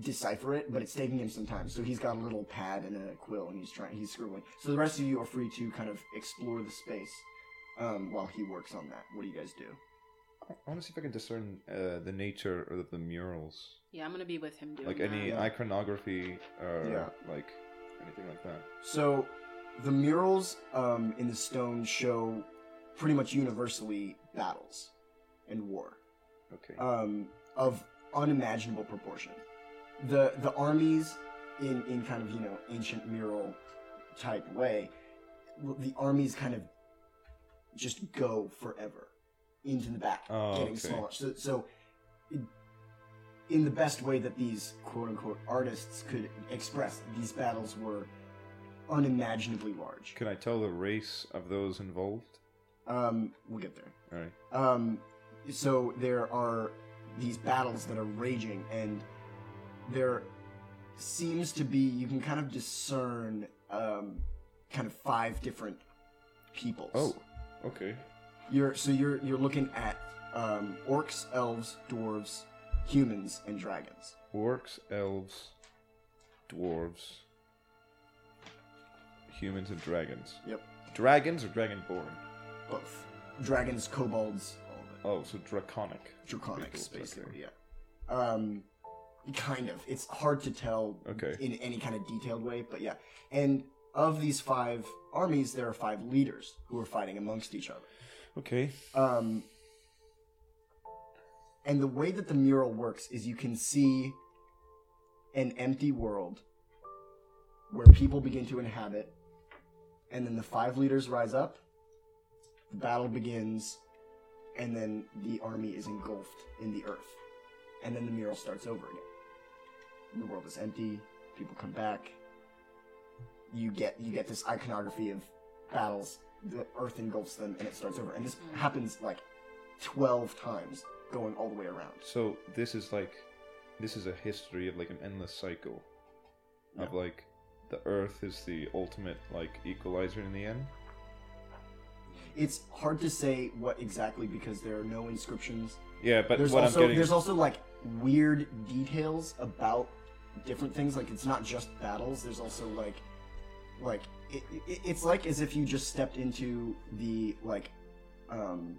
A: decipher it, but it's taking him some time. So he's got a little pad and a quill, and he's trying he's scribbling. So the rest of you are free to kind of explore the space um, while he works on that. What do you guys do?
C: I want to see if I can discern uh, the nature of the murals,
D: Yeah, I'm gonna be with him doing
C: like any
A: Yeah.
C: iconography or
A: Yeah.
C: like anything like that.
A: So, the murals um, in the stone show pretty much universally battles and war
C: Okay.
A: um, of unimaginable proportion. The the armies in in kind of you know ancient mural type way, the armies kind of just go forever. into the back,
C: Oh,
A: getting
C: okay.
A: smaller. So, so in- in the best way that these quote unquote artists could express, these battles were unimaginably large.
C: Can I tell the race of those involved?
A: Um, we'll get there.
C: All right.
A: Um, so there are these battles that are raging, and there seems to be you can kind of discern um, kind of five different peoples.
C: Oh, okay.
A: you're so you're you're looking at um, orcs, elves, dwarves, humans, and dragons.
C: Orcs, elves, dwarves, humans, and dragons.
A: Yep,
C: Dragons or dragonborn?
A: both dragons, kobolds, all of it.
C: Oh, so draconic.
A: draconics,
C: People,
A: basically. Yeah. Um, kind of. It's hard to tell
C: Okay.
A: in any kind of detailed way, but yeah. And of these five armies, there are five leaders who are fighting amongst each other.
C: Okay.
A: Um, and the way that the mural works is you can see an empty world where people begin to inhabit, and then the five leaders rise up, the battle begins, and then the army is engulfed in the earth. And then the mural starts over again. And the world is empty, people come back. You get you get this iconography of battles, the earth engulfs them, and it starts over. And this happens like twelve times, going all the way around.
C: So this is like, this is a history of like an endless cycle, of like, the Earth is the ultimate like equalizer in the end.
A: It's hard to say what exactly because there are no inscriptions.
C: Yeah, but
A: there's
C: what
A: also
C: I'm getting
A: there's also like weird details about different things. Like it's not just battles. There's also like like it, it, it's like as if you just stepped into the like um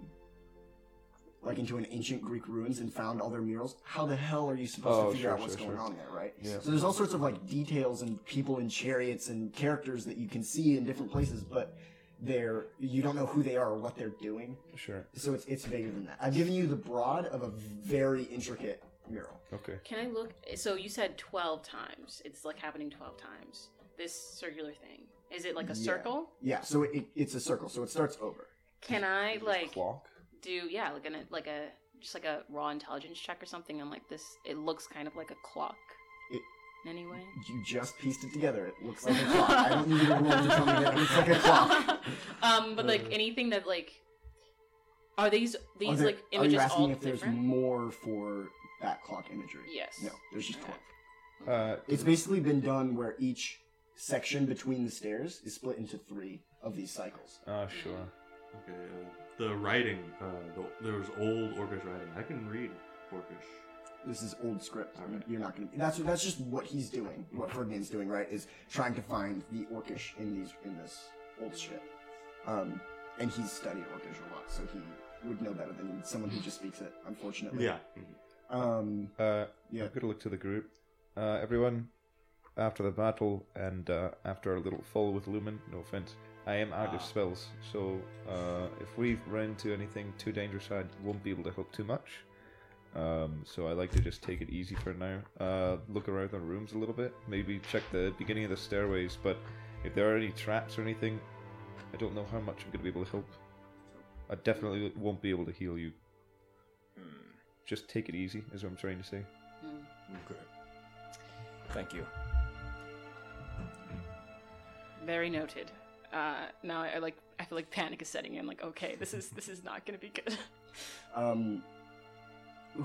A: like into an ancient Greek ruins and found all their murals. How the hell are you supposed
C: Oh,
A: to figure
C: sure,
A: out what's
C: sure,
A: going
C: sure.
A: on there, right?
C: Yeah.
A: So there's all sorts of like details and people in chariots and characters that you can see in different places, but they're you don't know who they are or what they're doing.
C: sure.
A: So it's it's bigger than that. I've given you the broad of a very intricate mural.
C: Okay.
D: Can I look? So you said 12 times. It's like happening 12 times. This circular thing. Is it like a
A: Yeah.
D: circle?
A: Yeah, so it, it's a circle, so it starts over.
D: Can I like
C: Clock.
D: do yeah, like an like a just like a raw intelligence check or something on like this? It looks kind of like a clock.
A: It-
D: in any way.
A: You just pieced it together. It looks like a clock. I don't need a rule to tell me that it looks like a clock. Uh,
D: um, but like anything that like are these
A: Are
D: these
A: there-
D: like
A: Are you
D: images
A: asking
D: all
A: if there's
D: different?
A: more for that clock imagery?
D: Yes.
A: No, there's just
D: Okay.
A: twelve.
C: Uh,
A: It's basically been done where each section between the stairs is split into three of these cycles.
C: oh, sure.
E: Okay, uh, the writing. Uh, the, there was old Orcish writing. I can read Orcish.
A: This is old script.
E: Alright.
A: You're not gonna. That's that's just what he's doing. What Ferdinand's doing, right, is trying to find the Orcish in these in this old shit. Um, and he's studied Orcish a lot, so he would know better than someone who just speaks it. Unfortunately.
E: Yeah.
A: Um.
C: Uh,
A: Yeah.
C: I'm gonna look to the group. Uh, everyone, after the battle and uh, after our little fall with Lumen, no offense, I am out of
E: Ah.
C: spells. So uh, if we run into anything too dangerous, I won't be able to help too much. Um, so I like to just take it easy for now. Uh, look around the rooms a little bit, maybe check the beginning of the stairways. But if there are any traps or anything, I don't know how much I'm gonna be able to help. I definitely won't be able to heal you. Just take it easy, is what I'm trying to say.
E: Okay.
B: Thank you.
D: Very noted. Uh, now I, I like I feel like panic is setting in. Like okay, this is this is not gonna be good.
A: Um.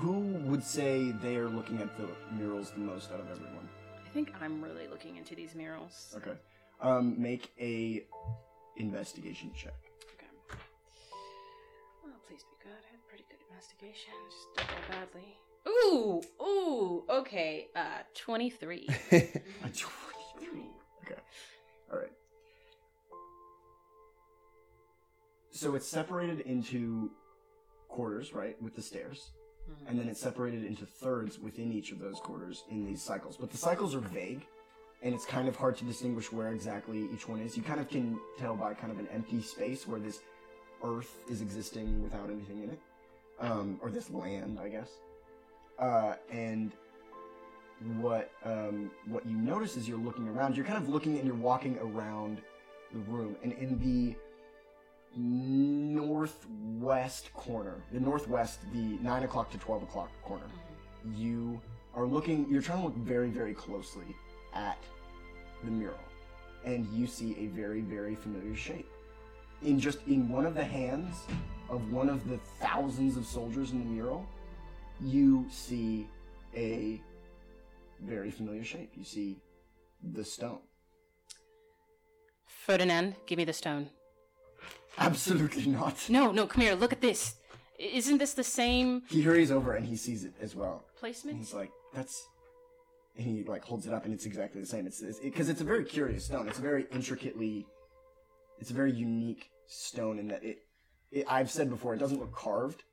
A: Who would say they are looking at the murals the most out of everyone?
D: I think I'm really looking into these murals.
A: Okay. Um. Make a investigation check.
D: Okay. Oh, please be good. I had a pretty good investigation. Just did that badly. Ooh, ooh. Okay. Uh, twenty-three.
A: A 23. Okay. Alright. So it's separated into quarters, right, with the stairs. And then it's separated into thirds within each of those quarters in these cycles. But the cycles are vague, and it's kind of hard to distinguish where exactly each one is. You kind of can tell by kind of an empty space where this earth is existing without anything in it. Um, or this land, I guess. Uh, and what um, what you notice is you're looking around. You're kind of looking and you're walking around the room, and in the northwest corner, the northwest, the nine o'clock to twelve o'clock corner, you are looking. You're trying to look very, very closely at the mural, and you see a very, very familiar shape. In just in one of the hands of one of the thousands of soldiers in the mural, you see a very familiar shape. You see the stone.
D: Ferdinand, give me the stone.
A: Absolutely not.
D: No, no, come here. Look at this. I- Isn't this the same
A: He hurries over and he sees it as well. And
D: placement?
A: he's like, that's. And he like holds it up, and it's exactly the same. It's because it's, 'cause it's a very curious stone. It's a very intricately, it's a very unique stone in that it. it I've said before, it doesn't look carved,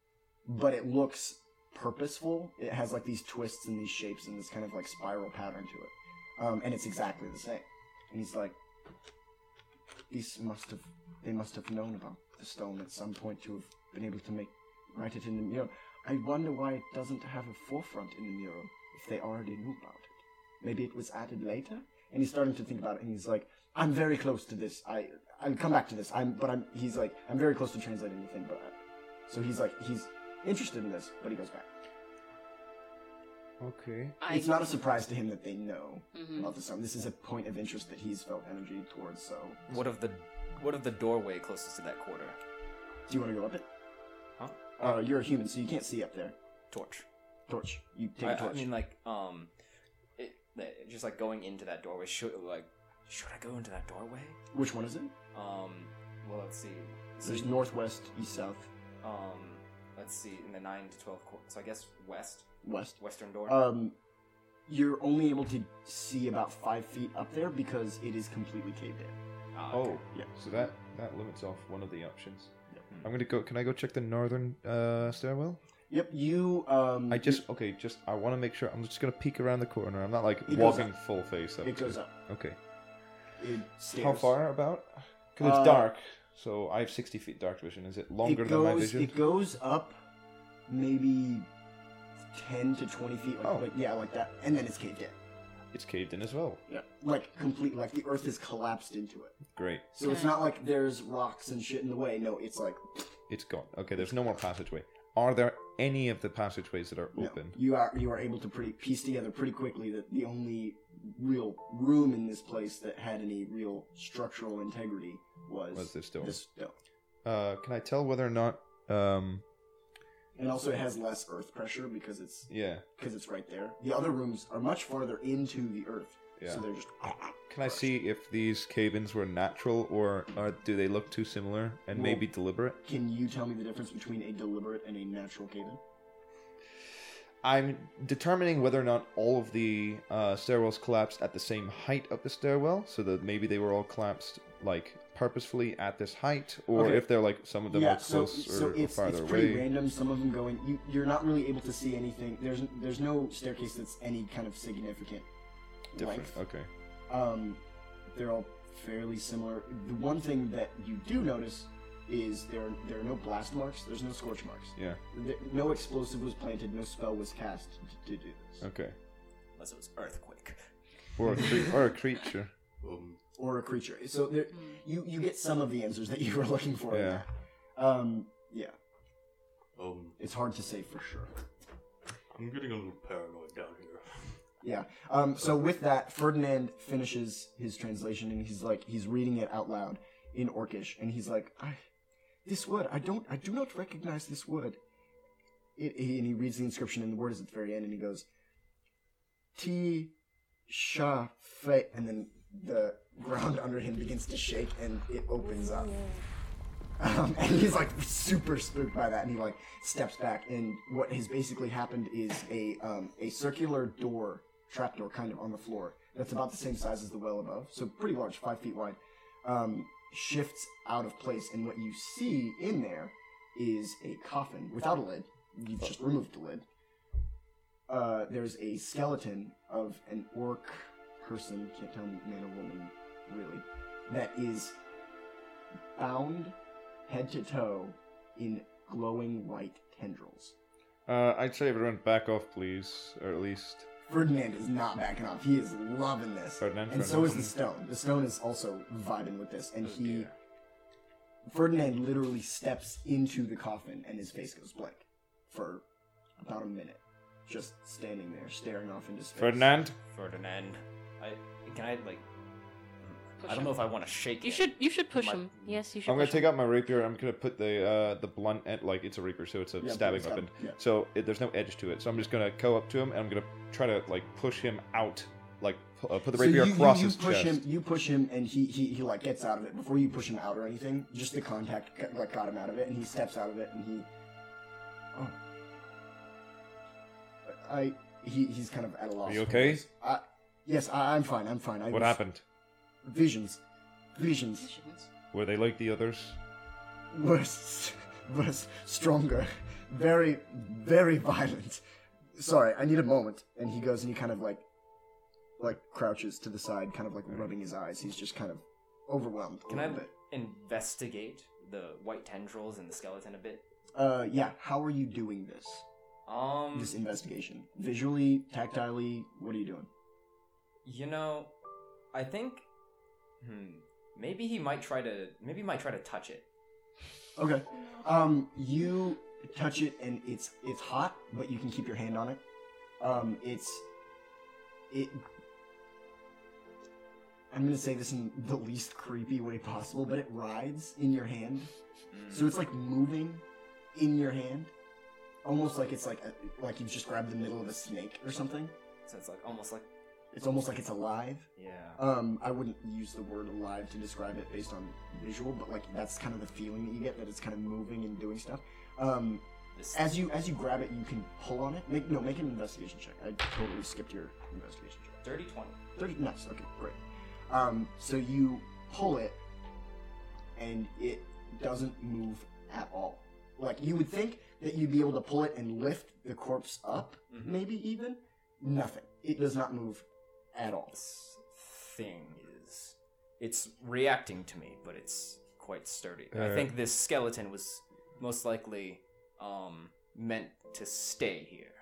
A: but it looks purposeful. It has like these twists and these shapes and this kind of like spiral pattern to it, um, and it's exactly the same. And he's like, these must have, they must have known about the stone at some point to have been able to make write it in the mural. I wonder why it doesn't have a forefront in the mural if they already knew about it. Maybe it was added later. And he's starting to think about it, and he's like, "I'm very close to this. I I'll come back to this. I'm, but I'm." He's like, "I'm very close to translating the thing, but." I-" So he's like, he's interested in this, but he goes back.
C: Okay.
D: I-
A: It's not a surprise to him that they know
D: Mhm.
A: about the stone. This is a point of interest that he's felt energy towards. So,
B: What of the what of the doorway closest to that corridor?
A: do you want to go up it?
B: Huh?
A: Uh, you're a human, so you can't see up there.
B: Torch.
A: Torch. You take
B: I,
A: a torch.
B: I mean, like, um, it, it- just like going into that doorway. Should like, should I go into that doorway?
A: Which one is it?
B: Um, well, let's see. So,
A: There's northwest, east, south,
B: um, let's see. In the nine to twelve, cor- so I guess west,
A: west.
B: western door.
A: Um, you're only able to see about five feet up there because it is completely caved in.
B: Ah, okay.
C: Oh,
A: Yeah.
C: So that that limits off one of the options.
A: Yep.
C: I'm gonna go. Can I go check the northern uh, stairwell?
A: Yep. You. Um,
C: I just okay. Just I want to make sure. I'm just gonna peek around the corner. I'm not like
A: It goes
C: walking full face up.
A: It
C: to
A: goes up.
C: Okay.
A: It stairs.
C: How far about? Because
A: Uh,
C: it's dark. So I have 60 feet dark vision. Is it longer
A: it
C: than
A: goes,
C: my vision?
A: It goes up, maybe ten to twenty feet. Like,
C: Oh.
A: like- yeah, like that, and then it's caved in.
C: It's caved in as well.
A: Yeah. Like complete. Like the earth is collapsed into it.
C: Great.
A: So it's not like there's rocks and shit in the way. No, it's like
C: It's gone. Okay. There's no more passageway. Are there any of the passageways that are
A: No,
C: open?
A: you are you are able to pretty piece together pretty quickly that the only real room in this place that had any real structural integrity was,
C: Was this door?
A: this stone.
C: Uh, can I tell whether or not? Um,
A: And also, it has less earth pressure because it's
C: yeah.
A: because it's right there. The other rooms are much farther into the earth,
C: Yeah.
A: so they're just.
C: Can I see if these cave-ins were natural or are, do they look too similar and
A: Well-
C: maybe deliberate?
A: Can you tell me the difference between a deliberate and a natural cave-in?
C: I'm determining whether or not all of the uh, stairwells collapsed at the same height of the stairwell, so that maybe they were all collapsed like purposefully at this height, or
A: Okay.
C: if they're like some of them
A: yeah,
C: are
A: so,
C: close or,
A: so
C: or
A: it's,
C: farther
A: it's pretty
C: away.
A: random. Some of them going, you, you're not really able to see anything. There's there's no staircase that's any kind of significant
C: Different.
A: length.
C: Okay.
A: Um, they're all fairly similar. The one thing that you do notice is there there are no blast marks. There's no scorch marks.
C: Yeah.
A: Th no explosive was planted. No spell was cast to, to do this,
C: Okay.
B: Unless it was earthquake.
C: Or a cre- or a creature.
F: Um,
A: or a creature. So there, you you get some of the answers that you were looking for. in
C: Yeah.
A: that. Um, yeah,
F: um,
A: it's hard to say for sure.
F: I'm getting a little paranoid down here.
A: Yeah. Um, so with that, Ferdinand finishes his translation and he's like, he's reading it out loud in Orcish, and he's like, I, this word, I don't, I do not recognize this word. It, he- and he reads the inscription, and the word is at the very end, and he goes, T, sha, fe, and then the ground under him begins to shake, and it opens up. Um, and he's like super spooked by that, and he like steps back. And what has basically happened is a um, a circular door, trapdoor, kind of on the floor that's about the same size as the well above, so pretty large, five feet wide, um, shifts out of place. And what you see in there is a coffin without a lid. You've just removed the lid. Uh, there's a skeleton of an orc person, can't tell man or woman really, that is bound head to toe in glowing white tendrils.
C: Uh, I'd say everyone back off, please, or at least
A: Ferdinand is not backing off. He is loving this.
C: Ferdinand.
A: And
C: Ferdinand.
A: so is the stone. The stone is also vibing with this, and
C: Oh,
A: he
C: dear.
A: Ferdinand literally steps into the coffin and his face goes blank for about a minute, just standing there, staring off into space.
C: Ferdinand?
B: Ferdinand. I can I like I don't know if I want to shake
D: You
B: it.
D: should you should push
B: My-
D: him. Yes, you should.
C: I'm gonna
D: push
C: take
D: him.
C: out my rapier. I'm gonna put the uh, the blunt at like it's a rapier, so it's a
A: Yeah,
C: stabbing
A: stab-
C: weapon.
A: yeah.
C: So it, there's no edge to it. So I'm just gonna go up to him and I'm gonna try to like push him out, like pu- uh, put the rapier
A: you,
C: across
A: you, you
C: his
A: push
C: chest.
A: him, you push him, and he, he he like gets out of it before you push him out or anything. Just the contact got- like got him out of it, and he steps out of it, and he, oh, I he, he's kind of at a loss.
C: you
A: for
C: okay?
A: words. I, yes, I, I'm fine. I'm fine. I
C: What
A: was-
C: happened?
A: Visions, visions,
C: Were they like the others?
A: worse, worse, stronger, very, very violent. Sorry, I need a moment. And he goes and he kind of like, like crouches to the side, kind of like rubbing his eyes. He's just kind of overwhelmed. a
B: Can I
A: little bit.
B: investigate the white tendrils and the skeleton a bit?
A: Uh, yeah. How are you doing this?
B: Um
A: This investigation, visually, tactilely. What are you doing?
B: You know, I think hmm, maybe he might try to maybe he might try to touch it.
A: Okay. Um, you touch it and it's it's hot, but you can keep your hand on it. Um, it's it. I'm gonna say this in the least creepy way possible, but it rides in your hand, so it's like moving in your hand, almost like it's like a, like you've just grabbed the middle of a snake or something.
B: So it's like almost like
A: It's almost like it's alive.
B: yeah.
A: Um, I wouldn't use the word alive to describe it based on visual, but like that's kind of the feeling that you get that it's kind of moving and doing stuff. Um,
B: This
A: as you as you grab it, you can pull on it. Make no, make an investigation check. I totally skipped your investigation check.
B: dirty twenty.
A: Thirty, nice. Okay, great. Um, so you pull it, and it doesn't move at all. Like you would think that you'd be able to pull it and lift the corpse up,
B: Mhm.
A: maybe even. Nothing. It does not move at all.
B: This thing is it's reacting to me, but it's quite sturdy. I
C: Uh,
B: think this skeleton was most likely um meant to stay here.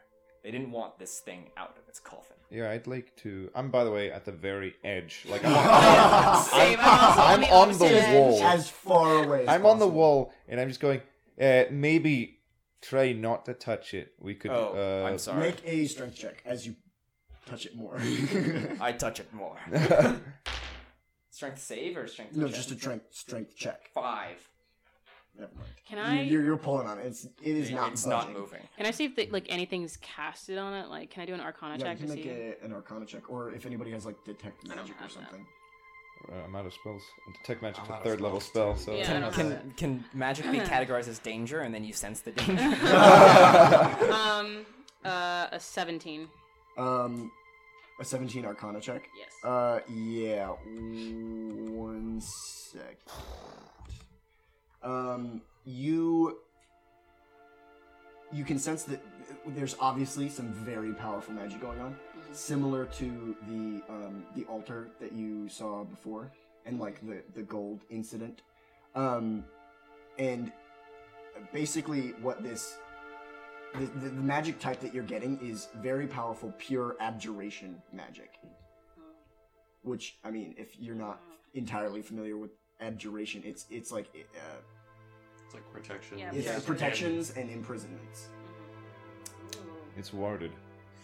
B: They didn't want this thing out of its coffin.
C: Yeah, I'd like to. I'm by the way at the very edge. Like I'm on,
D: Same, I'm also
C: I'm on
D: opposite
C: the
D: end.
C: wall.
A: as far away as
C: I'm on the
A: possible.
C: wall, and I'm just going. Uh, maybe try not to touch it. We could.
B: Oh,
C: uh,
B: I'm sorry.
A: Make a strength check as you touch it more.
B: I touch it more.
C: uh,
B: strength save or strength?
A: no,
B: check?
A: just a strength strength check.
B: five.
A: Never mind.
D: Can I
A: You- You're, you're pulling on it. It's it is not.
B: it's
A: budging.
B: not moving.
D: can I see if the, like anything's casted on it? Like, can I do an Arcana
A: Yeah, you
D: check
A: can
D: to
A: make
D: see?
A: a, an Arcana check, or if anybody has like detect
D: I don't
A: magic or
D: have that.
A: something.
C: Uh, I'm out of spells. Detect magic's
E: I'm
C: a
E: out of
C: third level spell,
E: spells,
C: so.
D: Yeah, I
B: can,
D: don't
B: can, can magic be categorized as danger and then you sense the danger?
D: um, uh, a seventeen.
A: Um, a 17 Arcana check.
D: Yes.
A: Uh, yeah. One sec. Um, you. You can sense that there's obviously some very powerful magic going on, similar to the um, the altar that you saw before, and like the the gold incident. Um, and basically, what this the, the, the magic type that you're getting is very powerful, pure abjuration magic. Which I mean, if you're
D: Oh.
A: not entirely familiar with abjuration, it's it's like uh,
E: It's like protection.
D: Yeah,
A: it's
D: Abjuration.
A: protections and imprisonments.
C: It's warded.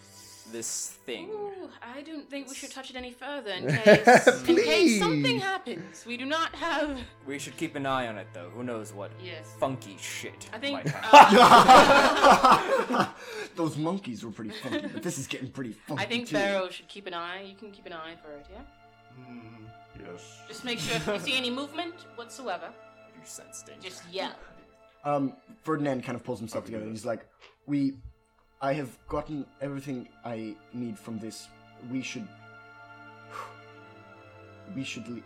B: this thing.
D: Ooh, I don't think we should touch it any further in case, in case something
C: Please.
D: happens. We do not have.
B: We should keep an eye on it though. Who knows what
D: Yes.
B: funky shit.
D: I think.
B: might happen.
D: Uh,
A: Those monkeys were pretty funky, but this is getting pretty funky.
D: I think
A: too.
D: Pharaoh should keep an eye. You can keep an eye for it, yeah.
E: Mm, yes.
D: Just make sure if you see any movement whatsoever,
B: you sense danger.
D: just yell.
A: Um, Ferdinand kind of pulls himself together. and He's like, "We, I have gotten everything I need from this. We should, we should leave."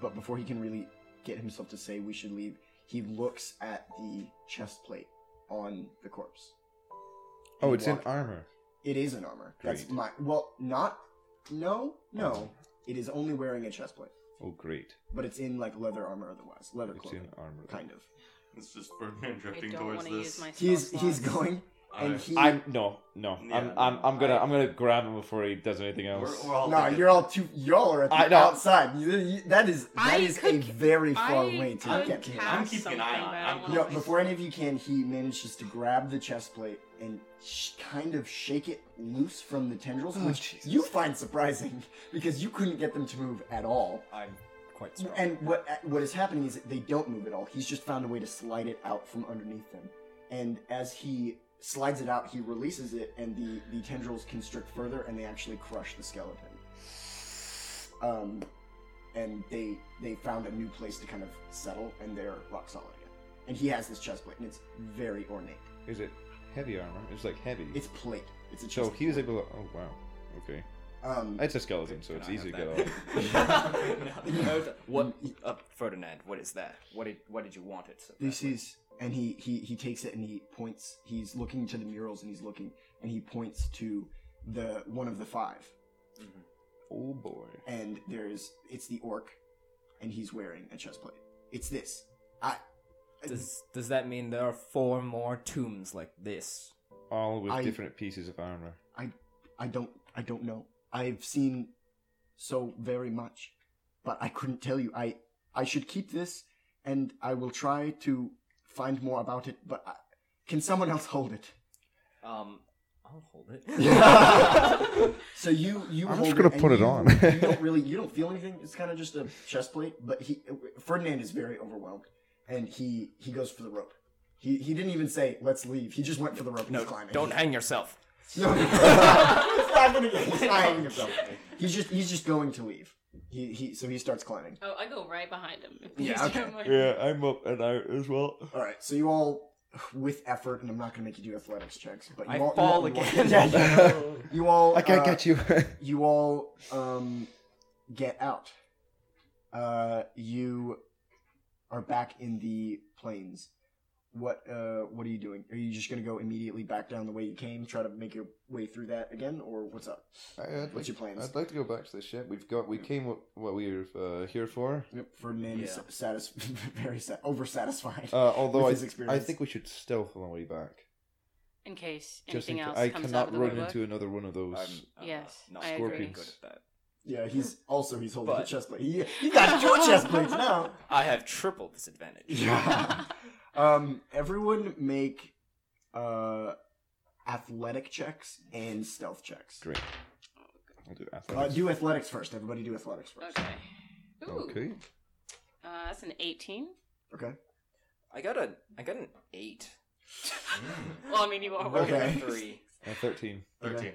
A: But before he can really get himself to say we should leave, he looks at the chest plate on the corpse.
C: Oh, it's in
A: Walk-
C: armor.
A: It is an armor. That's
C: Great.
A: my well, not no, no. It is only wearing a chest plate,
C: Oh, great.
A: but it's in like leather armor otherwise, leather
C: It's in
A: clothing,
C: armor.
A: kind of.
E: It's just Ferdinand
D: I
E: drifting
D: don't
E: towards
D: want to
E: this.
D: use my. spell
A: He's he's
D: slots.
A: going. And he,
C: I'm no, no.
E: Yeah,
C: I'm, I'm, I'm gonna, I, am gonna grab him before he does anything
E: We're,
C: else.
E: we're all
A: no,
E: thinking-
A: you're all too. Y'all are at the
C: I know.
A: outside. You, you, that is
D: I
A: that is a
D: could-
A: very far
D: I
A: way to
D: could
A: get to him.
D: cast
E: I'm keeping an eye
D: something,
E: on it.
D: but I don't
E: I'm-
A: No,
D: wanna
A: before
D: waste-
A: any of you can, he manages to grab the chest plate and sh- kind of shake it loose from the tendrils,
C: Oh,
A: which
C: Jesus.
A: you find surprising because you couldn't get them to move at all.
B: I'm quite strong.
A: And what what is happening is that they don't move at all. He's just found a way to slide it out from underneath them. And as he slides it out, he releases it, and the the tendrils constrict further, and they actually crush the skeleton. Um, and they they found a new place to kind of settle, and they're rock solid again. And he has this chest plate, and it's very ornate.
C: Is it heavy armor? It's like heavy.
A: It's plate. It's a chest.
C: so he was
A: plate.
C: able to. Oh wow. Okay.
A: Um,
C: It's a skeleton, so
B: Can
C: it's
B: I
C: easy to
B: have
C: get
B: that?
C: off.
B: No, I was-
A: Mm,
B: what, uh, Ferdinand? What is that? What did what did you want it? So
A: This is, and he, he he takes it and he points. He's looking to the murals and he's looking and he points to the one of the five.
C: Oh boy.
A: And there's it's the orc, and he's wearing a chest plate. It's this. I.
B: Does does that mean there are four more tombs like this?
C: All with
A: I-
C: different pieces of armor.
A: I don't. I don't know. I've seen so very much, but I couldn't tell you. I I should keep this, and I will try to find more about it. But I, can someone else hold it?
B: Um, I'll hold it.
A: So you you
C: I'm
A: hold
C: just gonna
A: and
C: put it
A: you-
C: on.
A: you don't really you don't feel anything. It's kind of just a chest plate. But he Ferdinand is very overwhelmed, and he he goes for the rope. He he didn't even say let's leave. He just went for the rope. and
B: no,
A: he's climbing.
B: don't hang yourself.
A: No, he's not gonna get. He's not hanging himself. He's just he's just going to leave. He he so he starts climbing.
D: Oh, I go right behind him.
A: Yeah, okay.
D: I'm like-
C: Yeah, I'm up and out as well.
A: All right. So you all with effort, and I'm not gonna make you do athletics checks, but you
B: I
A: all you
B: fall
A: all-
B: again.
A: Yeah, yeah. you all
C: I can't
A: uh,
C: get you.
A: you all um, get out. Uh, you are back in the plains. What uh, what are you doing? Are you just gonna go immediately back down the way you came, try to make your way through that again, or what's up?
C: I'd
A: What's your plans?
C: I'd like to go back to the ship. We've got. We came. What, what we were uh, here for.
A: Yep, Ferdinand is
B: Yeah.
A: satis- very sa- oversatisfied.
C: Uh, although
A: With
C: I,
A: his
C: I
A: experience.
C: think we should stealth on the way back.
D: In case
C: Just in
D: anything
C: ca- I
D: else comes
C: cannot
D: out of the
C: run
D: woodwork.
C: into another one of those.
D: Yes,
B: uh, not
D: I
B: very
C: agree.
B: good at that.
A: yeah, he's also he's holding a
B: But-
A: chest plate. He, he got two chest plates now.
B: I have triple disadvantage.
A: Yeah. um, everyone make uh, athletic checks and stealth checks.
C: Great. I'll do
A: Uh,
C: athletics.
A: do athletics first. Everybody do athletics first.
D: Okay. Ooh.
C: okay.
D: Uh, that's an 18.
A: Okay.
B: I got a I got an eight.
D: Well, I mean, you are
B: Rolled a
A: Okay.
B: three.
C: Uh, Thirteen.
E: Thirteen.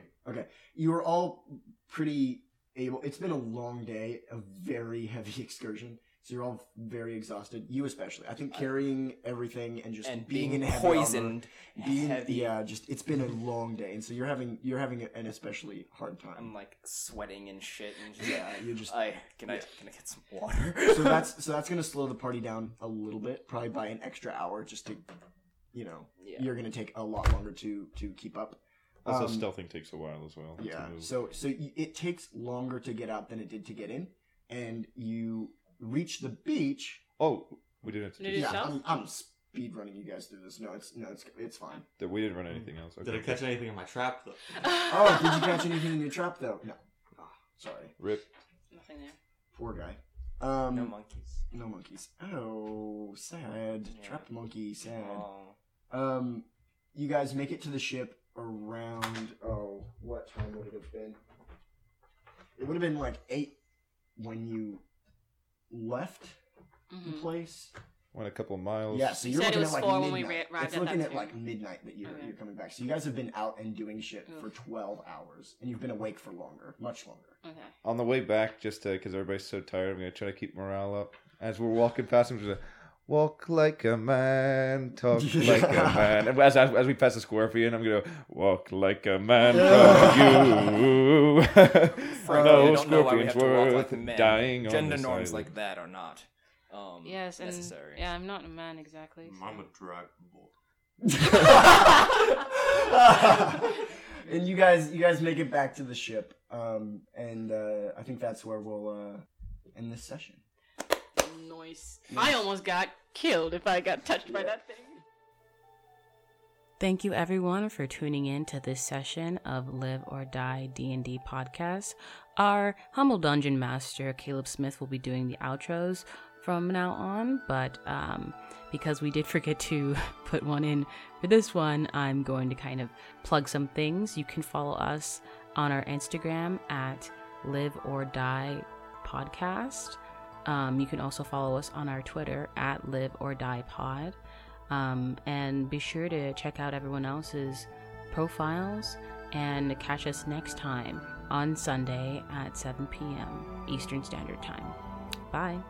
A: You were all pretty able. It's been a long day, a very heavy excursion. So you're all very exhausted. You especially. I think carrying everything and just
B: and
A: being,
B: being,
A: in heavy armor,
B: poisoned,
A: being
B: heavy.
A: yeah, just it's been a long day, and so you're having you're having an especially hard
B: I'm
A: time.
B: like sweating and shit. And just,
A: Yeah, you're just.
B: I can I can I get some water?
A: so that's so that's gonna slow the party down a little bit, probably by an extra hour, just to, you know,
B: yeah.
A: you're gonna take a lot longer to to keep up.
C: Also,
A: Um,
C: stealthing takes a while as well. to
A: Yeah.
C: move.
A: So so y it takes longer to get out than it did to get in, and you reach the beach.
C: oh, we didn't. Have to
D: No,
C: do
D: Did it
A: yeah,
D: show?
A: I'm, I'm speed running you guys through this. No, it's no, it's it's fine.
C: that. We didn't run anything else.
E: Did I
C: Okay.
E: catch anything in my trap though?
A: Oh, did you catch anything in your trap though? No. Ah, sorry,
C: Rip.
D: Nothing there.
A: poor guy. Um,
B: no monkeys.
A: no monkeys. Oh, sad.
B: Yeah.
A: Trapped monkey, sad.
B: Oh,
A: Um, you guys make it to the ship around. Oh, what time would it have been? It would have been like eight when you left the
D: Mhm.
A: place.
C: Went a couple of miles.
A: Yeah, so
D: You
A: you're
D: said it
A: looking
D: was
A: at like
D: four
A: midnight.
D: when we ra- arrived
A: it's
D: at
A: looking at
D: that too.
A: like midnight that you're
D: Okay.
A: you're coming back. So you guys have been out and doing shit for
D: Oof.
A: twelve hours, and you've been awake for longer, much longer.
D: Okay.
C: On the way back, just because everybody's so tired, I'm gonna try to keep morale up. As we're walking past him, just like, walk like a man, talk like a man. And as, as, as we pass the scorpion, I'm gonna walk like a man from you.
B: Frankly, I
C: no
B: don't know why we
C: scorpions
B: have to walk
C: worth
B: like men.
C: dying on
B: Gender
C: this
B: norms
C: island.
B: like that are not um,
D: Yes, and
B: necessary.
D: yeah, I'm not a man exactly. so-
F: I'm a dragon boy.
A: and you guys, you guys make it back to the ship, um, and uh, I think that's where we'll uh, end this session.
D: Nice. I almost got killed if I got touched by that thing. Thank you everyone for tuning in to this session of Live or Die D&D podcast. Our humble dungeon master Caleb Smith will be doing the outros from now on, but um, because we did forget to put one in for this one, I'm going to kind of plug some things. You can follow us on our Instagram at Live or Die Podcast. Um, you can also follow us on our Twitter at Live or Die Pod. Um, and be sure to check out everyone else's profiles and catch us next time on Sunday at 7 p.m. Eastern Standard Time. Bye.